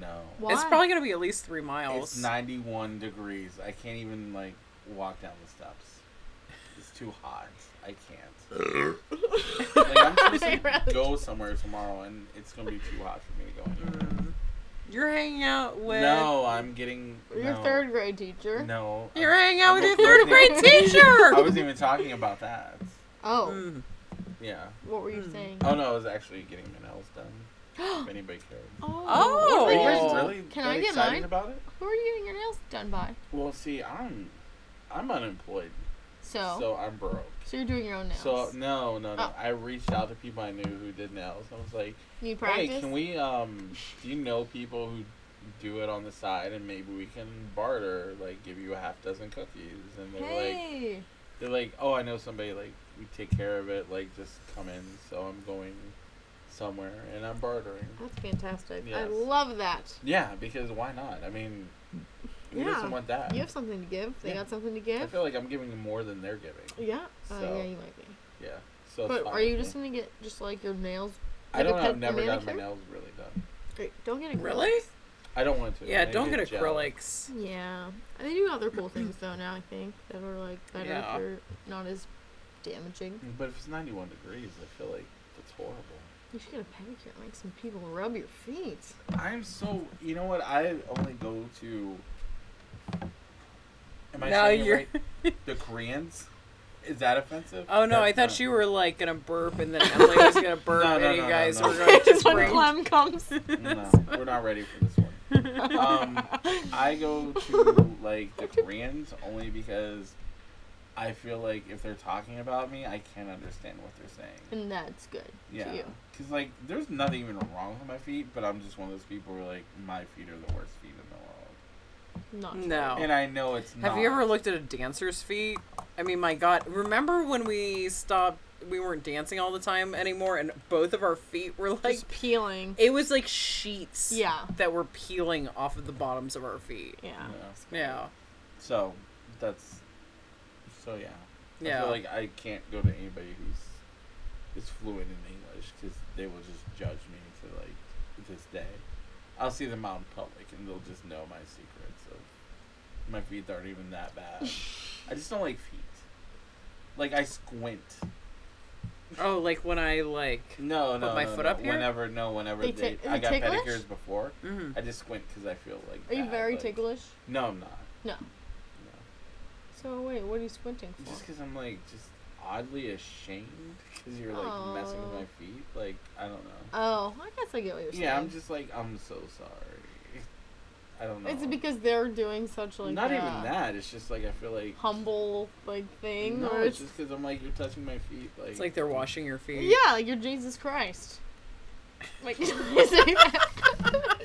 Speaker 3: No.
Speaker 2: Why?
Speaker 1: It's probably gonna be at least three miles.
Speaker 3: It's 91 degrees. I can't even, like, walk down the steps. It's too hot. I can't. [laughs] like, I'm
Speaker 2: I [laughs]
Speaker 3: supposed to
Speaker 2: really
Speaker 3: go somewhere tomorrow, and it's going to be too hot for me to go anywhere.
Speaker 1: You're hanging out with.
Speaker 3: No, I'm getting.
Speaker 2: Your
Speaker 3: no.
Speaker 2: third grade teacher.
Speaker 3: No.
Speaker 1: You're
Speaker 3: I-
Speaker 1: hanging out
Speaker 3: I
Speaker 1: with your
Speaker 3: wasn't [laughs]
Speaker 1: third
Speaker 3: even-
Speaker 1: grade teacher.
Speaker 3: I wasn't even talking about that.
Speaker 2: Oh,
Speaker 1: Mm.
Speaker 3: Yeah.
Speaker 2: what were you
Speaker 1: Mm.
Speaker 2: saying?
Speaker 3: Oh, no, I was actually getting my nails done.
Speaker 2: [gasps]
Speaker 3: If anybody cares.
Speaker 2: Oh,
Speaker 1: Are
Speaker 2: what
Speaker 3: Are
Speaker 1: you
Speaker 3: you
Speaker 2: were
Speaker 1: guys
Speaker 3: guys
Speaker 2: getting-
Speaker 3: really
Speaker 2: Can
Speaker 3: that
Speaker 2: I get
Speaker 3: excited
Speaker 2: mine?
Speaker 3: about it?
Speaker 2: Who are you getting your nails done by?
Speaker 3: Well, see, I'm I'm unemployed,
Speaker 2: So, so,
Speaker 3: so I'm broke.
Speaker 2: you're doing your own nails.
Speaker 3: So no, no, no.
Speaker 2: Oh.
Speaker 3: I reached out to people I knew who did nails. I was like,
Speaker 2: you practice.
Speaker 3: "Hey, can we? Um, do you know people who do it on the side, and maybe we can barter, like, give you a half dozen cookies?" And they're like,
Speaker 2: Hey.
Speaker 3: "They're like, oh, I know somebody. Like, we take care of it. Like, just come in." So I'm going somewhere, and I'm bartering.
Speaker 2: That's fantastic. I
Speaker 3: Yes.
Speaker 2: love that.
Speaker 3: Yeah, because why not? I mean, who
Speaker 2: Yeah.
Speaker 3: doesn't want that?
Speaker 2: You have something to give. They
Speaker 3: Yeah.
Speaker 2: got something to
Speaker 3: I
Speaker 2: give.
Speaker 3: feel like I'm giving them more than they're giving.
Speaker 2: Yeah. Uh,
Speaker 3: So,
Speaker 2: yeah, you might be.
Speaker 3: Yeah. So. it's
Speaker 2: But
Speaker 3: fine
Speaker 2: are you
Speaker 3: with
Speaker 2: just
Speaker 3: me.
Speaker 2: gonna get just like your nails?
Speaker 3: I
Speaker 2: like a
Speaker 3: don't. know, I've
Speaker 2: ped-
Speaker 3: never gotten my
Speaker 2: manicure?
Speaker 3: nails really done.
Speaker 2: Great. Don't get acrylics.
Speaker 1: Really?
Speaker 3: I don't want to.
Speaker 1: Yeah.
Speaker 3: They
Speaker 1: Don't get
Speaker 3: get gel.
Speaker 1: acrylics.
Speaker 2: Yeah. They do other cool things though now. I think that are like better
Speaker 1: Yeah.
Speaker 2: for not as damaging.
Speaker 3: Mm, But if it's 91 degrees, I feel like that's horrible.
Speaker 2: You should get a pedicure. and Make some people rub your
Speaker 3: [laughs]
Speaker 2: feet.
Speaker 3: I'm so. You know what? I only go to. Am I
Speaker 1: Now
Speaker 3: saying it
Speaker 1: you're-
Speaker 3: right?
Speaker 1: [laughs]
Speaker 3: The Koreans. Is that offensive?
Speaker 1: Oh no! I thought
Speaker 3: That's not-
Speaker 1: you were like gonna burp, and then Emily was
Speaker 3: [laughs]
Speaker 1: gonna burp,
Speaker 3: No, no,
Speaker 1: and you
Speaker 3: no, no,
Speaker 1: guys
Speaker 3: no. [laughs]
Speaker 1: were going to
Speaker 2: Just when
Speaker 1: break.
Speaker 2: Clem [laughs] comes.
Speaker 3: No, we're not ready for this one. Um, I go to like the Koreans only because I feel like if they're talking about me, I can't understand what they're saying.
Speaker 2: and that's good to
Speaker 3: Yeah.
Speaker 2: you.
Speaker 3: Because, like, there's nothing even wrong with my feet, but I'm just one of those people where, like, my feet are the worst feet in the world.
Speaker 2: Not
Speaker 1: No.
Speaker 3: And I know it's not.
Speaker 1: Oh. Have you ever looked at a dancer's feet? I mean, my God! Remember when we stopped? We weren't dancing all the time anymore, and both of our feet were like
Speaker 2: just peeling.
Speaker 1: it was like sheets.
Speaker 2: Yeah.
Speaker 1: That were peeling off of the bottoms of our feet.
Speaker 2: Yeah.
Speaker 3: Yeah.
Speaker 1: Yeah.
Speaker 3: So, that's. So, yeah. I
Speaker 1: Yeah.
Speaker 3: feel like I can't go to anybody who's is fluent in English because they will just judge me to, like, this day. I'll see them out in public and they'll just know my secrets of my feet aren't even that
Speaker 1: [laughs]
Speaker 3: bad. I just don't like feet. Like, I squint.
Speaker 1: oh, like when I like.
Speaker 3: No, no,
Speaker 1: my
Speaker 3: no,
Speaker 1: foot
Speaker 3: no.
Speaker 1: up here?
Speaker 3: Whenever, no, whenever
Speaker 2: They
Speaker 3: they
Speaker 2: tick-
Speaker 3: I
Speaker 2: they
Speaker 3: got
Speaker 2: ticklish?
Speaker 3: pedicures before.
Speaker 1: mhm.
Speaker 3: I just squint because I feel like.
Speaker 2: Are you
Speaker 3: bad,
Speaker 2: very
Speaker 3: like-
Speaker 2: ticklish?
Speaker 3: No, I'm not.
Speaker 2: No.
Speaker 3: No,
Speaker 2: So wait, what are you squinting for?
Speaker 3: just because I'm like just oddly ashamed because you're like messing with
Speaker 2: Aw.
Speaker 3: my feet. Like I don't know.
Speaker 2: Oh, I guess I get what you're saying.
Speaker 3: Yeah, I'm just like I'm so sorry. I don't know.
Speaker 2: It's because they're doing such like
Speaker 3: not
Speaker 2: a
Speaker 3: even that. It's just like I feel like.
Speaker 2: humble like thing.
Speaker 3: No,
Speaker 2: or
Speaker 3: it's
Speaker 2: it's,
Speaker 3: just because I'm like you're touching my feet. Like
Speaker 1: It's like they're washing your feet.
Speaker 2: yeah, like you're Jesus Christ. Like [laughs] you say
Speaker 3: [laughs]
Speaker 2: that.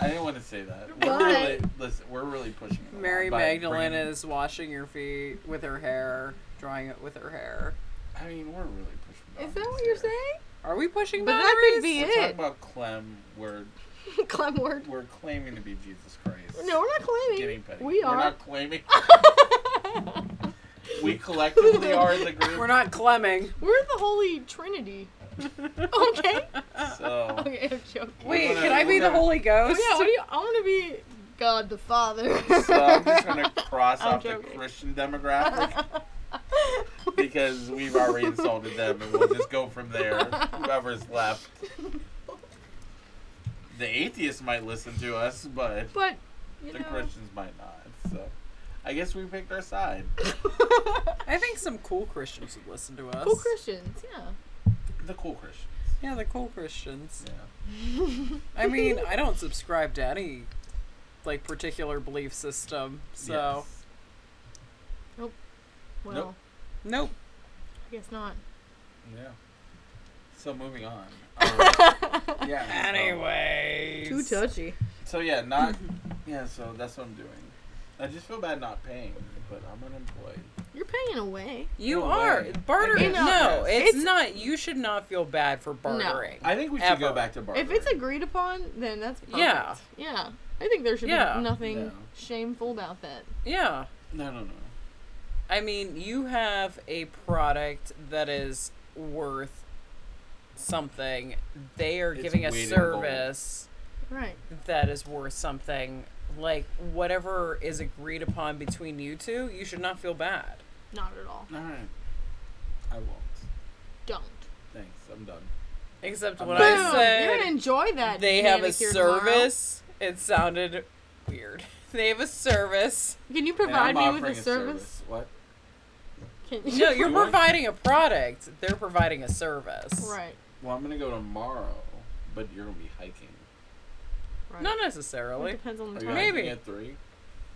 Speaker 3: I didn't want to say that.
Speaker 2: Why?
Speaker 3: We're really, listen, we're really pushing. it a lot
Speaker 1: Mary
Speaker 3: by
Speaker 1: Magdalene
Speaker 3: bringing-
Speaker 1: is washing your feet with her hair, drying it with her hair.
Speaker 3: I mean, we're really pushing. boundaries
Speaker 2: Is that what you're
Speaker 3: here.
Speaker 2: saying?
Speaker 1: Are we pushing
Speaker 2: But that
Speaker 1: boundaries?
Speaker 2: could be
Speaker 3: We're talking
Speaker 2: it.
Speaker 3: about Clem. We're
Speaker 2: [laughs] Clem word.
Speaker 3: we're claiming to be Jesus Christ.
Speaker 2: No, we're not
Speaker 3: getting
Speaker 2: claiming.
Speaker 3: petty.
Speaker 2: We
Speaker 3: We're
Speaker 2: are.
Speaker 3: not
Speaker 2: [laughs]
Speaker 3: claiming. we collectively are the group.
Speaker 1: We're not clemming.
Speaker 2: We're the Holy Trinity. okay.
Speaker 3: So
Speaker 2: [laughs] Okay, I'm joking.
Speaker 1: Wait,
Speaker 3: gonna-
Speaker 1: can I be
Speaker 3: we're
Speaker 1: the
Speaker 3: gonna-
Speaker 1: Holy Ghost?
Speaker 2: Oh, yeah, what do you? I want to be God the Father.
Speaker 3: so I'm just gonna cross
Speaker 2: I'm
Speaker 3: off the
Speaker 2: joking.
Speaker 3: Christian demographic because we've already insulted them, and we'll just go from there. Whoever's left. The atheists might listen to us, but
Speaker 2: [laughs] but you
Speaker 3: the
Speaker 2: know,
Speaker 3: Christians might not. So I guess we picked our side.
Speaker 1: I think some cool Christians would listen to us.
Speaker 2: cool Christians, yeah.
Speaker 3: The cool Christians.
Speaker 1: Yeah, the cool
Speaker 2: [laughs]
Speaker 1: Christians.
Speaker 3: Yeah.
Speaker 1: I mean, I don't subscribe to any like particular belief system, so
Speaker 3: Yes.
Speaker 2: Well,
Speaker 3: Nope.
Speaker 1: nope.
Speaker 2: I guess not.
Speaker 3: Yeah. So moving
Speaker 1: [laughs]
Speaker 3: on. Um, yeah. so-
Speaker 1: Anyways,
Speaker 2: Too touchy.
Speaker 3: So, yeah, not. Yeah, so that's what I'm doing. I just feel bad not paying, but I'm unemployed.
Speaker 2: You're paying away.
Speaker 1: You
Speaker 3: No
Speaker 1: are
Speaker 3: way.
Speaker 1: bartering.
Speaker 2: You know,
Speaker 1: no, it's,
Speaker 2: it's-
Speaker 1: not. You should not feel bad for bartering.
Speaker 3: I think we should go
Speaker 1: Ever.
Speaker 3: back to bartering.
Speaker 2: If it's agreed upon, then that's perfect.
Speaker 1: Yeah.
Speaker 2: Yeah. I think there should
Speaker 1: Yeah.
Speaker 2: be nothing
Speaker 3: Yeah.
Speaker 2: shameful about that.
Speaker 1: yeah.
Speaker 3: No, no, no.
Speaker 1: I mean, you have a product that is worth something. They are
Speaker 3: It's
Speaker 1: giving a
Speaker 3: weight in gold.
Speaker 1: service
Speaker 2: Right.
Speaker 1: that is worth something. Like whatever is agreed upon between you two, you should not feel bad.
Speaker 2: Not at all.
Speaker 3: All right. I won't.
Speaker 2: Don't.
Speaker 3: Thanks. I'm done.
Speaker 1: Except
Speaker 3: I'm
Speaker 1: when
Speaker 3: not-
Speaker 1: I
Speaker 2: Boom!
Speaker 1: said
Speaker 2: You're gonna enjoy that.
Speaker 1: they have a
Speaker 2: manicure tomorrow.
Speaker 1: service, it sounded weird. [laughs] They have a
Speaker 2: [laughs]
Speaker 1: service.
Speaker 2: Can you
Speaker 3: And I'm
Speaker 2: provide me with
Speaker 3: offering
Speaker 2: a service?
Speaker 3: What?
Speaker 2: Can you?
Speaker 1: No, you're
Speaker 3: Really?
Speaker 1: providing a product. They're providing a service.
Speaker 2: [laughs] right.
Speaker 3: Well, I'm gonna go tomorrow, but you're gonna be hiking.
Speaker 2: Right.
Speaker 1: Not
Speaker 2: It
Speaker 1: necessarily.
Speaker 2: depends on
Speaker 3: Are
Speaker 2: the
Speaker 3: you
Speaker 2: time.
Speaker 1: Maybe.
Speaker 3: hiking at three?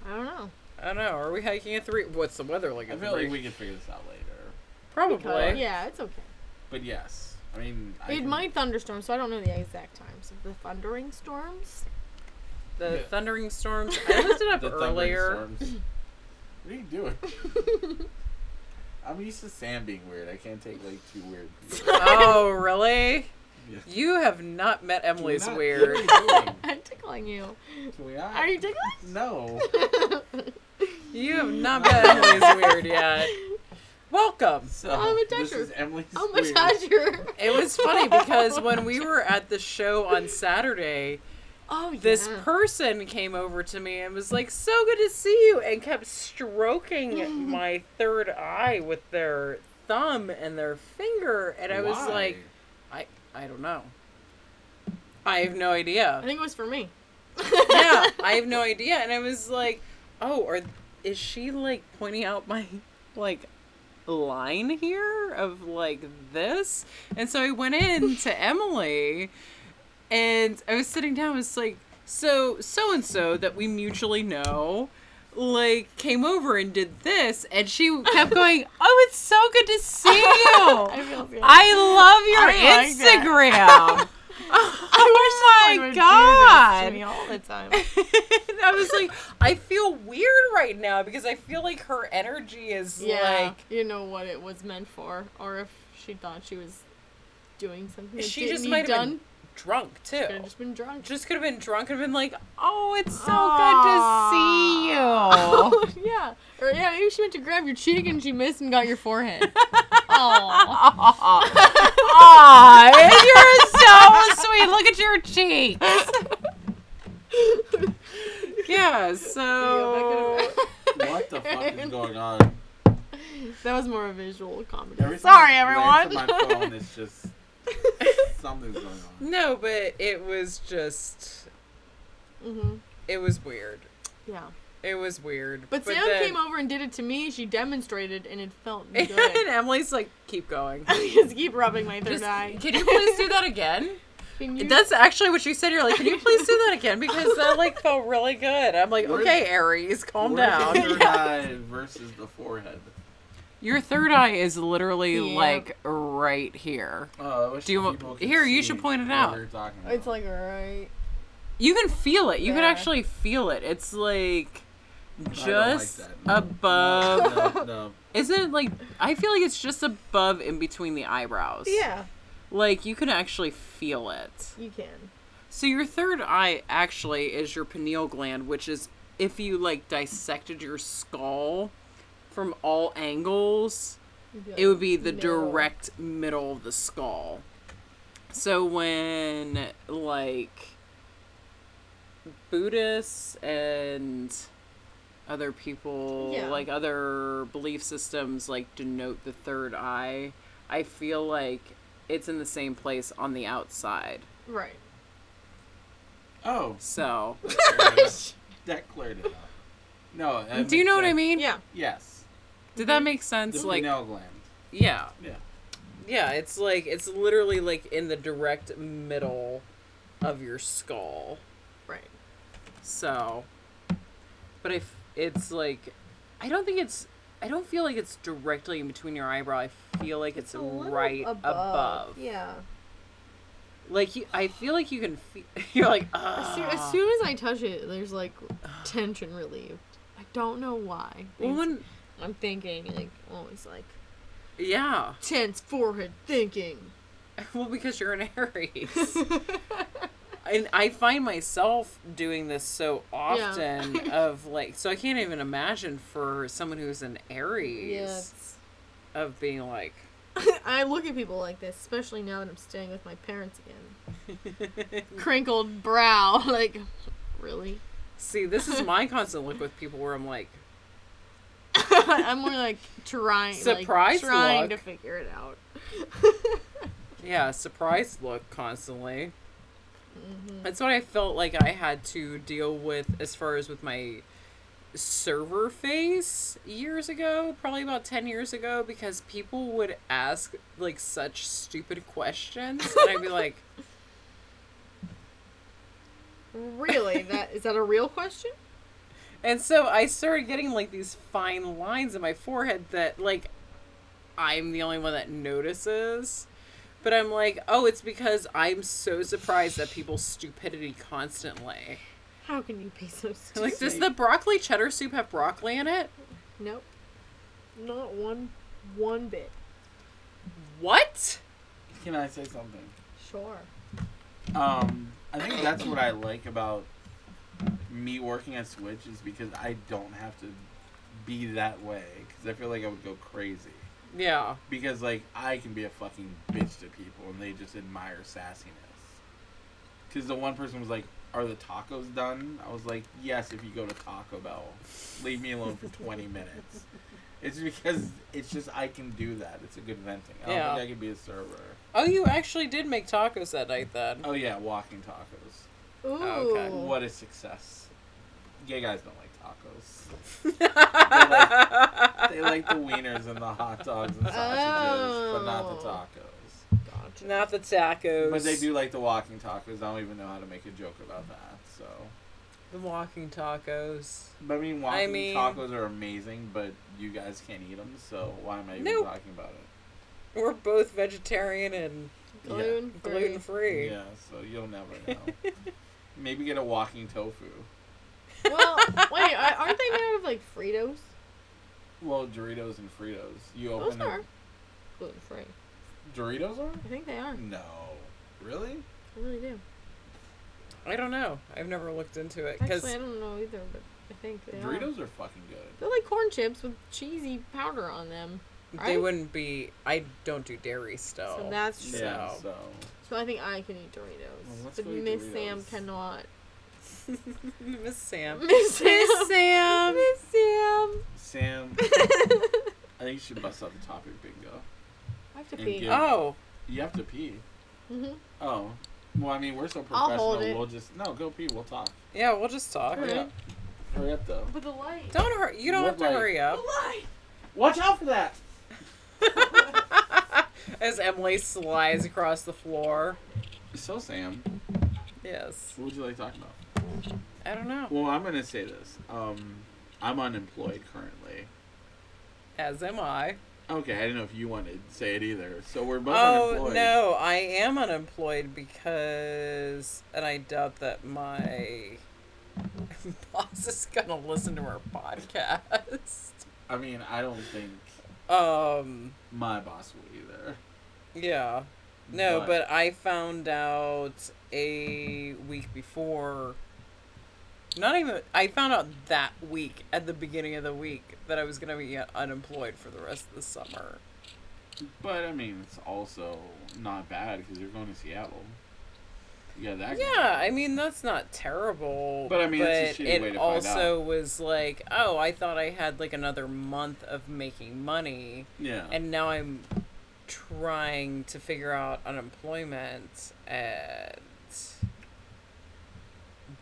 Speaker 2: I don't know.
Speaker 1: I don't know. Are we hiking at three? What's the weather like?
Speaker 3: I
Speaker 1: At
Speaker 3: feel
Speaker 1: three?
Speaker 3: like we can figure this out later.
Speaker 1: Probably.
Speaker 2: Because- yeah, it's okay.
Speaker 3: But yes, I mean, I
Speaker 2: it
Speaker 3: can-
Speaker 2: might thunderstorm, so I don't know the exact times of the
Speaker 1: [laughs]
Speaker 2: thundering storms.
Speaker 1: The
Speaker 3: Yeah.
Speaker 1: thundering
Speaker 2: [laughs]
Speaker 1: storms. I looked it up
Speaker 3: the thundering
Speaker 1: earlier.
Speaker 3: storms. what are you doing? I'm used to Sam being weird. I can't take like too weird.
Speaker 1: [laughs]
Speaker 3: people.
Speaker 1: oh, really?
Speaker 3: Yeah.
Speaker 1: You have not met Emily's
Speaker 3: Not-
Speaker 1: weird.
Speaker 3: What are you doing?
Speaker 2: I'm tickling
Speaker 1: [laughs]
Speaker 2: you.
Speaker 3: Can we not?
Speaker 2: Are you tickling?
Speaker 3: No.
Speaker 2: [laughs]
Speaker 1: You have not met Emily's weird yet. Welcome.
Speaker 3: So
Speaker 2: I'm a
Speaker 3: this
Speaker 2: toucher.
Speaker 3: is Emily's
Speaker 2: Oh my
Speaker 3: weird.
Speaker 2: Dodger.
Speaker 1: It was funny because when we were at the show on Saturday,
Speaker 2: [laughs] Oh, yeah.
Speaker 1: this person came over to me and was like, "So good to see you," and kept
Speaker 2: [laughs]
Speaker 1: stroking my third eye with their thumb and their finger, and I was
Speaker 3: Why?
Speaker 1: like, "I I don't know. I have no idea."
Speaker 2: I think it was for me. [laughs]
Speaker 1: yeah, I have no idea. And I was like, oh, or is she like pointing out my like line here of like this? And so I went in
Speaker 2: [laughs]
Speaker 1: to Emily and I was sitting down, I was like, so so and so that we mutually know like came over and did this and she
Speaker 2: [laughs]
Speaker 1: kept going, Oh, it's so good to see
Speaker 2: I
Speaker 1: you.
Speaker 2: feel bad. I like that.
Speaker 1: I love your
Speaker 2: [laughs]
Speaker 1: Instagram. oh
Speaker 2: Someone
Speaker 1: my
Speaker 2: would do this
Speaker 1: god.
Speaker 2: to me all the time.
Speaker 1: [laughs] And I was like, I feel weird right now because I feel like her energy is
Speaker 2: Yeah,
Speaker 1: like
Speaker 2: you know what it was meant for, or if she thought she was doing something. That
Speaker 1: she
Speaker 2: didn't
Speaker 1: just
Speaker 2: need
Speaker 1: might have
Speaker 2: done.
Speaker 1: been drunk too.
Speaker 2: Could have just been drunk.
Speaker 1: Just could have been drunk and been like, "Oh, it's so
Speaker 2: [laughs]
Speaker 1: good to see you."
Speaker 2: Oh, yeah, or yeah, maybe she went to grab your cheek and she missed and got
Speaker 1: [laughs]
Speaker 2: your forehead. oh, [laughs]
Speaker 1: Aw, you're so sweet. Look at your cheeks. yeah. So
Speaker 3: What the fuck
Speaker 1: [laughs]
Speaker 3: is going on?
Speaker 2: [laughs] that was more a visual comedy.
Speaker 3: Every time
Speaker 2: Sorry,
Speaker 3: I glance
Speaker 2: everyone.
Speaker 3: at my phone, it's
Speaker 1: [laughs]
Speaker 3: just something's going on.
Speaker 1: no, but it was just,
Speaker 2: hmm
Speaker 1: it was weird.
Speaker 2: Yeah,
Speaker 1: It was weird.
Speaker 2: but, Sam
Speaker 1: then-
Speaker 2: came over and did it to me. She demonstrated, and it
Speaker 1: [laughs]
Speaker 2: felt good.
Speaker 1: and Emily's like, "Keep going."
Speaker 2: [laughs] I just keep rubbing my third
Speaker 1: Just-
Speaker 2: eye.
Speaker 1: Can you please do that again?
Speaker 2: [laughs] Can
Speaker 1: [laughs]
Speaker 2: you-
Speaker 1: That's actually what you said. You're like, can you please do that again? Because [laughs] that like felt really good. I'm like,
Speaker 3: Where's-
Speaker 1: okay, Aries, calm
Speaker 3: Where's
Speaker 1: [laughs] down.
Speaker 3: the Third eye versus the forehead.
Speaker 1: Your third eye is literally
Speaker 2: Yeah. like,
Speaker 1: right here.
Speaker 3: Oh, I wish
Speaker 1: Do you want-
Speaker 3: people could
Speaker 1: here, you
Speaker 3: see
Speaker 1: should point it
Speaker 3: what
Speaker 1: out.
Speaker 3: We're talking about.
Speaker 2: It's like alright.
Speaker 1: You can feel it. You can
Speaker 2: Yeah.
Speaker 1: actually feel it. It's like
Speaker 3: don't like
Speaker 1: just
Speaker 3: that.
Speaker 1: above. [laughs]
Speaker 3: no, no.
Speaker 1: Isn't it like? I feel like it's just above in between the eyebrows.
Speaker 2: Yeah,
Speaker 1: Like you can actually feel it.
Speaker 2: you can.
Speaker 1: So your third eye actually is your pineal gland, which is if you like dissected your skull from all angles, it would be the
Speaker 2: Middle.
Speaker 1: direct middle of the skull. So when like Buddhists and other people
Speaker 2: Yeah.
Speaker 1: like other belief systems like denote the third eye, I feel like it's in the same place on the outside. [laughs]
Speaker 2: right.
Speaker 3: Oh,
Speaker 1: So
Speaker 3: [laughs] that Oh, cleared it up. No. that
Speaker 1: Do you
Speaker 3: makes
Speaker 1: know what I
Speaker 3: sense.
Speaker 1: mean?
Speaker 2: Yeah.
Speaker 3: Yes.
Speaker 1: Did that make sense?
Speaker 3: It's
Speaker 1: like,
Speaker 3: pineal gland.
Speaker 1: yeah,
Speaker 3: Yeah.
Speaker 1: yeah. It's like it's literally like in the direct middle of your skull.
Speaker 2: Right.
Speaker 1: So, but if it's like, I don't think it's. I don't feel like it's directly in between your eyebrow. I feel like it's, right above.
Speaker 2: Yeah.
Speaker 1: Like you, I feel like you can. Feel, [laughs] you're like.
Speaker 2: As
Speaker 1: ah.
Speaker 2: soon, as soon as I touch it, there's like tension relieved. I don't know why.
Speaker 1: Well, when-
Speaker 2: I'm thinking like always like
Speaker 1: yeah.
Speaker 2: tense forehead thinking.
Speaker 1: [laughs] Well, because you're an Aries. and I find myself doing this so often of like so I can't even imagine for someone who's an Aries
Speaker 2: Yes.
Speaker 1: of being like
Speaker 2: [laughs] I look at people like this, especially now that I'm staying with my parents again.
Speaker 1: [laughs]
Speaker 2: Crinkled brow, [laughs] like really. [laughs]
Speaker 1: see this is my constant look with people where I'm like
Speaker 2: I'm more like trying,
Speaker 1: Surprise
Speaker 2: like, trying
Speaker 1: look.
Speaker 2: to figure it out. [laughs]
Speaker 1: yeah surprise look constantly. That's what I felt like I had to deal with as far as with my server face years ago, probably about 10 years ago, because people would ask like such stupid questions. And I'd be like,
Speaker 2: Really, that is that a real question?
Speaker 1: And so I started getting like these fine lines in my forehead that like I'm the only one that notices. But I'm like, oh, it's because I'm so surprised at people's stupidity constantly.
Speaker 2: How can you be
Speaker 1: [laughs]
Speaker 2: so stupid?
Speaker 1: Like, does the broccoli cheddar soup have broccoli in it?
Speaker 2: Nope. Not one one bit.
Speaker 1: What?
Speaker 3: Can I say something?
Speaker 2: Sure.
Speaker 3: Um, I think that's what I like about me working at Switch is because I don't have to be that way because I feel like I would go crazy
Speaker 1: Yeah.
Speaker 3: because like I can be a fucking bitch to people and they just admire sassiness. Because the one person was like, "Are the tacos done?" I was like, "Yes." If you go to Taco Bell, leave me alone for twenty minutes. It's because it's just I can do that. It's a good venting. I don't
Speaker 1: Yeah.
Speaker 3: think I can be a server.
Speaker 1: Oh, you actually did make tacos that night then.
Speaker 3: Oh yeah, walking tacos.
Speaker 2: Ooh.
Speaker 1: okay.
Speaker 3: Oh, What a success. Gay guys don't like tacos. They like the wieners and the hot dogs and sausages, but not the
Speaker 2: Oh.
Speaker 3: tacos.
Speaker 2: Gotcha.
Speaker 1: Not the tacos.
Speaker 3: But they do like the walking tacos. I don't even know how to make a joke about that. So,
Speaker 1: the walking tacos.
Speaker 3: but I mean, walking
Speaker 1: mean-
Speaker 3: tacos are amazing, but you guys can't eat them. So why am I even
Speaker 1: Nope.
Speaker 3: talking about it?
Speaker 1: We're both vegetarian and
Speaker 2: Gluten free.
Speaker 1: gluten free.
Speaker 3: Yeah, so you'll never know. Maybe get a walking tofu.
Speaker 2: [laughs] well, wait, I- aren't they made out of like Fritos?
Speaker 3: Well, Doritos and Fritos. You
Speaker 2: Those
Speaker 3: open
Speaker 2: are gluten free.
Speaker 3: Doritos are?
Speaker 2: I think they are.
Speaker 3: No, really?
Speaker 2: I really do.
Speaker 1: I don't know. I've never looked into it because
Speaker 2: Actually, I don't know either, but I think they are.
Speaker 3: Doritos are fucking good.
Speaker 2: They're like corn chips with cheesy powder on them.
Speaker 1: they
Speaker 2: right?
Speaker 1: wouldn't be. I don't do dairy still.
Speaker 2: So
Speaker 1: [laughs]
Speaker 2: that's true.
Speaker 3: Oh, Yeah,
Speaker 1: So-
Speaker 3: so
Speaker 2: So I think I can eat
Speaker 3: Well,
Speaker 2: Doritos,
Speaker 3: let's
Speaker 2: but
Speaker 3: go eat
Speaker 2: Miss Sam
Speaker 3: Doritos.
Speaker 2: [laughs] cannot.
Speaker 1: Miss Sam. [laughs]
Speaker 2: Miss
Speaker 1: Miss
Speaker 2: Sam.
Speaker 1: Sam.
Speaker 2: Miss Sam.
Speaker 3: Sam, I think you should bust out the topic bingo.
Speaker 2: [laughs] I have to
Speaker 3: And
Speaker 2: pee.
Speaker 3: give-
Speaker 1: Oh,
Speaker 3: You have to pee.
Speaker 2: hmm
Speaker 3: Oh, well, I mean, we're so
Speaker 2: I'll hold
Speaker 3: professional.
Speaker 2: it.
Speaker 3: We'll just no, go pee. We'll talk.
Speaker 1: yeah. We'll just talk.
Speaker 3: Hurry up. Hurry up, though.
Speaker 2: But the light.
Speaker 1: Don't hurry. You don't
Speaker 3: What
Speaker 1: have to
Speaker 3: light?
Speaker 1: hurry
Speaker 2: The
Speaker 1: up.
Speaker 2: light.
Speaker 3: Watch out for that.
Speaker 1: [laughs] As Emily slides across the floor.
Speaker 3: So, Sam,
Speaker 1: Yes.
Speaker 3: what would you like to talk about?
Speaker 1: I don't know.
Speaker 3: Well, I'm gonna say this. Um, I'm unemployed currently.
Speaker 1: As am I.
Speaker 3: Okay, I didn't know if you wanted to say it either. So we're both
Speaker 1: Oh
Speaker 3: unemployed.
Speaker 1: no, I am unemployed because, and I doubt that my [laughs] boss is gonna listen to our podcast. [laughs]
Speaker 3: I mean, I don't think
Speaker 1: Um.
Speaker 3: my boss will either.
Speaker 1: Yeah. No,
Speaker 3: But-
Speaker 1: but, I found out a week before. Not even. I found out that week at the beginning of the week that I was going to be unemployed for the rest of the summer.
Speaker 3: But I mean, it's also not bad because you're going to Seattle. Yeah, that. going
Speaker 1: Yeah, I mean that's not terrible.
Speaker 3: But I mean, it's a shitty
Speaker 1: it
Speaker 3: way to find
Speaker 1: also was like, oh, I thought I had like another month of making money,
Speaker 3: Yeah.
Speaker 1: and now I'm trying to figure out unemployment and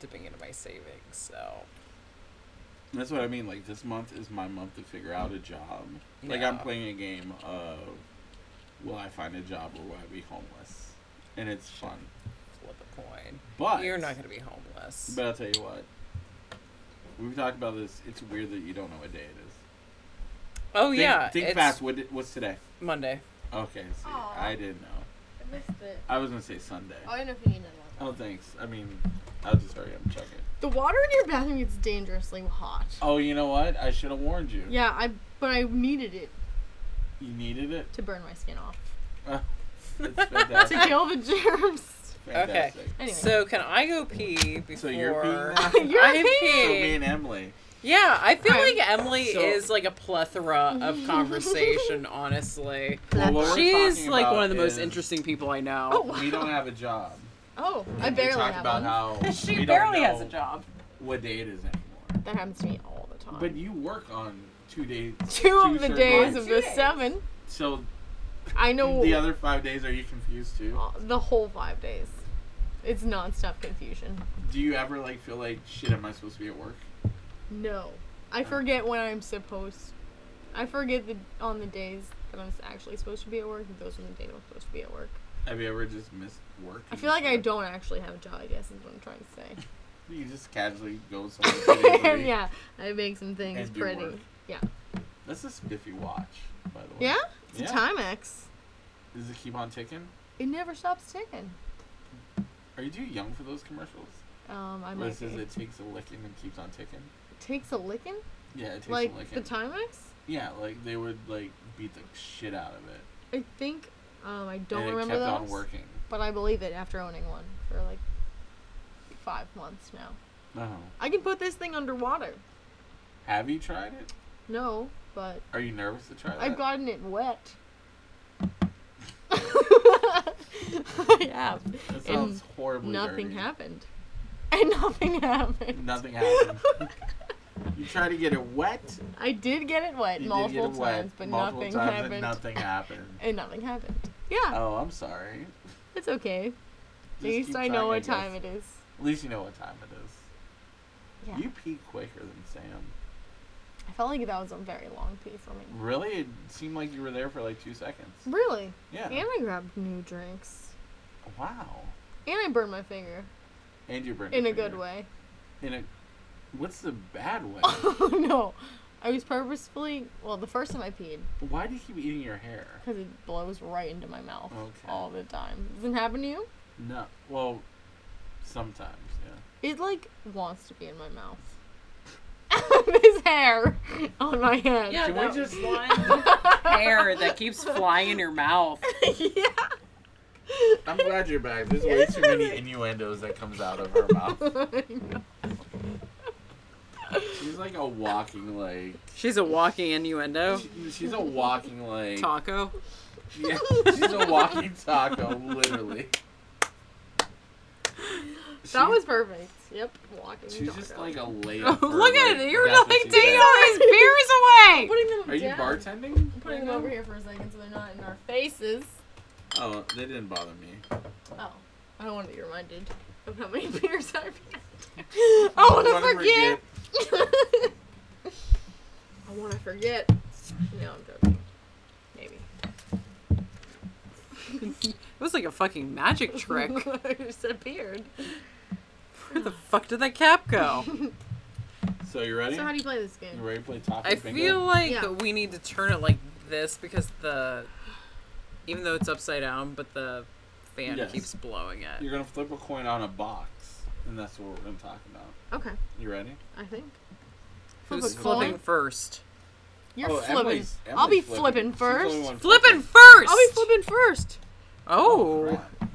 Speaker 1: dipping into my savings. So
Speaker 3: That's what I mean. Like this month is my month to figure out a job. Like I'm
Speaker 1: Yeah.
Speaker 3: playing a game of will I find a job or will I be homeless? And it's fun.
Speaker 1: Flip a coin.
Speaker 3: But
Speaker 1: You're not gonna be homeless.
Speaker 3: But I'll tell you what. We've talked about this. It's weird that you don't know what day it is.
Speaker 1: oh
Speaker 3: think,
Speaker 1: yeah,
Speaker 3: Think
Speaker 1: it's
Speaker 3: fast. What, what's today?
Speaker 1: Monday.
Speaker 3: Okay. See,
Speaker 2: Aw.
Speaker 3: I didn't know.
Speaker 2: I missed it.
Speaker 3: Oh, I was gonna say Sunday.
Speaker 2: I don't know if you need another one.
Speaker 3: Oh, thanks. I mean, I'll just hurry up and check it.
Speaker 2: The water in your bathroom gets dangerously hot.
Speaker 3: Oh, you know what? I should have warned you.
Speaker 2: Yeah, I but I needed it
Speaker 3: You needed it.
Speaker 2: to burn my skin
Speaker 3: [laughs]
Speaker 2: off
Speaker 1: [laughs]
Speaker 3: It's
Speaker 2: to
Speaker 3: fantastic.
Speaker 2: kill the germs.
Speaker 3: fantastic.
Speaker 2: Anyway,
Speaker 1: So can I go pee before?
Speaker 3: So you're peeing
Speaker 1: [laughs]
Speaker 3: now?
Speaker 2: You're
Speaker 1: I am
Speaker 2: peeing.
Speaker 3: So
Speaker 1: peeing.
Speaker 3: me and Emily.
Speaker 1: Yeah, I feel
Speaker 2: I'm-
Speaker 1: like Emily
Speaker 3: So-
Speaker 1: is like a plethora [laughs] of conversation. honestly,
Speaker 3: Well, what [laughs] we're
Speaker 1: she's
Speaker 3: talking
Speaker 1: like
Speaker 3: about
Speaker 1: one of the most
Speaker 3: is
Speaker 1: interesting people I know.
Speaker 2: Oh, wow.
Speaker 3: We don't have a job.
Speaker 2: oh, [laughs] I
Speaker 3: We
Speaker 2: barely
Speaker 3: talked
Speaker 2: have
Speaker 3: about
Speaker 2: one. [laughs]
Speaker 3: how
Speaker 1: Oh, she
Speaker 3: we don't
Speaker 1: barely has a
Speaker 3: know
Speaker 1: job.
Speaker 3: What day it is anymore?
Speaker 2: that happens to me all the time.
Speaker 3: But you work on two days.
Speaker 2: two
Speaker 3: two
Speaker 2: of the
Speaker 3: certain
Speaker 2: days
Speaker 3: lines.
Speaker 2: of the
Speaker 1: Two days.
Speaker 2: seven,
Speaker 3: So
Speaker 2: I know
Speaker 3: the other five days, are you confused too?
Speaker 2: all- the whole five days. It's nonstop confusion.
Speaker 3: Do you ever like feel like shit? Am I supposed to be at work?
Speaker 2: No, I forget when I'm supposed. I forget the on the days that I'm actually supposed to be at work. and Those are the days I'm supposed to be at work.
Speaker 3: Have you ever just missed work?
Speaker 2: I feel like I don't actually have a job. I guess is what I'm trying to say.
Speaker 3: [laughs] You just casually
Speaker 2: [laughs]
Speaker 3: go somewhere. for the day of the
Speaker 2: and
Speaker 3: week.
Speaker 2: yeah, I make some things
Speaker 3: And do
Speaker 2: pretty.
Speaker 3: work.
Speaker 2: Yeah.
Speaker 3: That's a spiffy watch, by the way.
Speaker 2: Yeah? It's
Speaker 3: Yeah.
Speaker 2: a Timex.
Speaker 3: Does it keep on ticking?
Speaker 2: It never stops ticking.
Speaker 3: Are you too young for those commercials?
Speaker 2: Um, I
Speaker 3: Where it
Speaker 2: might
Speaker 3: says
Speaker 2: be.
Speaker 3: it takes a licking and keeps on ticking.
Speaker 2: takes a licking?
Speaker 3: Yeah, it takes a
Speaker 2: Like
Speaker 3: licking.
Speaker 2: the Timex?
Speaker 3: yeah, like they would like beat the shit out of it.
Speaker 2: I think um, I don't
Speaker 3: and it
Speaker 2: remember
Speaker 3: kept
Speaker 2: those.
Speaker 3: on working.
Speaker 2: But I believe it after owning one for like five months now.
Speaker 3: Oh.
Speaker 2: I can put this thing underwater.
Speaker 3: Have you tried it?
Speaker 2: No, but
Speaker 3: Are you nervous to try that?
Speaker 2: I've gotten it wet.
Speaker 3: [laughs]
Speaker 2: [laughs] yeah.
Speaker 3: That sounds
Speaker 2: and
Speaker 3: horribly
Speaker 2: Nothing
Speaker 3: dirty.
Speaker 2: happened. [laughs]
Speaker 3: [laughs]
Speaker 2: And nothing happened.
Speaker 3: Nothing happened.
Speaker 2: [laughs]
Speaker 3: you try to get it wet.
Speaker 2: I did get it wet
Speaker 3: You did get
Speaker 2: multiple
Speaker 3: it wet
Speaker 2: times, but
Speaker 3: multiple
Speaker 2: nothing
Speaker 3: times
Speaker 2: happened.
Speaker 3: and
Speaker 2: [laughs]
Speaker 3: nothing happened.
Speaker 2: And nothing happened. Yeah,
Speaker 3: Oh, I'm sorry.
Speaker 2: it's okay.
Speaker 3: Just
Speaker 2: At least
Speaker 3: keep
Speaker 2: I
Speaker 3: trying,
Speaker 2: know what
Speaker 3: guess.
Speaker 2: time it is.
Speaker 3: At least you know what time it is.
Speaker 2: Yeah.
Speaker 3: You pee quicker than Sam.
Speaker 2: I felt like that was a very long pee for me.
Speaker 3: Really? It seemed like you were there for like two seconds.
Speaker 2: Really?
Speaker 3: Yeah.
Speaker 2: And I grabbed new drinks.
Speaker 3: Wow.
Speaker 2: And I burned my finger.
Speaker 3: And you burned
Speaker 2: In
Speaker 3: your
Speaker 2: a good
Speaker 3: finger.
Speaker 2: way. [laughs]
Speaker 3: In a what's the bad way?
Speaker 2: Oh no. I was purposefully, well, the first time I peed,
Speaker 3: Why do you keep eating your hair?
Speaker 2: because it blows right into my mouth
Speaker 3: Okay.
Speaker 2: all the time. Doesn't happen to you?
Speaker 3: No. Well, sometimes. Yeah.
Speaker 2: It like wants to be in my mouth. [laughs] this hair on my head. [laughs]
Speaker 1: Yeah,
Speaker 3: Can we
Speaker 1: that [laughs]
Speaker 3: just-
Speaker 1: one hair that keeps flying in your mouth.
Speaker 2: yeah. [laughs]
Speaker 3: I'm glad you're back. There's way too many innuendos that comes out of her
Speaker 2: [laughs]
Speaker 3: mouth. She's like a walking like.
Speaker 1: She's a walking
Speaker 2: Oh.
Speaker 1: innuendo.
Speaker 3: she- She's a walking like.
Speaker 1: [laughs] Taco.
Speaker 3: [laughs] Yeah, she's a walking taco, literally.
Speaker 2: That
Speaker 3: She's-
Speaker 2: was perfect. Yep. Walking.
Speaker 3: She's just
Speaker 2: taco.
Speaker 3: like a
Speaker 2: [laughs]
Speaker 3: layup. for,
Speaker 1: Look at it. You're
Speaker 3: that's what
Speaker 1: like
Speaker 3: she
Speaker 1: taking
Speaker 3: does.
Speaker 1: all these beers away.
Speaker 2: putting them
Speaker 3: Are you
Speaker 2: down.
Speaker 3: bartending?
Speaker 2: I'm putting them over here for a second so they're not in our faces.
Speaker 3: Oh, that didn't bother me.
Speaker 2: Oh. I don't want to be reminded of how many [laughs] beers I've had. I want to
Speaker 3: Wanna
Speaker 2: forget. [laughs] I want to forget. No, I'm joking. Maybe.
Speaker 1: [laughs] It was like a fucking
Speaker 3: [laughs]
Speaker 1: magic [laughs] trick.
Speaker 2: [laughs] I disappeared.
Speaker 1: Where the fuck did that cap [laughs] go?
Speaker 3: So you ready?
Speaker 2: So how do you play this
Speaker 3: you
Speaker 2: game?
Speaker 3: ready to play taco
Speaker 1: I
Speaker 3: bingo?
Speaker 1: feel like
Speaker 2: Yeah.
Speaker 1: we need to turn it like this because the, even though it's upside down, but the fan
Speaker 3: Yes.
Speaker 1: keeps blowing it.
Speaker 3: You're gonna flip a coin on a box, and that's what we're gonna talk about.
Speaker 2: Okay,
Speaker 3: You ready?
Speaker 2: I think. Flip
Speaker 1: Who's
Speaker 2: a
Speaker 1: flipping
Speaker 2: coin?
Speaker 1: first?
Speaker 2: You're
Speaker 3: Oh,
Speaker 2: flipping.
Speaker 3: Emily's-
Speaker 2: I'll be
Speaker 3: Emily's
Speaker 2: flipping,
Speaker 3: She's the only
Speaker 2: first.
Speaker 3: one
Speaker 1: Flipping first.
Speaker 2: I'll be flipping first.
Speaker 1: Oh,
Speaker 3: crap.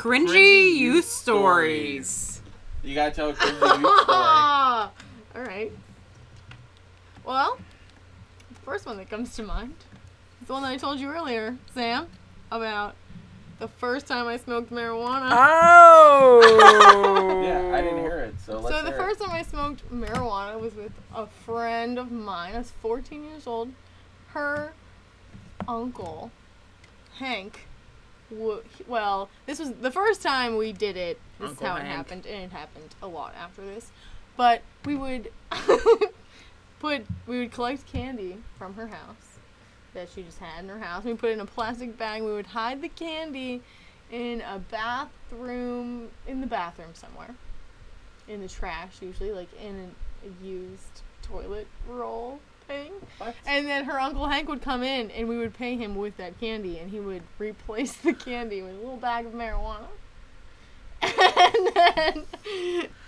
Speaker 1: cringy,
Speaker 3: Cringy
Speaker 1: youth,
Speaker 3: youth
Speaker 1: stories. [laughs]
Speaker 3: You gotta tell a crazy news story.
Speaker 2: Ah! All right. Well, the first one that comes to mind is the one that I told you earlier, Sam, about the first time I smoked
Speaker 3: Ah!
Speaker 2: marijuana.
Speaker 1: [laughs] Oh.
Speaker 3: Yeah, I didn't hear it, so let's
Speaker 2: so the
Speaker 3: hear
Speaker 2: first time I smoked marijuana was with a friend of mine. I was 14 years old. Her uncle, Hank. W- well, this was the first time we did it. This
Speaker 1: Uncle
Speaker 2: is how
Speaker 1: Hank.
Speaker 2: it happened, and it happened a lot after this. But we would [laughs] put we would collect candy from her house that she just had in her house. We put it in a plastic bag. We would hide the candy in a bathroom in the bathroom somewhere. In the trash usually, like in a, a used toilet roll thing.
Speaker 3: What?
Speaker 2: And then her uncle Hank would come in and we would pay him with that candy and he would replace the candy with a little bag of marijuana. [laughs] And then,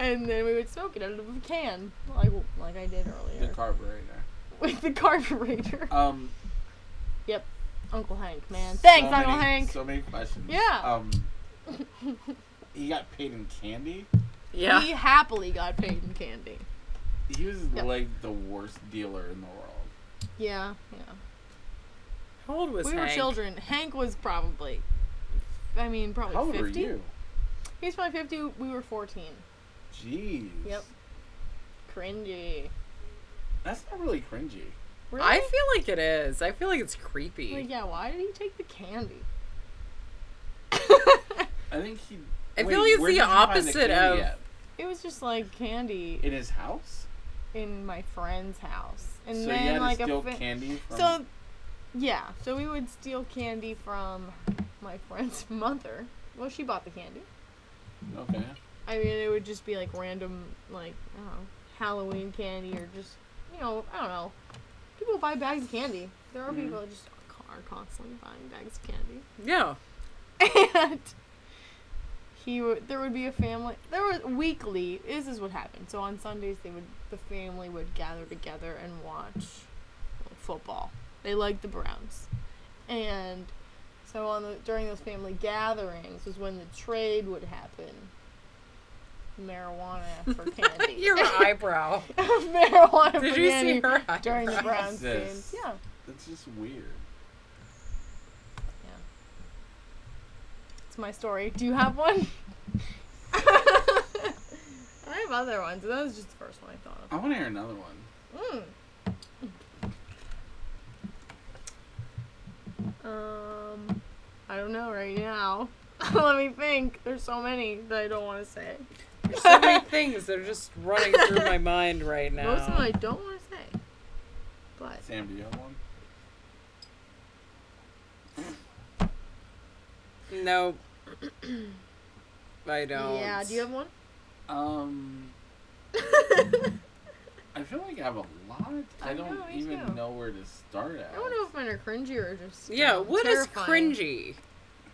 Speaker 2: and then we would smoke it out of a can, like like I did
Speaker 3: The
Speaker 2: earlier
Speaker 3: carburetor.
Speaker 2: with the
Speaker 3: [laughs]
Speaker 2: carburetor.
Speaker 3: Um,
Speaker 2: Uncle Hank, man. Thanks,
Speaker 3: so
Speaker 2: Uncle
Speaker 3: many-
Speaker 2: Hank.
Speaker 3: So many questions.
Speaker 2: Yeah.
Speaker 3: Um,
Speaker 2: [laughs]
Speaker 3: he got paid in candy.
Speaker 1: Yeah.
Speaker 2: He happily got paid in candy.
Speaker 3: He was
Speaker 2: Yep.
Speaker 3: like the worst dealer in the world.
Speaker 2: Yeah, yeah.
Speaker 1: How old was
Speaker 2: We
Speaker 1: Hank?
Speaker 2: were children. Hank was probably, I mean, probably
Speaker 3: How old were
Speaker 2: 50.
Speaker 3: you?
Speaker 2: He was probably 50. We were 14.
Speaker 3: Jeez.
Speaker 2: Yep. Cringy.
Speaker 3: That's not really cringy.
Speaker 2: Really?
Speaker 1: I feel like it is. I feel like it's creepy.
Speaker 2: like, yeah, why did he take
Speaker 3: [laughs]
Speaker 2: the candy?
Speaker 3: I think he.
Speaker 1: I
Speaker 3: Wait,
Speaker 1: feel like it's
Speaker 3: where
Speaker 1: the
Speaker 3: did you find
Speaker 1: opposite of-
Speaker 3: candy at?
Speaker 2: it was just like candy
Speaker 3: in his house.
Speaker 2: in my friend's house. And
Speaker 3: so
Speaker 2: then,
Speaker 3: you had
Speaker 2: like,
Speaker 3: to steal
Speaker 2: a fa-
Speaker 3: candy from.
Speaker 2: So, yeah. So we would steal candy from my friend's [laughs] mother. Well, she bought the candy.
Speaker 3: okay.
Speaker 2: I mean, it would just be like random, like I don't know, Halloween candy or just you know, I don't know. People buy bags of candy. There are
Speaker 3: Mhm.
Speaker 2: people that just are constantly buying bags of candy. [laughs]
Speaker 1: yeah. [laughs]
Speaker 2: and he would there would be a family there was weekly this is what happened so on sundays they would the family would gather together and watch football they liked the browns and so on the during those family gatherings was when the trade would happen marijuana
Speaker 1: [laughs]
Speaker 2: for candy [laughs]
Speaker 1: Your eyebrow.
Speaker 2: marijuana
Speaker 1: Did
Speaker 2: for
Speaker 1: you
Speaker 2: candy
Speaker 1: see her eyebrow?
Speaker 2: during the browns
Speaker 3: Jesus.
Speaker 2: games yeah
Speaker 3: That's just weird.
Speaker 2: It's my story. Do you have one? [laughs] I have other ones. That was just the first one I thought
Speaker 3: I want to hear another one.
Speaker 2: of. Mm. Um, I don't know right now. [laughs] Let me think. There's so many that I don't want to say.
Speaker 1: There's so many things that are just running through
Speaker 2: [laughs]
Speaker 1: my mind right now.
Speaker 2: Most of them I don't want to say. But
Speaker 3: Sam, do you have one?
Speaker 2: [clears throat]
Speaker 1: No. I don't.
Speaker 2: yeah, do you have
Speaker 1: [laughs]
Speaker 2: one?
Speaker 3: Um, I feel like I have a lot. I
Speaker 2: I
Speaker 3: don't
Speaker 2: know, me
Speaker 3: even
Speaker 2: too.
Speaker 3: know where to start at.
Speaker 2: I don't know if mine are cringy or just.
Speaker 1: Yeah,
Speaker 2: um,
Speaker 1: what is
Speaker 2: terrifying. [laughs]
Speaker 1: cringy?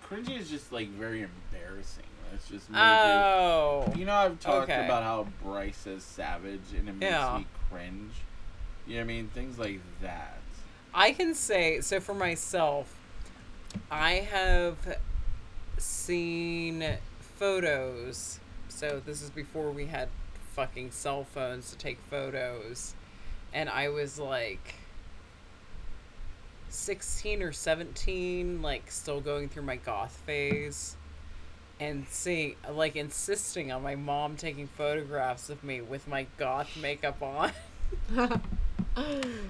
Speaker 3: Cringy is just like very embarrassing. It's just made it-
Speaker 1: Oh.
Speaker 3: You know, I've talked
Speaker 1: okay.
Speaker 3: about how Bryce says savage and it makes
Speaker 1: Yeah.
Speaker 3: me cringe. You know what I mean? Things like that.
Speaker 1: I can say, so for myself, I have seen photos. So this is before we had fucking cell phones to take photos. And I was like 16 or 17, like still going through my goth phase. And seeing, like, insisting on my mom taking photographs of me with my goth makeup on.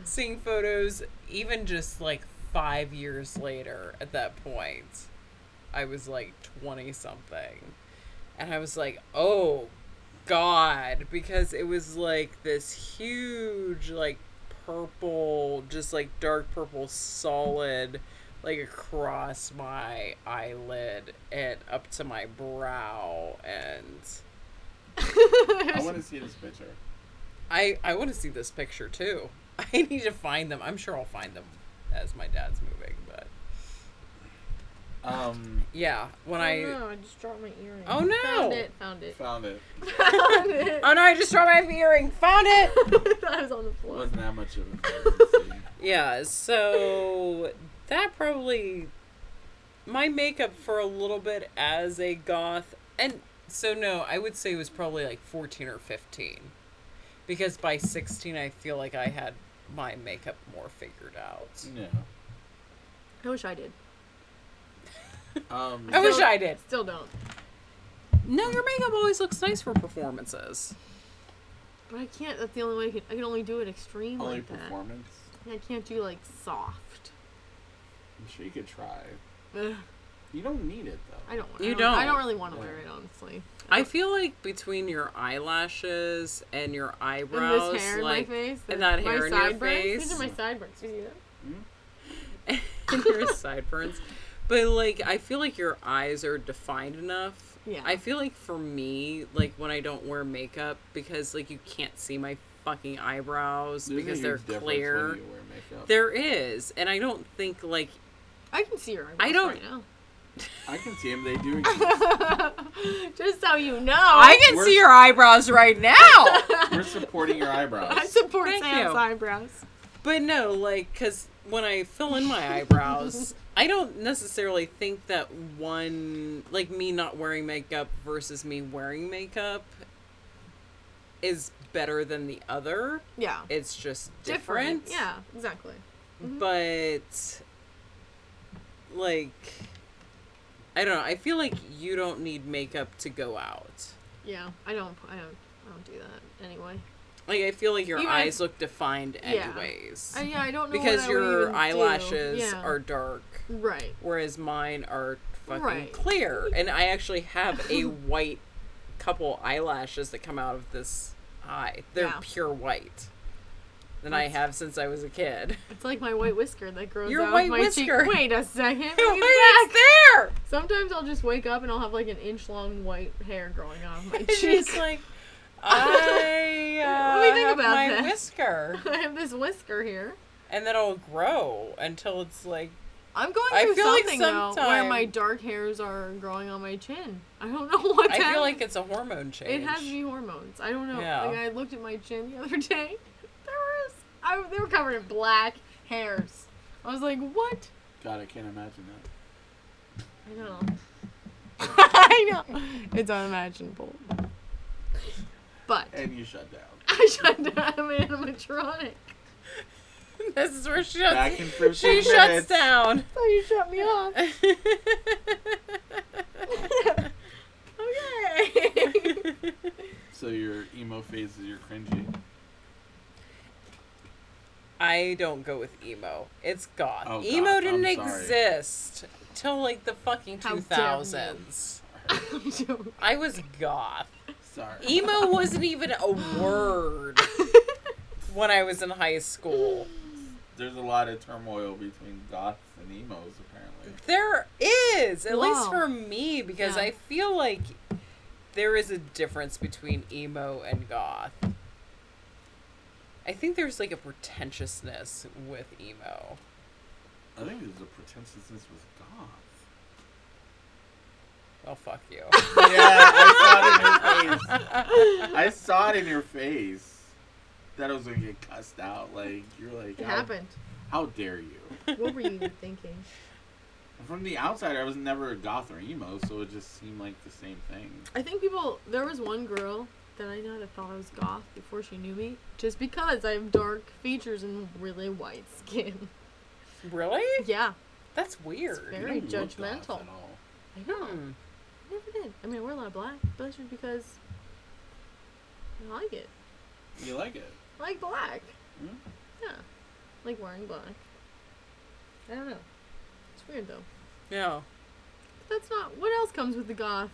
Speaker 1: seeing photos even just like five years later at that point i was like 20 something and i was like oh god because it was like this huge like purple just like dark purple solid like across my eyelid and up to my brow and
Speaker 3: I want to see this picture.
Speaker 1: i i want to see this picture too [laughs] i need to find them i'm sure i'll find them as my dad's moving but
Speaker 3: Um,
Speaker 1: Yeah, when I
Speaker 2: Oh no, I just dropped my earring.
Speaker 1: Oh, no.
Speaker 2: Found it, found it.
Speaker 3: found it.
Speaker 2: Found it.
Speaker 1: oh no, I just dropped my earring. Found it.
Speaker 2: I was on the floor.
Speaker 3: Wasn't that much of
Speaker 1: [laughs]
Speaker 3: an emergency.
Speaker 1: yeah, so that probably my makeup for a little bit as a goth, and so no, I would say it was probably like fourteen or fifteen, because by sixteen I feel like I had my makeup more figured out.
Speaker 3: no.
Speaker 2: I wish I did.
Speaker 3: Um,
Speaker 1: I wish
Speaker 2: Still-
Speaker 1: I did.
Speaker 2: Still don't.
Speaker 1: No, your makeup always looks nice for performances.
Speaker 2: But I can't. That's the only way I can. I can only do it extreme
Speaker 3: only
Speaker 2: like that.
Speaker 3: performance.
Speaker 2: I can't do like soft.
Speaker 3: I'm sure you could try.
Speaker 2: Ugh.
Speaker 3: You don't need it
Speaker 2: I
Speaker 3: though.
Speaker 2: don't. I
Speaker 1: You
Speaker 2: I
Speaker 1: don't.
Speaker 2: don't really want to wear it, honestly.
Speaker 1: I feel like between your eyelashes and your
Speaker 2: And
Speaker 1: eyebrows,
Speaker 2: this hair in
Speaker 1: like
Speaker 2: my face.
Speaker 1: and that
Speaker 2: my
Speaker 1: hair in your
Speaker 2: sideburns. These
Speaker 1: face.
Speaker 2: are my sideburns. You see that?
Speaker 1: and [laughs] your sideburns, but like I feel like your eyes are defined enough.
Speaker 2: Yeah.
Speaker 1: I feel like for me, like when I don't wear makeup, because like you can't see my fucking eyebrows
Speaker 3: There's a
Speaker 1: because they're
Speaker 3: huge difference
Speaker 1: clear.
Speaker 3: When you wear makeup.
Speaker 1: There is, and I don't think like
Speaker 2: I can see your eyebrows
Speaker 1: I don't-
Speaker 2: right now. [laughs]
Speaker 3: I can see them.
Speaker 1: [laughs]
Speaker 3: They do. Exist.
Speaker 2: Just so you know,
Speaker 1: I
Speaker 2: [laughs]
Speaker 1: can
Speaker 3: We're-
Speaker 1: see your eyebrows right [laughs] now.
Speaker 3: We're supporting your
Speaker 2: I
Speaker 3: eyebrows.
Speaker 2: support
Speaker 1: Thank
Speaker 2: Sam's
Speaker 1: you.
Speaker 2: eyebrows.
Speaker 1: But no, like, because when I fill in my
Speaker 2: [laughs]
Speaker 1: eyebrows, I don't necessarily think that one, like, me not wearing makeup versus me wearing makeup is better than the other.
Speaker 2: Yeah,
Speaker 1: It's just
Speaker 2: different.
Speaker 1: different.
Speaker 2: Yeah, Mm-hmm. exactly.
Speaker 1: But, like, I don't know. I feel like you don't need makeup to go out.
Speaker 2: Yeah, I don't. I don't. I don't do that anyway.
Speaker 1: Like, I feel like your
Speaker 2: Even if-
Speaker 1: eyes look defined,
Speaker 2: Yeah.
Speaker 1: anyways.
Speaker 2: I, yeah, I don't know what I
Speaker 1: because
Speaker 2: would even
Speaker 1: your
Speaker 2: do.
Speaker 1: eyelashes
Speaker 2: Yeah.
Speaker 1: are dark.
Speaker 2: right.
Speaker 1: whereas mine are fucking
Speaker 2: Right.
Speaker 1: clear. And I actually have a [laughs] white couple eyelashes that come out of this eye. They're
Speaker 2: Yeah.
Speaker 1: pure white. Than I
Speaker 2: That's-
Speaker 1: have since I was a kid. [laughs]
Speaker 2: It's like my white whisker that grows
Speaker 1: Your
Speaker 2: out
Speaker 1: white
Speaker 2: of my
Speaker 1: whisker.
Speaker 2: cheek. Wait a
Speaker 1: [laughs]
Speaker 2: second.
Speaker 1: Wait,
Speaker 2: bring it
Speaker 1: it's
Speaker 2: back.
Speaker 1: there.
Speaker 2: [laughs] Sometimes I'll just wake up and I'll have like an inch long white hair growing
Speaker 1: [laughs]
Speaker 2: out of my
Speaker 1: And she's
Speaker 2: cheek.
Speaker 1: like, I uh,
Speaker 2: Let me think
Speaker 1: have
Speaker 2: about
Speaker 1: my
Speaker 2: that.
Speaker 1: whisker,
Speaker 2: [laughs] I have this whisker here.
Speaker 1: and then it'll grow until it's like
Speaker 2: I'm going
Speaker 1: I
Speaker 2: through
Speaker 1: feel like
Speaker 2: something now where my
Speaker 1: sometime-
Speaker 2: dark hairs are growing on my chin. I don't [laughs] know what's
Speaker 1: I feel
Speaker 2: happening.
Speaker 1: like it's a hormone change.
Speaker 2: it has me hormones. I don't know.
Speaker 1: Yeah.
Speaker 2: Like I looked at my chin the other [laughs] day. There was I, they were covered in black hairs. I was like, what?
Speaker 3: God, I can't imagine that.
Speaker 2: I know. [laughs] I know. It's unimaginable. But
Speaker 3: And you shut down.
Speaker 2: I shut down. I'm animatronic.
Speaker 1: [laughs] this is where she
Speaker 3: Back
Speaker 1: [laughs]
Speaker 3: in 15
Speaker 1: shuts, she shuts
Speaker 3: minutes.
Speaker 2: [laughs]
Speaker 1: down. [laughs]
Speaker 2: Oh, you shut me [laughs] off. okay.
Speaker 3: So your emo phase is your cringy.
Speaker 1: I don't go with emo. It's goth.
Speaker 3: Oh,
Speaker 1: emo
Speaker 3: goth.
Speaker 1: didn't
Speaker 3: I'm sorry.
Speaker 1: exist till like the fucking
Speaker 2: How
Speaker 1: two
Speaker 2: dare you.
Speaker 1: thousands.
Speaker 2: I'm joking.
Speaker 1: I was goth.
Speaker 3: Sorry.
Speaker 2: [laughs]
Speaker 1: Emo wasn't even a word when I was in high school.
Speaker 3: There's a lot of turmoil between goths and emos apparently.
Speaker 1: There is, at least
Speaker 2: Wow.
Speaker 1: for me, because
Speaker 2: Yeah.
Speaker 1: I feel like there is a difference between emo and goth. I think there's like a pretentiousness with emo.
Speaker 3: I think there's a pretentiousness with goths.
Speaker 1: Oh fuck
Speaker 2: [laughs]
Speaker 1: you.
Speaker 3: Yeah, I saw it in your face. I saw it in your face. That I was gonna get cussed out. Like you're like,
Speaker 2: It
Speaker 3: how,
Speaker 2: happened.
Speaker 3: how dare you?
Speaker 2: What were you thinking?
Speaker 3: From the outside, I was never a goth or emo, so it just seemed like the same thing.
Speaker 2: I think people. There was one girl that I know that thought I was goth before she knew me, just because I have dark features and really white skin. [laughs]
Speaker 1: really?
Speaker 2: yeah,
Speaker 1: That's weird.
Speaker 3: You
Speaker 2: Very
Speaker 3: don't look goth
Speaker 2: judgmental.
Speaker 3: at all.
Speaker 2: I know.
Speaker 1: Hmm.
Speaker 2: I never did. I mean, I wear a lot of black, but that's just because I like it.
Speaker 3: You like it?
Speaker 2: I like black.
Speaker 3: Hmm?
Speaker 2: Yeah, I like wearing black. I don't know. It's weird though.
Speaker 1: Yeah.
Speaker 2: That's not. What else comes with the goth?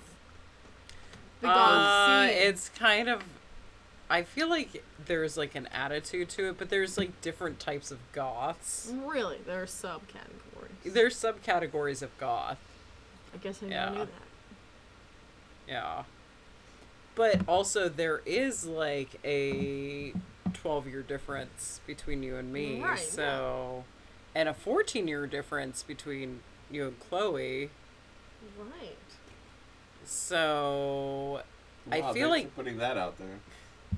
Speaker 2: The goth
Speaker 1: Uh,
Speaker 2: scene.
Speaker 1: it's kind of. I feel like there's like an attitude to it, but there's like different types of goths.
Speaker 2: really there are subcategories.
Speaker 1: There's subcategories of goth.
Speaker 2: I guess I
Speaker 1: Yeah.
Speaker 2: never knew that.
Speaker 1: Yeah. But also, there is like a 12 year difference between you and me.
Speaker 2: Right, yeah.
Speaker 1: so. And a 14 year difference between you and Chloe.
Speaker 2: Right.
Speaker 1: So. I
Speaker 3: Wow,
Speaker 1: feel
Speaker 3: thanks
Speaker 1: like-
Speaker 3: for putting that out there.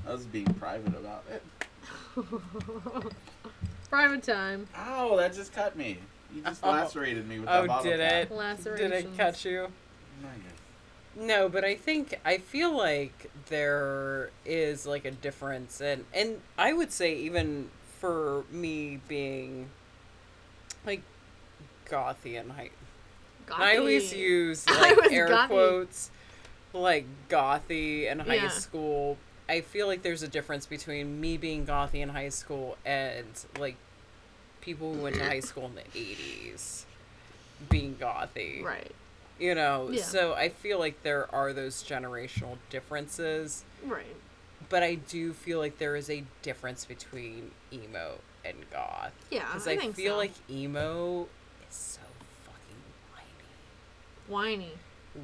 Speaker 3: I was being private about it.
Speaker 2: [laughs] Private time.
Speaker 3: Ow, that just cut me. You just
Speaker 1: Oh.
Speaker 3: lacerated me with that
Speaker 1: Oh,
Speaker 3: bottle
Speaker 1: did
Speaker 3: cap. Oh
Speaker 1: it? Did it
Speaker 2: Lacerations.
Speaker 1: catch you? No, but I think I feel like there is like a difference and and I would say even for me being like gothy and high and I always
Speaker 2: Gothy.
Speaker 1: use
Speaker 2: [laughs] I
Speaker 1: like
Speaker 2: was
Speaker 1: air
Speaker 2: gothy.
Speaker 1: quotes like gothy and high
Speaker 2: Yeah.
Speaker 1: school. I feel like there's a difference between me being gothy in high school and like people who went to high school in the 80s being gothy
Speaker 2: Right.
Speaker 1: You know,
Speaker 2: Yeah.
Speaker 1: so I feel like there are those generational differences,
Speaker 2: Right.
Speaker 1: but I do feel like there is a difference between emo and goth.
Speaker 2: Yeah.
Speaker 1: Because
Speaker 2: I,
Speaker 1: I,
Speaker 2: think
Speaker 1: feel
Speaker 2: so.
Speaker 1: like emo is so fucking
Speaker 2: whiny,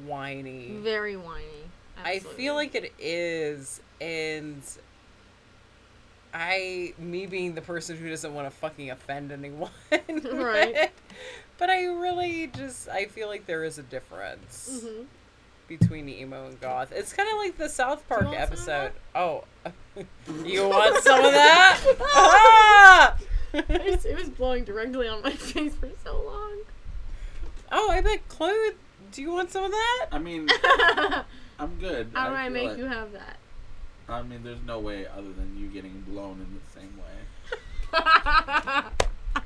Speaker 1: whiny. Whiny.
Speaker 2: very whiny.
Speaker 1: I
Speaker 2: Absolutely.
Speaker 1: feel like it is, and I, me being the person who doesn't want to fucking offend anyone,
Speaker 2: [laughs] Right.
Speaker 1: [laughs] But I really just, I feel like there is a difference
Speaker 2: Mhm.
Speaker 1: between emo and goth. It's kind of like the South Park
Speaker 2: want some of
Speaker 1: episode. Oh, [laughs] you want some of that? Ah!
Speaker 2: I just- [laughs] it was blowing directly on my [laughs] face for so long.
Speaker 1: oh, I bet Chloe. Do you want some of that?
Speaker 3: I mean,
Speaker 2: [laughs]
Speaker 3: I'm good.
Speaker 2: How do I,
Speaker 3: feel
Speaker 2: make
Speaker 3: like-
Speaker 2: you have that?
Speaker 3: I mean, there's no way other than you getting blown in the same way.
Speaker 2: [laughs]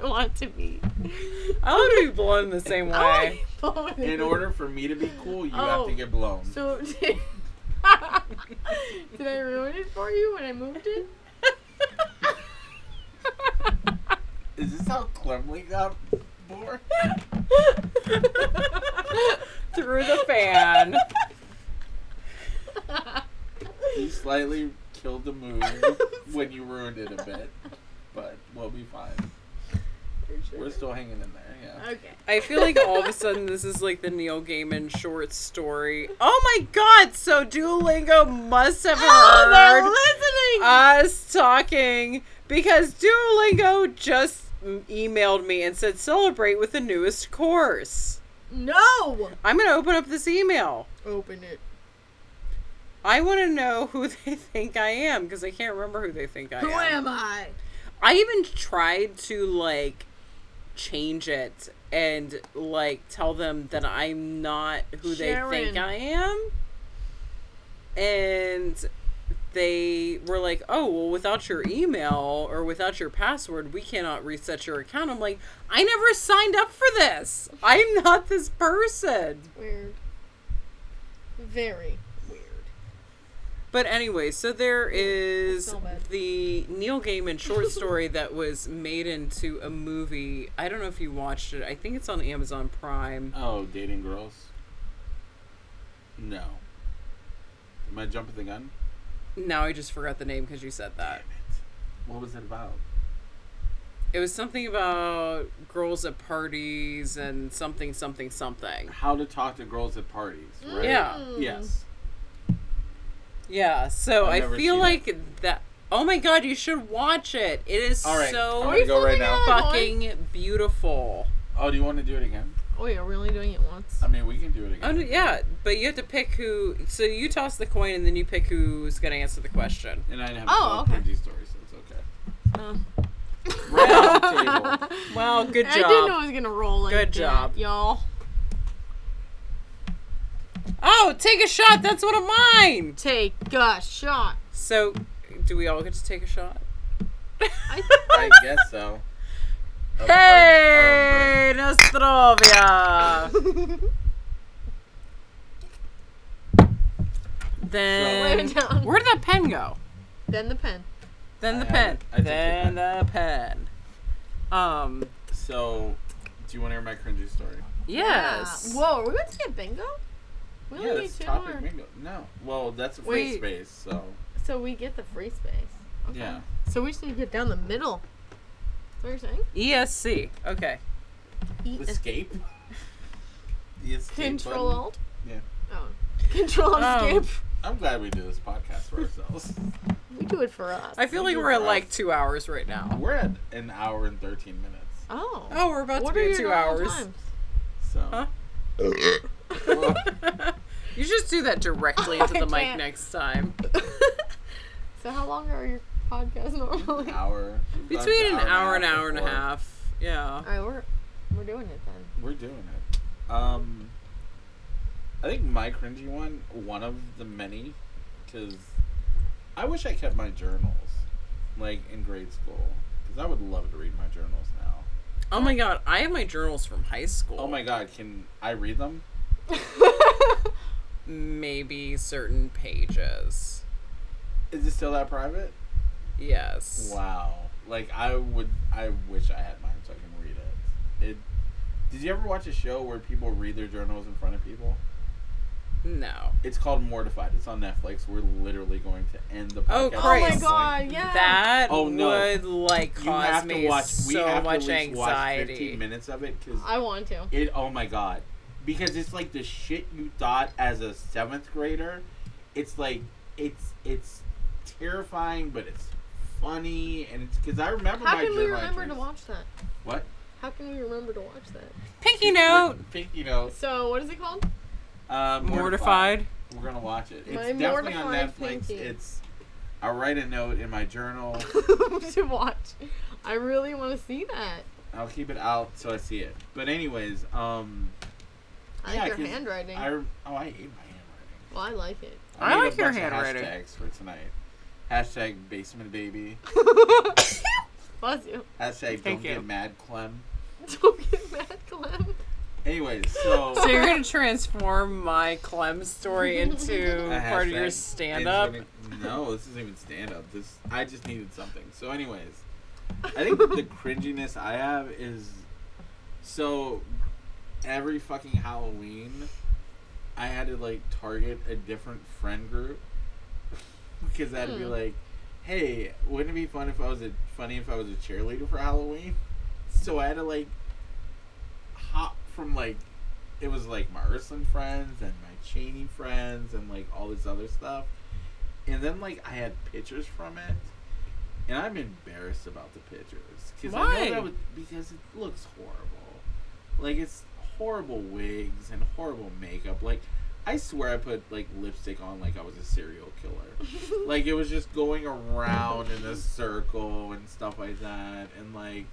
Speaker 2: I want to be. Oh,
Speaker 1: I want to be blown in the same
Speaker 2: I want to
Speaker 1: way.
Speaker 2: be blown
Speaker 3: In order for me to be cool, you have
Speaker 2: Oh.
Speaker 3: to get blown.
Speaker 2: So [laughs] did, did I ruin it for you when I moved it?
Speaker 3: Is this how Clemley got
Speaker 2: [laughs]
Speaker 3: born?
Speaker 1: Through the fan.
Speaker 3: You slightly killed the
Speaker 2: [laughs]
Speaker 3: mood when you ruined it a bit, but we'll be fine. We're still hanging in there, yeah.
Speaker 2: Okay.
Speaker 1: I feel like all of a sudden this is like the Neil Gaiman short story. Oh my god, so Duolingo must
Speaker 2: [gasps]
Speaker 1: have
Speaker 2: Oh, they're
Speaker 1: heard
Speaker 2: listening.
Speaker 1: us talking because Duolingo just m- emailed me and said celebrate with the newest course.
Speaker 2: no.
Speaker 1: I'm going to open up this email.
Speaker 2: Open it.
Speaker 1: I want to know who [laughs] they think I am because I can't remember who they think I
Speaker 2: Who
Speaker 1: am.
Speaker 2: am I?
Speaker 1: I even tried to like change it and like tell them that I'm not who they
Speaker 2: Sharon.
Speaker 1: think I am. And they were like, "Oh, well without your email or without your password, we cannot reset your account." I'm like, "I never signed up for this. I'm not this person."
Speaker 2: Weird. Very weird.
Speaker 1: But anyway, so there is
Speaker 2: so bad.
Speaker 1: the Neil Gaiman
Speaker 2: [laughs]
Speaker 1: short story that was made into a movie. I don't know if you watched it. I think it's on Amazon Prime.
Speaker 3: Oh, dating girls? No. Am I jumping the gun?
Speaker 1: Now I just forgot the name because you said that.
Speaker 3: What was it about?
Speaker 1: It was something about girls at parties and something, something, something.
Speaker 3: How to talk to girls at parties,
Speaker 2: Mm.
Speaker 3: right?
Speaker 1: Yeah.
Speaker 3: Yes.
Speaker 1: Yeah. So
Speaker 3: I've
Speaker 1: I
Speaker 3: never
Speaker 1: feel
Speaker 3: seen
Speaker 1: like that. Oh my god, you should watch it. It is
Speaker 3: All right,
Speaker 1: so
Speaker 3: I'm gonna go right now.
Speaker 2: Are we filming
Speaker 1: fucking beautiful.
Speaker 3: Oh, do you want to do it again?
Speaker 2: Oh, you're really doing it once.
Speaker 3: I mean, we can do it
Speaker 1: Oh
Speaker 3: again.
Speaker 1: no, yeah, but you have to pick who. So you toss the coin, and then you pick who's gonna answer the question.
Speaker 3: And I have oh,
Speaker 2: Oh, okay.
Speaker 3: cringy stories, so it's okay.
Speaker 2: Uh,
Speaker 3: Round table.
Speaker 2: [laughs]
Speaker 1: Wow, good
Speaker 2: I didn't know I was gonna roll like
Speaker 1: Good
Speaker 2: that,
Speaker 1: job.
Speaker 2: y'all.
Speaker 1: Oh, take a shot. That's one of mine.
Speaker 2: Take a shot.
Speaker 1: So, do we all get to take a shot? [laughs]
Speaker 2: I,
Speaker 3: I guess so. Oh, pardon.
Speaker 1: Hey,
Speaker 3: Uh,
Speaker 1: Nostrovia.
Speaker 2: Lay
Speaker 1: then
Speaker 2: it down.
Speaker 1: where'd that pen go?
Speaker 2: [laughs] Then the pen.
Speaker 1: Then the
Speaker 3: I have
Speaker 1: pen.
Speaker 3: it. I took the
Speaker 1: Then the pen. Um.
Speaker 3: Oh, so, do you want to hear my cringy story?
Speaker 1: Yes.
Speaker 2: Yeah. Whoa, are we about to get bingo? We only
Speaker 3: yeah,
Speaker 2: need
Speaker 3: that's
Speaker 2: two
Speaker 3: topic
Speaker 2: more.
Speaker 3: bingo. No. Well, that's a free
Speaker 2: Wait.
Speaker 3: space, so
Speaker 2: So we get the free space. Okay.
Speaker 3: yeah.
Speaker 2: So we just need to get down the middle. Is that What you're saying?
Speaker 1: ESC. E Okay.
Speaker 2: Eat a-
Speaker 3: Escape. [laughs] The escape
Speaker 2: Control
Speaker 3: button.
Speaker 2: Alt.
Speaker 3: Yeah.
Speaker 2: Oh. [laughs] Control Alt
Speaker 1: Um,
Speaker 2: Escape.
Speaker 3: I'm glad we do this podcast for ourselves. [laughs]
Speaker 2: We do it for us.
Speaker 1: I feel like we're at like two hours right now.
Speaker 3: We're at an hour and thirteen minutes.
Speaker 2: oh.
Speaker 1: Oh, we're about
Speaker 2: What
Speaker 1: to
Speaker 2: are
Speaker 1: be
Speaker 2: your
Speaker 1: at two
Speaker 2: normal
Speaker 1: hours.
Speaker 2: times?
Speaker 3: So.
Speaker 1: Huh?
Speaker 3: Well,
Speaker 1: [laughs] you just do that directly into
Speaker 2: [laughs] I
Speaker 1: the mic
Speaker 2: can't.
Speaker 1: next time.
Speaker 2: so how long are your podcasts normally?
Speaker 3: an
Speaker 2: All
Speaker 3: hour. We've gone
Speaker 1: Between an hour and
Speaker 3: a
Speaker 1: hour and a
Speaker 3: before.
Speaker 1: half. Yeah.
Speaker 2: right, we're we're doing it
Speaker 3: [laughs]
Speaker 2: then.
Speaker 3: We're doing it. Um, I think my cringy one, one of the many, because I wish I kept my journals, like in grade school, because I would love to read my journals now.
Speaker 1: Oh my god, I have my journals from high school.
Speaker 3: Oh my god, can I read them?
Speaker 1: Maybe certain pages.
Speaker 3: Is it still that private?
Speaker 1: Yes.
Speaker 3: Wow. Like I would, I wish I had mine so I can read it. It Did you ever watch a show where people read their journals in front of people?
Speaker 1: No.
Speaker 3: It's called Mortified. It's on Netflix. We're literally going to end the podcast.
Speaker 1: Oh,
Speaker 3: at this
Speaker 2: Oh my
Speaker 1: Christ.
Speaker 2: god,
Speaker 3: point.
Speaker 2: yeah.
Speaker 1: That
Speaker 3: Oh, no.
Speaker 1: would like
Speaker 3: You
Speaker 1: cause
Speaker 3: have
Speaker 1: me
Speaker 3: to watch. we
Speaker 1: so
Speaker 3: have
Speaker 1: much
Speaker 3: to at least watch
Speaker 1: anxiety.
Speaker 3: fifteen minutes of it because
Speaker 2: I want to.
Speaker 3: it. Oh my god, because it's like the shit you thought as a seventh grader. It's like it's it's terrifying, but it's funny, and it's because I remember
Speaker 2: How
Speaker 3: my
Speaker 2: can we
Speaker 3: journal
Speaker 2: remember to
Speaker 3: entries.
Speaker 2: watch that?
Speaker 3: What?
Speaker 2: How can we remember to watch that?
Speaker 1: Pinky note.
Speaker 3: [laughs] Think you know.
Speaker 2: So what is
Speaker 3: [laughs]
Speaker 2: it called? [laughs]
Speaker 3: Uh,
Speaker 1: Mortified.
Speaker 3: We're gonna watch it. It's
Speaker 2: My
Speaker 3: definitely on
Speaker 2: mortified
Speaker 3: Netflix.
Speaker 2: pinky.
Speaker 3: It's. I write a note in my journal.
Speaker 2: to watch. I really want to see that.
Speaker 3: I'll keep it out till I see it. But anyways, um,
Speaker 2: I
Speaker 3: Yeah,
Speaker 2: like
Speaker 3: 'cause
Speaker 2: your handwriting.
Speaker 3: I oh I hate my handwriting.
Speaker 2: well, I like it.
Speaker 1: I
Speaker 3: made a
Speaker 1: like your
Speaker 3: bunch of
Speaker 1: handwriting.
Speaker 3: Hashtags for tonight. Hashtag basement baby.
Speaker 2: Bless you. [laughs]
Speaker 3: Hashtag
Speaker 1: Thank
Speaker 3: don't
Speaker 1: you.
Speaker 3: get mad Clem.
Speaker 2: Don't get mad, Clem.
Speaker 3: Anyways, so
Speaker 1: So you're gonna transform my Clem story into
Speaker 3: a
Speaker 1: [laughs] part of
Speaker 3: hashtag
Speaker 1: your
Speaker 3: is
Speaker 1: stand-up.
Speaker 3: gonna- No, this isn't even stand up. This I just needed something. So, anyways, I
Speaker 1: [laughs]
Speaker 3: think the cringiness I have is so every fucking Halloween, I had to like target a different friend group because I'd be
Speaker 2: Hmm.
Speaker 3: like, "Hey, wouldn't it be fun if I was a funny if I was a cheerleader for Halloween?" So I had to like hop from like it was like my Ursuline friends and my Cheney friends and like all this other stuff. And then like I had pictures from it, and I'm embarrassed about the pictures because I
Speaker 1: Why?
Speaker 3: know that would, because it looks horrible. Like it's horrible wigs and horrible makeup. Like I swear I put like lipstick on like I was a serial
Speaker 1: [laughs]
Speaker 3: killer. like it was just going around in a circle and stuff like that. And like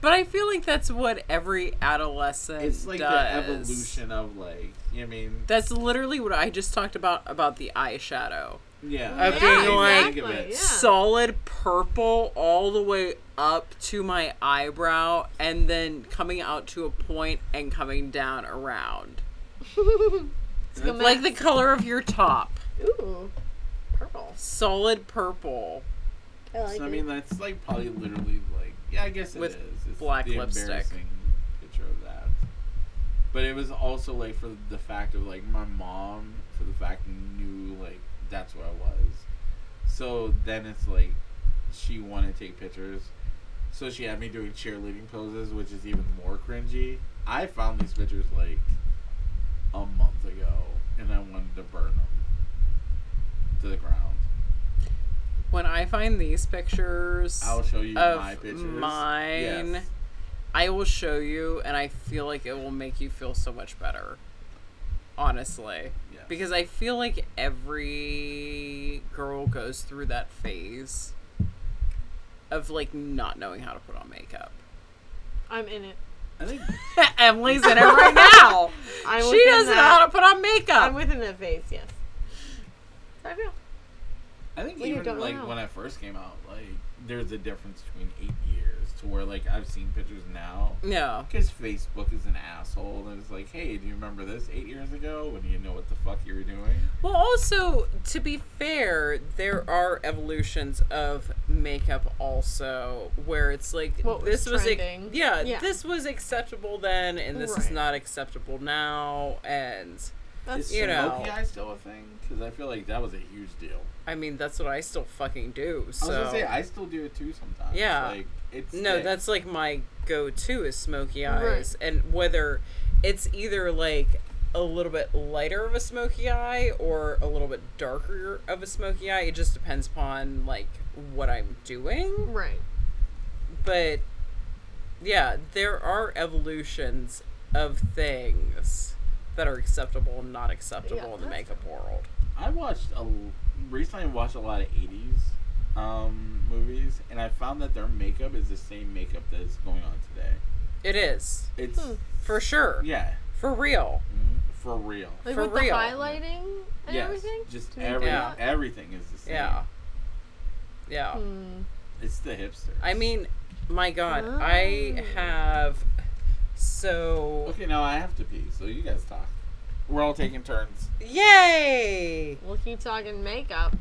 Speaker 1: But I feel like that's what every adolescent
Speaker 3: it's like
Speaker 1: does.
Speaker 3: the evolution of like you know what I mean
Speaker 1: That's literally what I just talked about about the eyeshadow.
Speaker 3: yeah.
Speaker 1: Of being
Speaker 3: Think
Speaker 1: like-
Speaker 3: of it.
Speaker 2: Exactly, yeah.
Speaker 1: Solid purple all the way up to my eyebrow and then coming out to a point and coming down around.
Speaker 2: It's a
Speaker 1: Like the
Speaker 2: mess.
Speaker 1: color of your top.
Speaker 2: [laughs] Ooh, purple.
Speaker 1: Solid purple.
Speaker 2: I like
Speaker 3: So, I
Speaker 2: it.
Speaker 3: mean, that's like probably literally like yeah, I guess it is.
Speaker 1: With
Speaker 3: It's
Speaker 1: black
Speaker 3: the
Speaker 1: lipstick.
Speaker 3: embarrassing Picture of that, but it was also like for the fact of like my mom for the fact knew like that's what I was. So then it's like she wanted to take pictures, so she had me doing cheerleading poses, which is even more cringy. I found these pictures like a month ago, and I wanted to burn them to the ground.
Speaker 1: When I find these pictures,
Speaker 3: I'll show you
Speaker 1: of
Speaker 3: my pictures.
Speaker 1: mine.
Speaker 3: Yes.
Speaker 1: I will show you, and I feel like it will make you feel so much better. Honestly.
Speaker 3: Yes.
Speaker 1: Because I feel like every girl goes through that phase of like not knowing how to put on makeup.
Speaker 2: I'm in it.
Speaker 3: I think
Speaker 1: [laughs] Emily's in it right now.
Speaker 2: I'm
Speaker 1: she
Speaker 2: within
Speaker 1: doesn't know
Speaker 2: that-
Speaker 1: how to put on
Speaker 3: Oh.
Speaker 2: I'm
Speaker 1: makeup.
Speaker 2: within that phase. Yes. I feel.
Speaker 3: I think
Speaker 2: Well, you
Speaker 3: even
Speaker 2: don't
Speaker 3: like
Speaker 2: know.
Speaker 3: when I first came out, like there's a difference between eight years to where like I've seen pictures now
Speaker 1: No.
Speaker 3: because Facebook is an asshole and it's like, hey, do you remember this eight years ago when you didn't know what the fuck you were doing?
Speaker 1: Well, also, to be fair, there are evolutions of makeup also where it's like
Speaker 2: What was
Speaker 1: this was ac-
Speaker 2: trending.
Speaker 1: yeah,
Speaker 2: Yeah.
Speaker 1: this was acceptable then and this is
Speaker 2: Right.
Speaker 1: not acceptable now and
Speaker 2: That's
Speaker 3: Is
Speaker 1: You know.
Speaker 3: smoky eye still a thing? Because I feel like that was a huge deal.
Speaker 1: I mean that's what I still fucking do. So
Speaker 3: I was gonna say I still do it too sometimes.
Speaker 1: Yeah.
Speaker 3: like it's
Speaker 1: No,
Speaker 3: sick.
Speaker 1: that's like my go to is smoky
Speaker 2: Right.
Speaker 1: eyes. And whether it's either like a little bit lighter of a smoky eye or a little bit darker of a smoky eye, it just depends upon like what I'm doing.
Speaker 2: right.
Speaker 1: But yeah, there are evolutions of things that are acceptable and not acceptable
Speaker 2: Yeah,
Speaker 1: in the
Speaker 2: that's-
Speaker 1: makeup world.
Speaker 3: I watched a l- recently. I watched a lot of '80s um, movies, and I found that their makeup is the same makeup that's going on today.
Speaker 1: It is.
Speaker 3: It's
Speaker 2: Hmm.
Speaker 1: For sure.
Speaker 3: yeah,
Speaker 1: For real.
Speaker 3: mm, for real.
Speaker 2: Like
Speaker 1: For
Speaker 2: with
Speaker 1: real.
Speaker 2: the highlighting and
Speaker 3: yes,
Speaker 2: everything.
Speaker 3: just
Speaker 2: To make
Speaker 3: every,
Speaker 2: it
Speaker 1: Yeah.
Speaker 2: up?
Speaker 3: everything is the same.
Speaker 1: Yeah. Yeah.
Speaker 2: Hmm.
Speaker 3: it's the hipster.
Speaker 1: I mean, my God, I
Speaker 2: Oh.
Speaker 1: have so
Speaker 3: okay, now I have to pee, so you guys talk. We're all taking turns.
Speaker 1: yay.
Speaker 2: We'll keep talking makeup.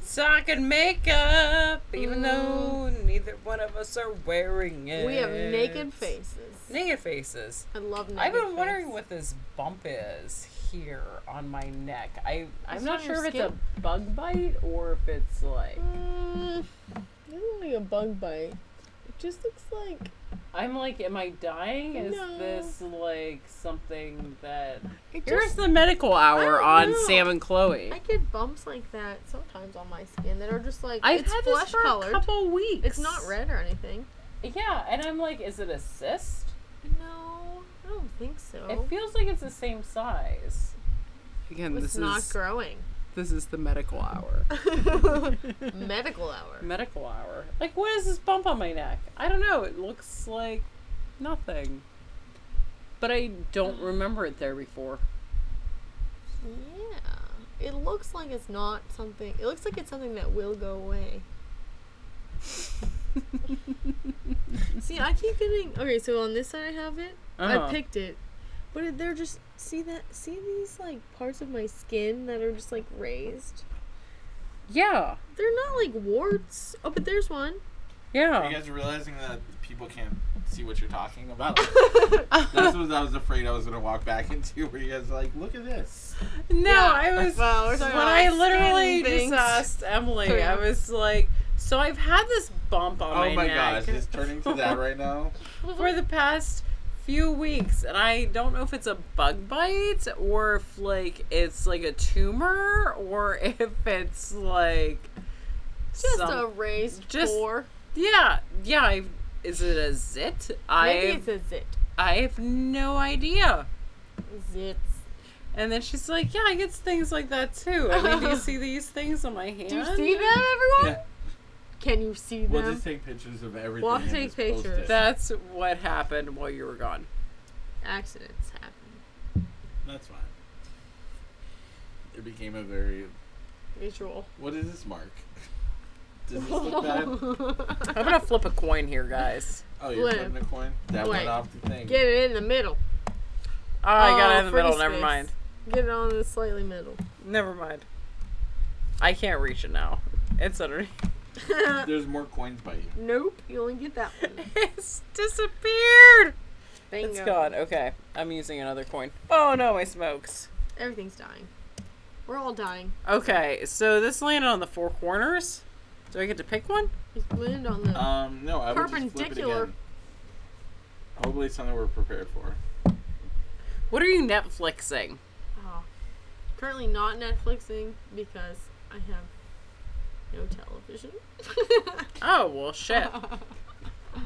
Speaker 1: sock and makeup, even though neither one of us are wearing it.
Speaker 2: Mm. We have naked faces.
Speaker 1: Naked faces.
Speaker 2: I love naked
Speaker 1: I've been
Speaker 2: face.
Speaker 1: wondering what this bump is here on my neck. I I'm
Speaker 2: It's
Speaker 1: not
Speaker 2: on
Speaker 1: sure
Speaker 2: your
Speaker 1: if it's a bug bite or if it's like
Speaker 2: Mm, it doesn't look like a bug bite. It just looks like
Speaker 1: I'm like, am I dying? Is
Speaker 2: No.
Speaker 1: this like something that?
Speaker 2: it
Speaker 1: Here's
Speaker 2: just.
Speaker 1: the medical hour
Speaker 2: don't
Speaker 1: on
Speaker 2: know.
Speaker 1: Sam and Chloe.
Speaker 2: I get bumps like that sometimes on my skin that are just like
Speaker 1: I've
Speaker 2: it's
Speaker 1: had
Speaker 2: flesh
Speaker 1: this for
Speaker 2: colored.
Speaker 1: a couple weeks.
Speaker 2: It's not red or anything.
Speaker 1: Yeah, and I'm like, is it a cyst?
Speaker 2: No, I don't think so.
Speaker 1: It feels like it's the same size. Again,
Speaker 2: it's not growing.
Speaker 1: this is the medical hour.
Speaker 2: [laughs] Medical hour.
Speaker 1: medical hour. Like, what is this bump on my neck? I don't know. It looks like nothing. But I don't remember it there before. [laughs]
Speaker 2: Yeah. It looks like it's not something. It looks like it's something that will go away. See, I keep getting. Okay, so on this side I have it.
Speaker 1: Uh-huh.
Speaker 2: I picked it, but it- they're just see that see these like parts of my skin that are just like raised.
Speaker 1: Yeah,
Speaker 2: They're not like warts. Oh, but there's one.
Speaker 3: Are you
Speaker 1: yeah.
Speaker 3: guys realizing that people can't see what you're talking
Speaker 2: [laughs]
Speaker 3: about? That's what I was afraid I was gonna walk back [laughs] into, where you guys are like, look at this.
Speaker 1: No,
Speaker 2: Yeah.
Speaker 1: I was.
Speaker 2: Wow, we're talking
Speaker 1: when
Speaker 2: about
Speaker 1: I
Speaker 2: skin
Speaker 1: literally just
Speaker 2: things.
Speaker 1: asked Emily,
Speaker 2: Yeah.
Speaker 1: I was like, "So I've had this bump on
Speaker 3: Oh my,
Speaker 1: my, neck
Speaker 3: gosh, it's turning to that right
Speaker 2: [laughs]
Speaker 3: now.
Speaker 1: [laughs] for the past few weeks, and I don't know if it's a bug bite or if like it's like a tumor or [laughs] if it's like
Speaker 2: Just
Speaker 1: some-
Speaker 2: a raised
Speaker 1: just-
Speaker 2: pore.
Speaker 1: yeah yeah. i is it a zit?
Speaker 2: Maybe
Speaker 1: I
Speaker 2: it's a zit.
Speaker 1: I have no idea.
Speaker 2: Zits.
Speaker 1: And then she's like, "Yeah, I get things like that too. I
Speaker 2: [laughs]
Speaker 1: mean, do you see these things on my hand?
Speaker 2: Do you see them, everyone?
Speaker 3: Yeah.
Speaker 2: Can you see them?
Speaker 3: We'll just take pictures of everything.
Speaker 2: We'll
Speaker 3: and
Speaker 2: take
Speaker 3: just post
Speaker 2: pictures.
Speaker 3: it.
Speaker 1: That's what happened while you were gone.
Speaker 2: Accidents happen.
Speaker 3: That's fine. It became a very.
Speaker 2: Visual.
Speaker 3: What is this mark? Does this look
Speaker 2: [laughs]
Speaker 3: bad?
Speaker 1: I'm [laughs] gonna flip a coin here, guys.
Speaker 3: Oh, you're
Speaker 2: Flip.
Speaker 3: flipping a coin. That
Speaker 2: Wait.
Speaker 3: went off the thing.
Speaker 2: Get it in the middle.
Speaker 1: Oh, I got
Speaker 2: Oh,
Speaker 1: it in the
Speaker 2: free
Speaker 1: middle. Never
Speaker 2: space.
Speaker 1: mind.
Speaker 2: Get it on the slightly middle. [laughs]
Speaker 1: Never mind. I can't reach it now. It's underneath.
Speaker 3: There's more coins by you.
Speaker 2: nope. You only get that one.
Speaker 1: [laughs] [laughs] It's disappeared.
Speaker 2: Bingo.
Speaker 1: It's gone. Okay, I'm using another coin. Oh no, my smokes.
Speaker 2: Everything's dying. We're all dying.
Speaker 1: Okay, so this landed on the four corners. Do I get to pick one?
Speaker 2: Just land on the.
Speaker 3: Um, no, I would just flip it
Speaker 2: Perpendicular.
Speaker 3: again. Hopefully, it's something we're prepared for.
Speaker 1: What are you Netflixing?
Speaker 2: Oh. Currently not Netflixing because I have no television.
Speaker 1: Oh well, [laughs] shit.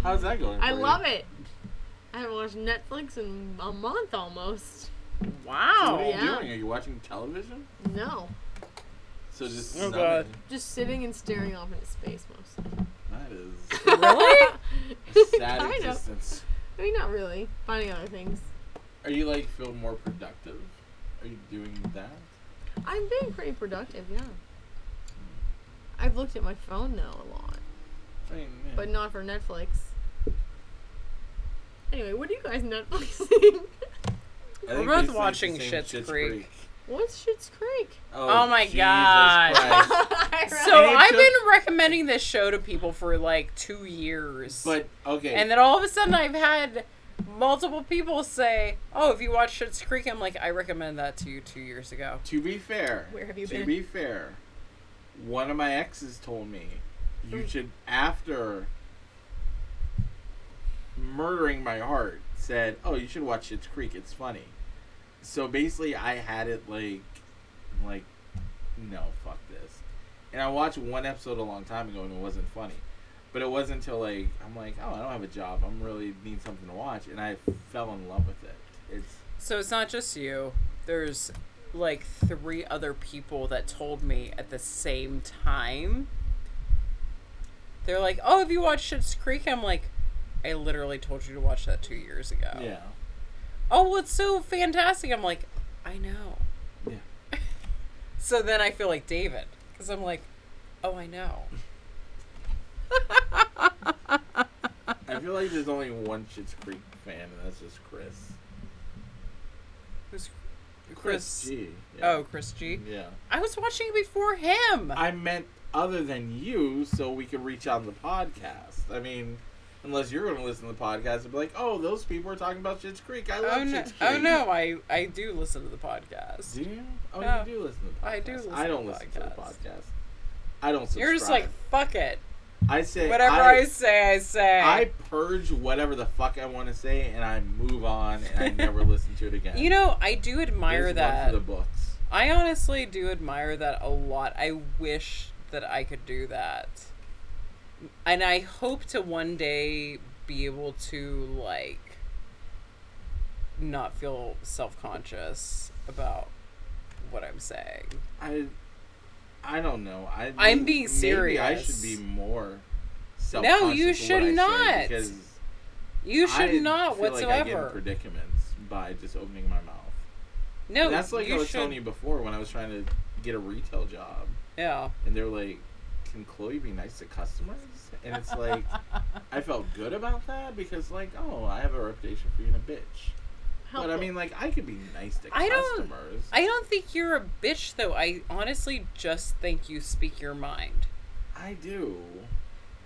Speaker 3: How's that going?
Speaker 2: [laughs] I love it. I haven't watched Netflix in a month almost.
Speaker 3: What are you
Speaker 1: [laughs] Wow.
Speaker 2: Oh, Yeah.
Speaker 3: doing? Are you watching television?
Speaker 2: No.
Speaker 3: So just.
Speaker 1: Oh,
Speaker 3: nothing.
Speaker 1: God.
Speaker 2: Just sitting and staring off into space mostly.
Speaker 3: That
Speaker 2: [laughs]
Speaker 3: is
Speaker 1: Really?
Speaker 3: a sad
Speaker 2: kind of.
Speaker 3: existence.
Speaker 2: I mean, not really. Finding other things.
Speaker 3: Are you like feel more productive? Are you doing that?
Speaker 2: I'm being pretty productive, yeah. I've looked at my phone now a lot,
Speaker 3: I mean, yeah.
Speaker 2: but not for Netflix. Anyway, what are you guys [laughs] Netflixing?
Speaker 3: I think
Speaker 1: We're both
Speaker 3: basically it's the
Speaker 1: watching
Speaker 3: same
Speaker 1: Schitt's Creek.
Speaker 2: What's Shit's
Speaker 3: [laughs]
Speaker 2: Creek?
Speaker 1: Oh my God. [laughs]
Speaker 3: Christ.
Speaker 2: I
Speaker 1: So
Speaker 3: And it
Speaker 1: I've
Speaker 3: took-
Speaker 1: been recommending this show to people for like two years.
Speaker 3: But okay.
Speaker 1: And then all of a sudden, I've had multiple people say, "Oh, have you watched Schitt's Creek?" I'm like, "I recommend that to you two years ago."
Speaker 3: to be fair,
Speaker 2: Where have you
Speaker 3: to
Speaker 2: been?
Speaker 3: be fair, one of my exes told me
Speaker 2: Mm.
Speaker 3: you should after murdering my heart said, "Oh, you should watch Schitt's Creek. It's funny." So basically, I had it like, like, no, fuck this. And I watched one episode a long time ago, and it wasn't funny. But it wasn't until like I'm like, oh, I don't have a job. I'm really need something to watch, and I fell in love with it. It's
Speaker 1: So it's not just you. There's like three other people that told me at the same time. They're like, "Oh, have you watched Schitt's Creek?" I'm like, "I literally told you to watch that two years ago."
Speaker 3: yeah,
Speaker 1: Oh, well, it's so fantastic. I'm like, I know.
Speaker 3: yeah.
Speaker 1: [laughs] So then I feel like David because I'm like, oh, I know.
Speaker 3: I feel like there's only one Schitt's Creek fan, and that's just Chris.
Speaker 1: Who's Chris?
Speaker 3: G. yeah.
Speaker 1: Oh, Chris G.
Speaker 3: Yeah.
Speaker 1: I was watching it before him.
Speaker 3: I meant other than you so we could reach out to the podcast. I mean, unless you're going to listen to the podcast and be like, oh, those people are talking about Shit's Creek. I love
Speaker 1: Oh no,
Speaker 3: Schitt's Creek.
Speaker 1: oh no, I I do listen to the podcast.
Speaker 3: Do you? Oh,
Speaker 1: No.
Speaker 3: you do listen to the podcast.
Speaker 1: I do listen
Speaker 3: I don't
Speaker 1: to
Speaker 3: listen to the
Speaker 1: podcasts.
Speaker 3: podcast. I don't subscribe.
Speaker 1: You're just like fuck it.
Speaker 3: I say
Speaker 1: Whatever I, say, I say.
Speaker 3: I purge whatever the fuck I want to say, and I move on, and I never [laughs] listen to it again.
Speaker 1: you know, I do
Speaker 3: There's
Speaker 1: admire
Speaker 3: one
Speaker 1: that.
Speaker 3: for the books.
Speaker 1: I honestly do admire that a lot. I wish that I could do that. And I hope to one day be able to, like, not feel self conscious about what I'm saying.
Speaker 3: I, I don't know. I
Speaker 1: I'm being
Speaker 3: maybe I
Speaker 1: serious.
Speaker 3: should be more.
Speaker 1: No, you
Speaker 3: self-conscious of
Speaker 1: should
Speaker 3: what I say,
Speaker 1: not.
Speaker 3: because
Speaker 1: You should
Speaker 3: I
Speaker 1: not
Speaker 3: feel Like I get in
Speaker 1: whatsoever.
Speaker 3: predicaments by just opening my mouth.
Speaker 1: no,
Speaker 3: And that's like
Speaker 1: you
Speaker 3: I was
Speaker 1: should.
Speaker 3: telling you before when I was trying to get a retail job,
Speaker 1: Yeah.
Speaker 3: and they're like, "Can Chloe be nice to customers?" And it's like.
Speaker 1: [laughs]
Speaker 3: I felt good about that because, like, oh, I have a reputation for being a bitch.
Speaker 2: uh,
Speaker 3: But I
Speaker 2: [laughs]
Speaker 3: mean, like, I could be nice to
Speaker 1: I don't-
Speaker 3: customers.
Speaker 1: I don't think you're a bitch, though. I honestly just think you speak your mind.
Speaker 3: I do.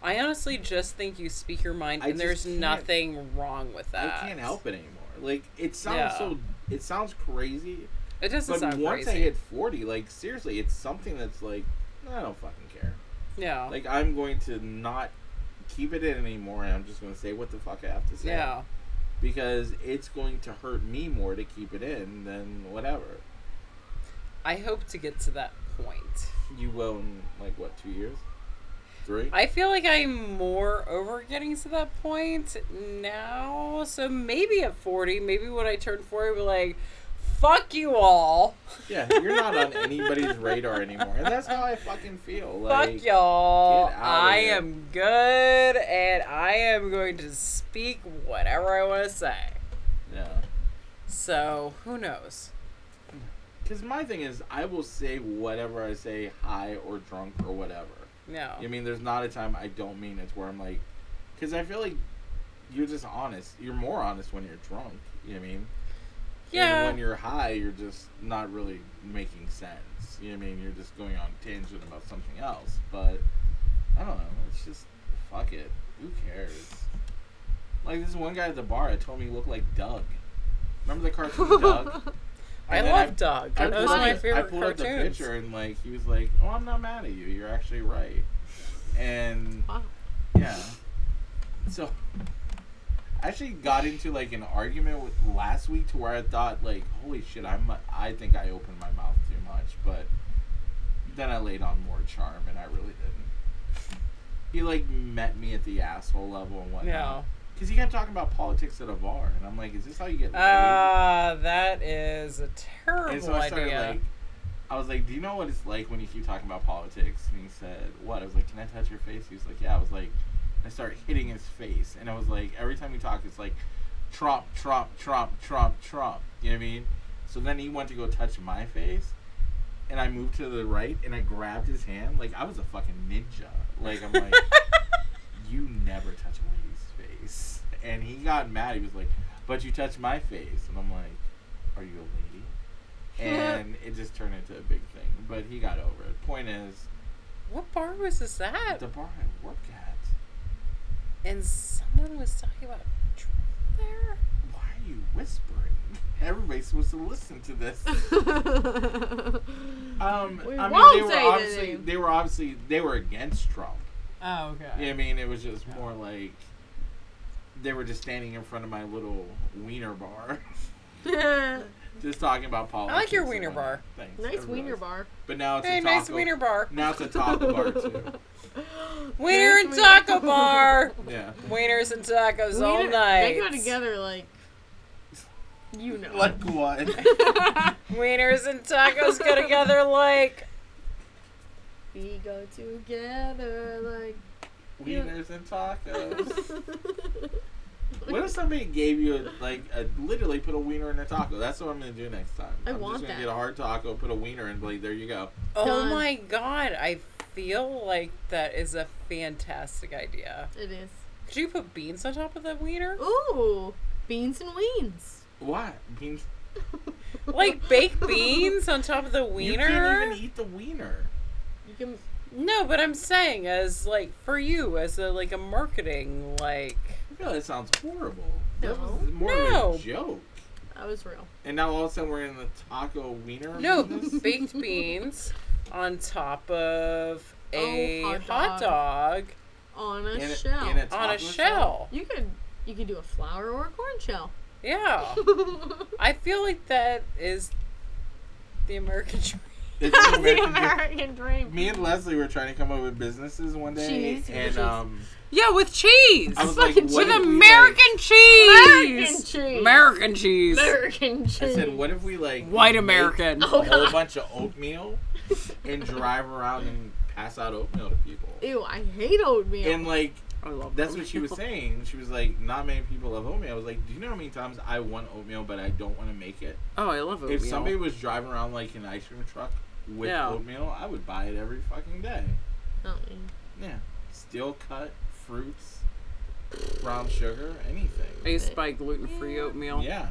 Speaker 1: I honestly just think you speak your mind,
Speaker 3: I
Speaker 1: and
Speaker 3: just
Speaker 1: there's
Speaker 3: can't-
Speaker 1: nothing wrong with that.
Speaker 3: I can't help it anymore. Like, it sounds
Speaker 1: Yeah.
Speaker 3: so. It sounds crazy.
Speaker 1: It doesn't
Speaker 3: But
Speaker 1: sound
Speaker 3: once
Speaker 1: crazy.
Speaker 3: I hit forty, like, seriously, it's something that's like, I don't fucking care.
Speaker 1: yeah,
Speaker 3: Like, I'm going to not keep it in anymore, and I'm just going to say what the fuck I have to say.
Speaker 1: yeah,
Speaker 3: Because it's going to hurt me more to keep it in than whatever.
Speaker 1: I hope to get to that point.
Speaker 3: You will in like what two years? Three.
Speaker 1: I feel like I'm more over getting to that point now. So maybe at 40, maybe when I turn 40, I'll be like, fuck you all. [laughs]
Speaker 3: Yeah, you're not on anybody's radar anymore. And that's how I fucking feel.
Speaker 1: [laughs]
Speaker 3: Like,
Speaker 1: fuck y'all.
Speaker 3: get outta
Speaker 1: I
Speaker 3: here.
Speaker 1: am good and I am going to speak whatever I want to say.
Speaker 3: Yeah.
Speaker 1: So who knows?
Speaker 3: Because my thing is, I will say whatever I say, high or drunk or whatever.
Speaker 1: No.
Speaker 3: I mean, there's not a time I don't mean it's where I'm like, because I feel like you're just honest. You're more honest when you're drunk. You know what I mean? And
Speaker 1: yeah.
Speaker 3: when you're high, you're just not really making sense. You know what I mean? You're just going on tangent about something else. But I don't know. It's just fuck it. Who cares? Like this one guy at the bar that told me he looked like Doug. Remember the
Speaker 2: [laughs]
Speaker 3: cartoon Doug?
Speaker 1: I
Speaker 3: And then
Speaker 1: love Doug.
Speaker 3: I
Speaker 1: That was
Speaker 3: pulled
Speaker 1: my
Speaker 3: up- I
Speaker 1: favorite
Speaker 3: pulled up the
Speaker 1: cartoons.
Speaker 3: picture and like he was like, "Oh, I'm not mad at you. You're actually right." And
Speaker 2: Wow.
Speaker 3: yeah, so I actually got into like an argument with last week to where I thought like, "Holy shit, I'm I think I opened my mouth too much," but then I laid on more charm and I really didn't. He like met me at the asshole level and whatnot.
Speaker 1: No.
Speaker 3: Cause he kept talking about politics at a bar, and I'm like, "Is this how you get?" laid?"
Speaker 1: Ah, that is a terrible
Speaker 3: And so I started
Speaker 1: idea.
Speaker 3: like, I was like, "Do you know what it's like when you keep talking about politics?" And he said, "What?" I was like, "Can I touch your face?" He was like, "Yeah." I was like, I started hitting his face, and I was like, every time we talk, it's like, Trump, Trump, Trump, Trump, Trump. You know what I mean? So then he went to go touch my face, and I moved to the right, and I grabbed his hand like I was a fucking ninja. Like
Speaker 1: [laughs]
Speaker 3: I'm like, you never touch a lady's face, and he got mad. He was like, but you touched my face, and I'm like, are you a lady? And it just turned into a big thing, but he got over it. Point is,
Speaker 1: what bar was this at?
Speaker 3: the bar I work at.
Speaker 1: And someone was talking about Trump there.
Speaker 3: Why are you whispering? [laughs] Everybody's supposed to listen to
Speaker 2: [laughs]
Speaker 3: this. Um,
Speaker 2: We
Speaker 3: I
Speaker 2: won't
Speaker 3: mean, they were
Speaker 2: say the
Speaker 3: obviously
Speaker 2: name.
Speaker 3: they were obviously they were against Trump.
Speaker 1: Oh,
Speaker 3: I
Speaker 1: okay.
Speaker 3: mean, it was just more like they were just standing in front of my little wiener bar, [laughs] just talking about politics.
Speaker 1: your
Speaker 3: and
Speaker 1: wiener
Speaker 3: whatnot.
Speaker 1: bar.
Speaker 3: Thanks. I
Speaker 2: nice
Speaker 3: realize.
Speaker 2: wiener bar.
Speaker 3: But now it's
Speaker 1: Hey,
Speaker 3: a taco.
Speaker 1: nice wiener bar.
Speaker 3: Now it's a taco bar
Speaker 2: [laughs]
Speaker 3: too.
Speaker 1: [laughs] Wiener and taco bar.
Speaker 3: Yeah.
Speaker 1: Wieners and tacos all
Speaker 2: Wiener-
Speaker 1: night.
Speaker 2: They go together like you know.
Speaker 3: Like
Speaker 1: [laughs]
Speaker 3: what?
Speaker 2: [laughs]
Speaker 1: Wieners and tacos go together like.
Speaker 2: we go together like.
Speaker 3: Wieners and tacos. [laughs]
Speaker 2: [laughs]
Speaker 3: What if somebody gave you a, like a, literally put a wiener in a taco? That's what I'm gonna do next time.
Speaker 2: I
Speaker 3: am
Speaker 2: want
Speaker 3: just gonna
Speaker 2: that.
Speaker 3: get a hard taco, put a wiener in, be like, there you go.
Speaker 1: Oh
Speaker 2: Done.
Speaker 1: my god, I feel like that is a fantastic idea.
Speaker 2: it is.
Speaker 1: Could you put beans on top of the wiener?
Speaker 2: Ooh, beans and [laughs] weens.
Speaker 3: Why? Beans.
Speaker 2: [laughs]
Speaker 1: Like baked beans on top of the
Speaker 3: You can't
Speaker 1: wiener?
Speaker 3: even eat the wiener.
Speaker 2: You can
Speaker 1: No, but I'm saying as like for you as a like a marketing like
Speaker 3: I feel like it sounds horrible. That
Speaker 2: No.
Speaker 3: was more
Speaker 1: No.
Speaker 3: of a joke.
Speaker 2: That was real.
Speaker 3: And now all of a sudden we're in the taco wiener.
Speaker 1: no
Speaker 3: business?
Speaker 1: baked beans on top of a
Speaker 2: Oh,
Speaker 1: hot,
Speaker 2: hot
Speaker 1: dog,
Speaker 2: On a
Speaker 3: In a-
Speaker 2: shell.
Speaker 3: in a
Speaker 1: on a
Speaker 3: taco
Speaker 1: shell.
Speaker 2: you could you could do a flower or a corn shell.
Speaker 1: Yeah,
Speaker 2: [laughs]
Speaker 3: Oh.
Speaker 1: I feel like that is the American dream.
Speaker 3: It's an
Speaker 2: [laughs] That's the
Speaker 3: American joke.
Speaker 2: American
Speaker 3: [laughs]
Speaker 2: dream.
Speaker 3: Me and Leslie were trying to come up with businesses one day,
Speaker 2: She needs to do
Speaker 3: and
Speaker 2: this.
Speaker 3: um,
Speaker 1: Yeah, with cheese.
Speaker 3: I was
Speaker 2: Fucking
Speaker 3: like, what
Speaker 1: with
Speaker 3: if we, like-
Speaker 1: American
Speaker 2: American
Speaker 1: cheese.
Speaker 2: cheese.
Speaker 1: American cheese.
Speaker 2: American cheese.
Speaker 3: I said, what if we like
Speaker 1: White
Speaker 3: make
Speaker 1: American.
Speaker 2: Oh
Speaker 3: a whole
Speaker 2: [laughs] god.
Speaker 3: bunch of oatmeal and drive around and pass out oatmeal to people?
Speaker 2: Ew, I hate oatmeal.
Speaker 3: And like,
Speaker 1: I love
Speaker 3: that's what
Speaker 1: [laughs]
Speaker 3: she was saying. She was like, not many people love oatmeal. I was like, do you know how many times I want oatmeal but I don't want to make it?
Speaker 1: Oh, I love oatmeal.
Speaker 3: If somebody was driving around like an ice cream truck with
Speaker 1: Yeah.
Speaker 3: oatmeal, I would buy it every fucking day.
Speaker 2: Oatmeal.
Speaker 3: Yeah, steel cut fruits, brown sugar, anything.
Speaker 1: I used to buy gluten-free
Speaker 2: Yeah.
Speaker 1: oatmeal.
Speaker 3: Yeah.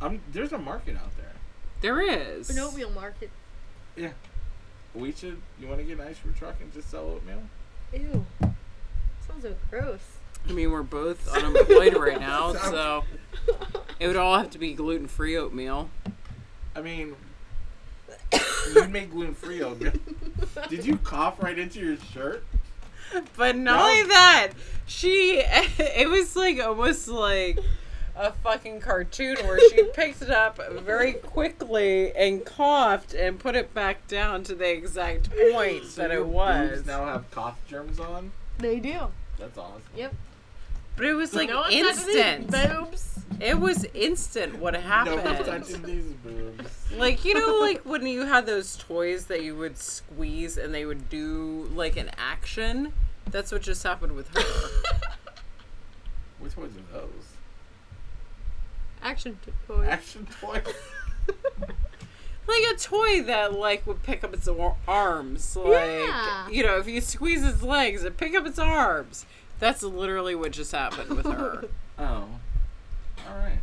Speaker 3: Um, there's a market out there.
Speaker 1: There is.
Speaker 2: An oatmeal market.
Speaker 3: We should. You want to get an ice cream truck and just sell oatmeal?
Speaker 2: Ew. Sounds so gross. [laughs]
Speaker 1: I mean, we're both unemployed right now, so it would all have to be gluten free oatmeal.
Speaker 3: I mean, [coughs]
Speaker 1: [laughs]
Speaker 3: you make gluten free oatmeal. Did you cough right into your shirt?
Speaker 1: But not
Speaker 3: No.
Speaker 1: only that, she, [laughs] it was like almost like a fucking cartoon where she
Speaker 2: [laughs]
Speaker 1: picked it up very quickly and coughed and put it back down to the exact point
Speaker 3: So
Speaker 1: that
Speaker 3: your
Speaker 1: it was.
Speaker 3: boobs now have cough germs on.
Speaker 2: They do.
Speaker 3: That's awesome.
Speaker 2: Yep.
Speaker 1: But it was like
Speaker 2: no one's touching
Speaker 1: instant.
Speaker 2: these boobs. [laughs]
Speaker 1: It was instant what
Speaker 3: No
Speaker 1: happened.
Speaker 3: one's touching these boobs.
Speaker 1: Like you
Speaker 2: [laughs]
Speaker 1: know, like when you had those toys that you would squeeze and they would do like an action. That's what just happened with
Speaker 2: [laughs]
Speaker 1: her.
Speaker 3: Which ones are those?
Speaker 2: Action toys.
Speaker 3: Action toys.
Speaker 1: like a toy that like would pick up its ar- arms. Like
Speaker 2: Yeah.
Speaker 1: you know, if you squeeze its legs, it pick up its arms. That's literally what just happened with
Speaker 2: [laughs]
Speaker 1: her.
Speaker 3: [laughs] Oh. All right.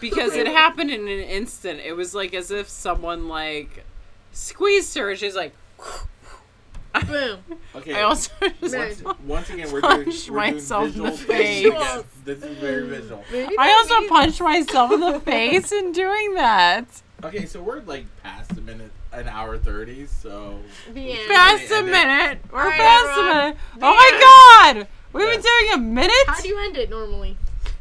Speaker 1: Because it happened in an instant. It was like as if someone like squeezed her and she's like [laughs]
Speaker 2: Boom.
Speaker 3: Okay.
Speaker 1: I also [laughs] just
Speaker 3: once,
Speaker 2: Mary.
Speaker 3: once again, we're doing,
Speaker 1: Punch
Speaker 3: we're doing
Speaker 1: myself in
Speaker 3: visual
Speaker 1: the
Speaker 3: things.
Speaker 2: face.
Speaker 3: Yes, This is very visual.
Speaker 2: Maybe
Speaker 1: I
Speaker 2: they
Speaker 1: also
Speaker 2: need-
Speaker 1: punched myself in the face in doing that.
Speaker 3: Okay, so we're like past a minute, an hour thirty. So
Speaker 2: The end.
Speaker 1: Past a
Speaker 3: And then-
Speaker 1: minute. We're
Speaker 2: Alright,
Speaker 1: past a
Speaker 2: everyone.
Speaker 1: minute. Oh my god! We've been doing a
Speaker 2: How do
Speaker 1: minute?
Speaker 2: you end it normally?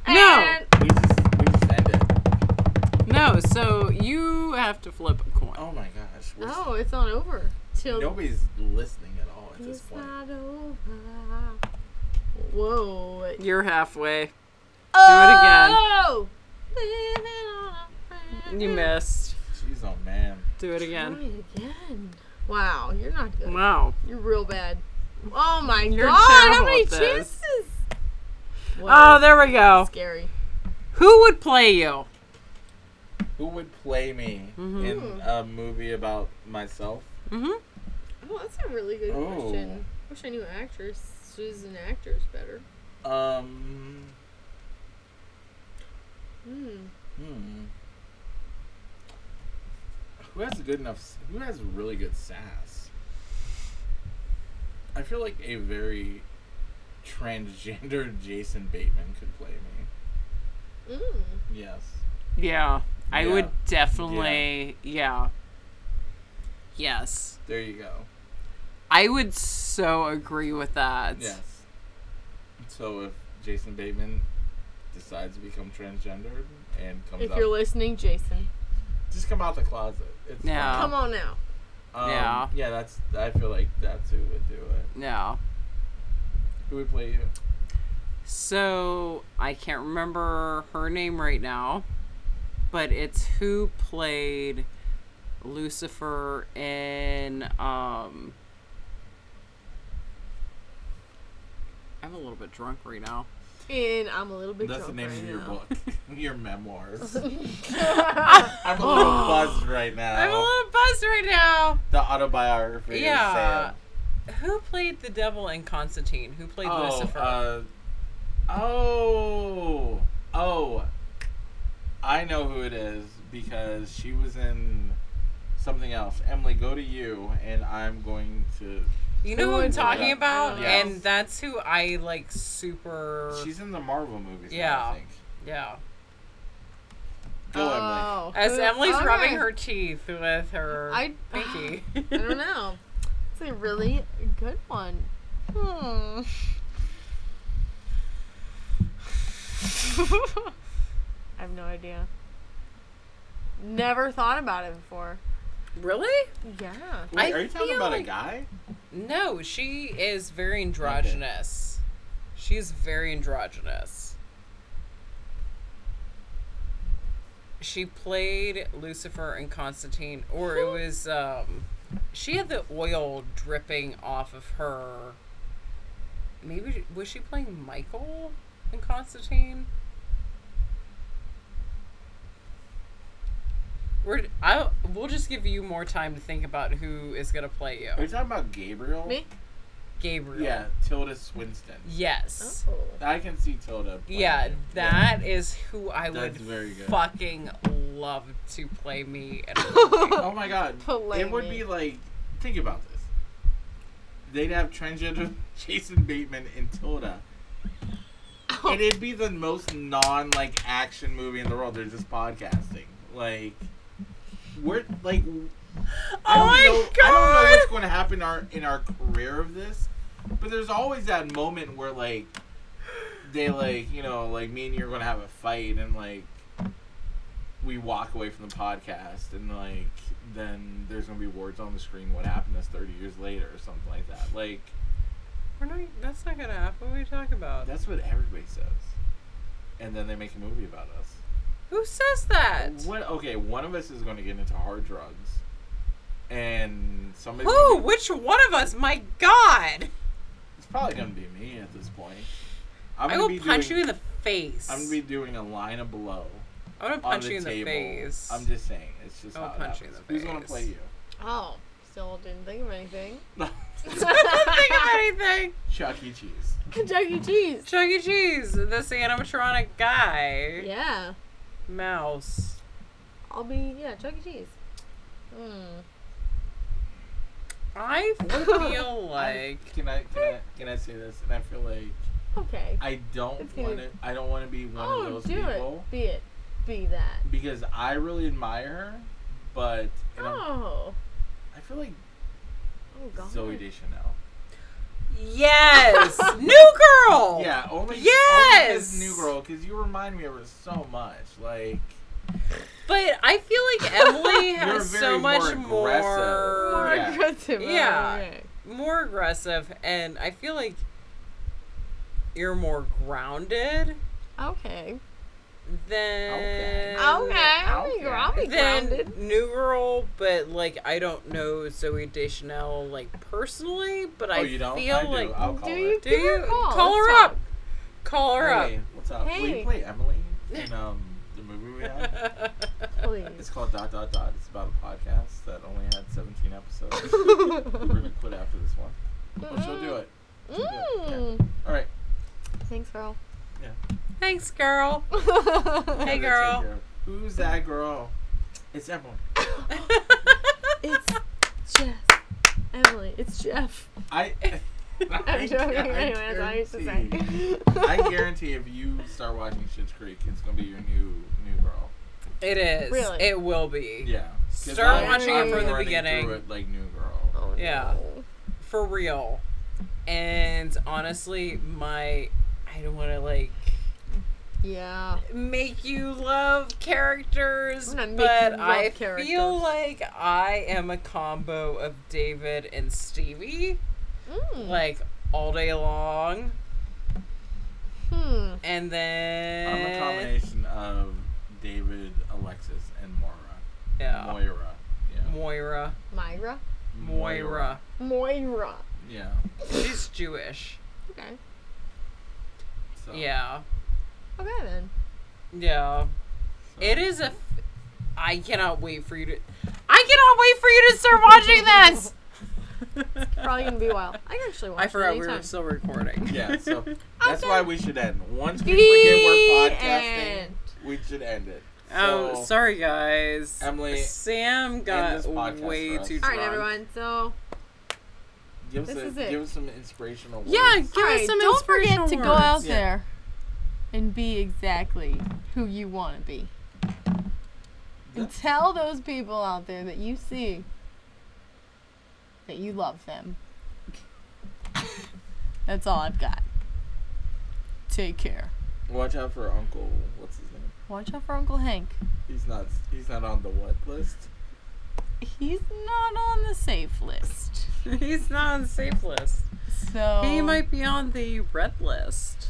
Speaker 1: No.
Speaker 2: And-
Speaker 3: we just we just end it.
Speaker 1: No, so you have to flip a coin.
Speaker 3: Oh my gosh, we're
Speaker 2: Oh, it's not over. Till
Speaker 3: nobody's listening at all at this
Speaker 2: it's
Speaker 3: point.
Speaker 2: not over. Whoa.
Speaker 1: You're halfway.
Speaker 2: Oh!
Speaker 1: You
Speaker 2: Mm-hmm.
Speaker 1: missed.
Speaker 3: Jeez, oh man.
Speaker 1: Do it
Speaker 2: Try
Speaker 1: again.
Speaker 2: again. Wow, you're not good.
Speaker 1: Wow.
Speaker 2: You're real bad. Oh my
Speaker 1: You're
Speaker 2: god, how
Speaker 1: terrible
Speaker 2: many
Speaker 1: at this.
Speaker 2: chances? Whoa,
Speaker 1: Oh, there we go.
Speaker 2: scary.
Speaker 1: Who would play you?
Speaker 3: Who would play me
Speaker 1: Mhm.
Speaker 3: in a movie about myself?
Speaker 1: hmm
Speaker 2: Oh, that's a really good
Speaker 3: Oh.
Speaker 2: question. Wish I knew an actress. She's an actress better.
Speaker 3: Um.
Speaker 2: Hmm.
Speaker 3: Hmm. Who has a good enough? s- Who has really good sass? I feel like a very transgender [laughs] Jason Bateman could play me.
Speaker 2: Mm.
Speaker 3: Yes.
Speaker 1: Yeah. I
Speaker 3: Yeah.
Speaker 1: would definitely. Yeah. Yes.
Speaker 3: There you go.
Speaker 1: I would so agree with that.
Speaker 3: Yes. So if Jason Bateman decides to become transgendered and comes
Speaker 2: If
Speaker 3: out,
Speaker 2: you're listening, Jason,
Speaker 3: just come out the closet. It's fine.
Speaker 1: Yeah.
Speaker 2: come on now.
Speaker 3: Um,
Speaker 1: Yeah.
Speaker 3: Yeah, that's. I feel like that's who would do it.
Speaker 1: No.
Speaker 3: Who would play you?
Speaker 1: So I can't remember her name right now, but it's who played Lucifer in um I'm a little bit drunk right now.
Speaker 2: And I'm a little bit
Speaker 3: That's the name
Speaker 2: drunk right
Speaker 3: of your
Speaker 2: now. [laughs]
Speaker 1: [laughs]
Speaker 3: book, [laughs] your memoirs.
Speaker 2: book.
Speaker 3: [laughs] I'm a little buzzed right
Speaker 1: [laughs]
Speaker 3: now.
Speaker 1: Oh.
Speaker 3: [laughs]
Speaker 1: I'm a little buzzed right now.
Speaker 3: the autobiography.
Speaker 1: Yeah.
Speaker 3: Of Sam.
Speaker 1: Who played the devil in Constantine? Who played
Speaker 3: oh,
Speaker 1: Lucifer?
Speaker 3: Uh, oh. Oh. I know who it is because she was in something else. Emily, go to you, and I'm going to.
Speaker 1: You know who I'm
Speaker 2: would-
Speaker 1: talking
Speaker 3: Yeah.
Speaker 1: about,
Speaker 3: Yeah.
Speaker 1: and that's who I like super.
Speaker 3: She's in the Marvel movies. now,
Speaker 1: Yeah.
Speaker 3: I think.
Speaker 1: yeah.
Speaker 3: Go, Emily.
Speaker 2: oh,
Speaker 1: As
Speaker 2: who-
Speaker 1: Emily's
Speaker 2: okay.
Speaker 1: rubbing her teeth with her
Speaker 2: I- [sighs]
Speaker 1: pinky.
Speaker 2: I don't know. It's a really good one. Hmm. [laughs] I have no idea. Never thought about it before.
Speaker 1: [laughs] really?
Speaker 2: Yeah.
Speaker 3: Wait,
Speaker 1: I
Speaker 3: are you talking
Speaker 1: feel
Speaker 3: about a
Speaker 1: like-
Speaker 3: guy?
Speaker 1: No, she is very androgynous. She's very androgynous. She played Lucifer and Constantine, or it was um, she had the oil dripping off of her. Maybe was she playing Michael and Constantine? We're, I we'll just give you more time to think about who is gonna play you.
Speaker 3: Are you talking about Gabriel?
Speaker 2: Me?
Speaker 1: Gabriel.
Speaker 3: Yeah, Tilda Swinton.
Speaker 1: Yes.
Speaker 2: Oh.
Speaker 3: I can see Tilda. playing
Speaker 1: Yeah,
Speaker 3: you.
Speaker 1: that is who I would
Speaker 3: That's very good.
Speaker 1: fucking love to play me. [laughs] And
Speaker 3: Oh my god.
Speaker 2: Play
Speaker 3: it would
Speaker 2: me.
Speaker 3: be like think about this. They'd have transgender [laughs] Jason Bateman and Tilda. And it'd be the most non like action movie in the world. They're just podcasting. Like we're like I
Speaker 1: Oh
Speaker 3: don't know I don't know what's gonna happen in our in our career of this. But there's always that moment where like they like, you know, like me and you're gonna have a fight and like we walk away from the podcast and like then there's gonna be words on the screen what happened to us 30 years later or something like that like
Speaker 1: We're not, e, that's not gonna happen. What are you talking about?
Speaker 3: that's what everybody says and then they make a movie about us
Speaker 1: Who says that?
Speaker 3: what okay one of us is gonna get into hard drugs and somebody
Speaker 1: Who? Which one of us? My God!
Speaker 3: it's probably gonna be me at this point i'm
Speaker 1: I
Speaker 3: gonna
Speaker 1: will
Speaker 3: be
Speaker 1: punch
Speaker 3: doing,
Speaker 1: you in the face.
Speaker 3: i'm gonna be doing a line of blow
Speaker 1: I'm gonna
Speaker 3: on
Speaker 1: punch
Speaker 3: the
Speaker 1: you in
Speaker 3: table
Speaker 1: the face. [laughs]
Speaker 3: i'm just saying it's just
Speaker 1: I will
Speaker 3: how it
Speaker 1: punch you in
Speaker 3: happens.
Speaker 1: the
Speaker 3: who's gonna
Speaker 1: face.
Speaker 3: play
Speaker 2: [laughs] Oh, still didn't think of anything.
Speaker 1: [laughs]
Speaker 3: you
Speaker 1: I don't think of anything.
Speaker 3: [laughs] chuck e cheese
Speaker 2: Kentucky Cheese.
Speaker 1: Chuck E. Cheese, this animatronic guy,
Speaker 2: Yeah.
Speaker 1: mouse.
Speaker 2: I'll be, yeah, Chuck E. Cheese. Hmm.
Speaker 1: [laughs] I feel like
Speaker 3: Can I can I can I say this? And I feel like
Speaker 2: Okay.
Speaker 3: I don't
Speaker 2: It's gonna-
Speaker 3: want to. I don't want to be one of
Speaker 2: Oh,
Speaker 3: those
Speaker 2: do
Speaker 3: people
Speaker 2: it. Be it. Be that.
Speaker 3: because I really admire her, but and I'm-
Speaker 2: Oh.
Speaker 3: I feel like
Speaker 2: Oh, God.
Speaker 3: Zoe Deschanel. [laughs]
Speaker 1: yes, new girl.
Speaker 3: Yeah, only
Speaker 1: Yes!
Speaker 3: only this new girl because you remind me of her so much. Like
Speaker 1: But I feel like Emily
Speaker 3: [laughs] You're
Speaker 1: has
Speaker 3: very
Speaker 1: so much
Speaker 3: more aggressive.
Speaker 1: more
Speaker 2: More
Speaker 3: Yeah.
Speaker 2: aggressive. Oh,
Speaker 1: Yeah.
Speaker 2: Okay.
Speaker 1: more aggressive and I feel like you're more grounded
Speaker 2: Okay.
Speaker 1: than Mm,
Speaker 3: Okay.
Speaker 2: Okay. I'll be,
Speaker 3: Okay.
Speaker 2: I'll be
Speaker 1: than
Speaker 2: grounded.
Speaker 1: New Girl, but like I don't know Zoe Deschanel like personally, but I
Speaker 3: oh, you don't.
Speaker 1: feel
Speaker 3: I do.
Speaker 1: like
Speaker 3: I'll call
Speaker 2: Do
Speaker 3: her.
Speaker 2: you
Speaker 1: do
Speaker 2: Give her
Speaker 1: you
Speaker 2: a call.
Speaker 1: call
Speaker 2: Let's
Speaker 1: her up.
Speaker 2: talk.
Speaker 1: Call her [laughs]
Speaker 3: Hey, what's up? Will
Speaker 2: Hey.
Speaker 3: you play Emily
Speaker 2: [laughs]
Speaker 3: in um the movie we had?
Speaker 1: up.
Speaker 3: It's
Speaker 2: Please.
Speaker 3: called dot dot dot. It's about a podcast that only had 17
Speaker 2: [laughs]
Speaker 3: episodes. We're gonna quit after this one. But Oh, she'll do it.
Speaker 2: Mm.
Speaker 3: All right.
Speaker 2: Thanks, girl. [laughs]
Speaker 1: Thanks, girl. Hey,
Speaker 3: Yeah, that's
Speaker 1: girl.
Speaker 3: it, Who's that girl? It's Emily.
Speaker 2: it's Jeff. Emily, it's Jeff.
Speaker 3: I.
Speaker 2: [laughs] I'm joking. Anyway, that's all I used to say.
Speaker 3: guarantee-
Speaker 2: [laughs]
Speaker 3: I guarantee if you start watching Schitt's Creek, it's gonna be your new new girl.
Speaker 1: It is.
Speaker 2: Really?
Speaker 1: It will be.
Speaker 3: Yeah. 'Cause
Speaker 1: Start
Speaker 3: I'm-
Speaker 2: watching it
Speaker 3: I'm
Speaker 2: from
Speaker 1: the
Speaker 3: running
Speaker 1: beginning.
Speaker 3: through it like new girl.
Speaker 2: Oh,
Speaker 1: Yeah.
Speaker 2: no.
Speaker 1: for real. And honestly, my I don't want to like
Speaker 2: Yeah.
Speaker 1: make you love characters,
Speaker 2: I'm not making
Speaker 1: but
Speaker 2: you love
Speaker 1: I feel
Speaker 2: characters.
Speaker 1: like I am a combo of David and Stevie,
Speaker 2: Mm.
Speaker 1: like all day long,
Speaker 2: hmm.
Speaker 1: and
Speaker 3: I'm
Speaker 1: then
Speaker 3: a combination of David, Alexis, and Moira.
Speaker 1: yeah,
Speaker 3: Moira. Yeah.
Speaker 1: Moira,
Speaker 2: Myra?
Speaker 1: Moira.
Speaker 2: Moira.
Speaker 3: Yeah.
Speaker 1: She's Jewish.
Speaker 2: Okay.
Speaker 3: So,
Speaker 1: Yeah,
Speaker 2: Okay then.
Speaker 1: yeah.
Speaker 3: so-
Speaker 1: It is a. F- I cannot wait for you to. I cannot wait for you to start watching
Speaker 3: [laughs]
Speaker 1: this.
Speaker 2: Probably gonna be a while. I can actually watch
Speaker 1: I forgot
Speaker 2: it
Speaker 1: we were
Speaker 2: anytime.
Speaker 1: still recording. [laughs]
Speaker 3: Yeah. So that's
Speaker 2: Okay.
Speaker 3: why we should end. Once we
Speaker 2: The
Speaker 3: forget we're podcasting,
Speaker 2: end.
Speaker 3: we should end it.
Speaker 1: Oh,
Speaker 3: So,
Speaker 1: sorry guys.
Speaker 3: Emily,
Speaker 1: Sam got
Speaker 3: this podcast
Speaker 1: way
Speaker 3: for us.
Speaker 1: too
Speaker 2: All
Speaker 1: drunk.
Speaker 2: right, everyone. So
Speaker 3: Give us,
Speaker 2: This
Speaker 3: a,
Speaker 2: is it.
Speaker 3: give us some inspirational words.
Speaker 1: Yeah, give
Speaker 2: all right,
Speaker 1: us some
Speaker 2: don't forget
Speaker 1: inspirational
Speaker 2: to go
Speaker 1: words.
Speaker 2: out
Speaker 3: Yeah.
Speaker 2: there and be exactly who you want to be. And
Speaker 3: Yeah.
Speaker 2: tell those people out there that you see that you love them. [laughs] That's all I've got. Take care.
Speaker 3: Watch out for Uncle. What's his name?
Speaker 2: Watch out for Uncle Hank.
Speaker 3: He's not. He's not on the what list.
Speaker 2: He's not on the safe list.
Speaker 1: [laughs] He's not on the safe list.
Speaker 2: So
Speaker 1: He might be on the red list.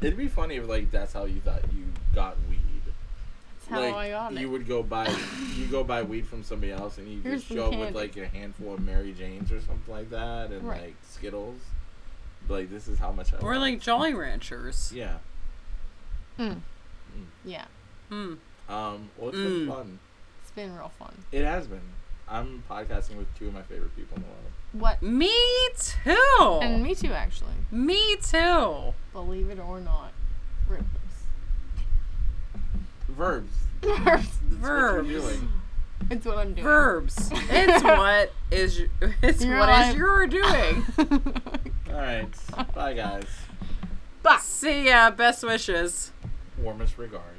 Speaker 3: It'd be funny if like that's how you thought you got weed.
Speaker 2: That's how
Speaker 3: like,
Speaker 2: I got
Speaker 3: you
Speaker 2: it.
Speaker 3: would go buy you go buy weed from somebody else and you
Speaker 2: Here's
Speaker 3: just
Speaker 2: some
Speaker 3: show up with
Speaker 2: candy.
Speaker 3: like a handful of Mary Janes or something like that and
Speaker 2: Right.
Speaker 3: like Skittles. Like this is how much I
Speaker 1: Or
Speaker 3: want.
Speaker 1: like Jolly Ranchers.
Speaker 3: Yeah.
Speaker 2: Hmm. yeah,
Speaker 1: Hmm.
Speaker 3: Um well it's
Speaker 1: Mm.
Speaker 3: been fun.
Speaker 2: it's been real fun.
Speaker 3: It has been. I'm podcasting with two of my favorite people in the world.
Speaker 2: What?
Speaker 1: Me too.
Speaker 2: And me too, actually.
Speaker 1: me too.
Speaker 2: Believe it or not, [laughs] rippers.
Speaker 3: Verbs. That's what you're
Speaker 1: Verbs.
Speaker 3: doing.
Speaker 2: it's what I'm doing. [laughs]
Speaker 1: Verbs. It's what is [laughs] you- it's
Speaker 2: You're
Speaker 1: what is
Speaker 2: on-
Speaker 1: you're doing.
Speaker 3: All right. Bye guys.
Speaker 1: See ya. Best wishes.
Speaker 3: Warmest regards.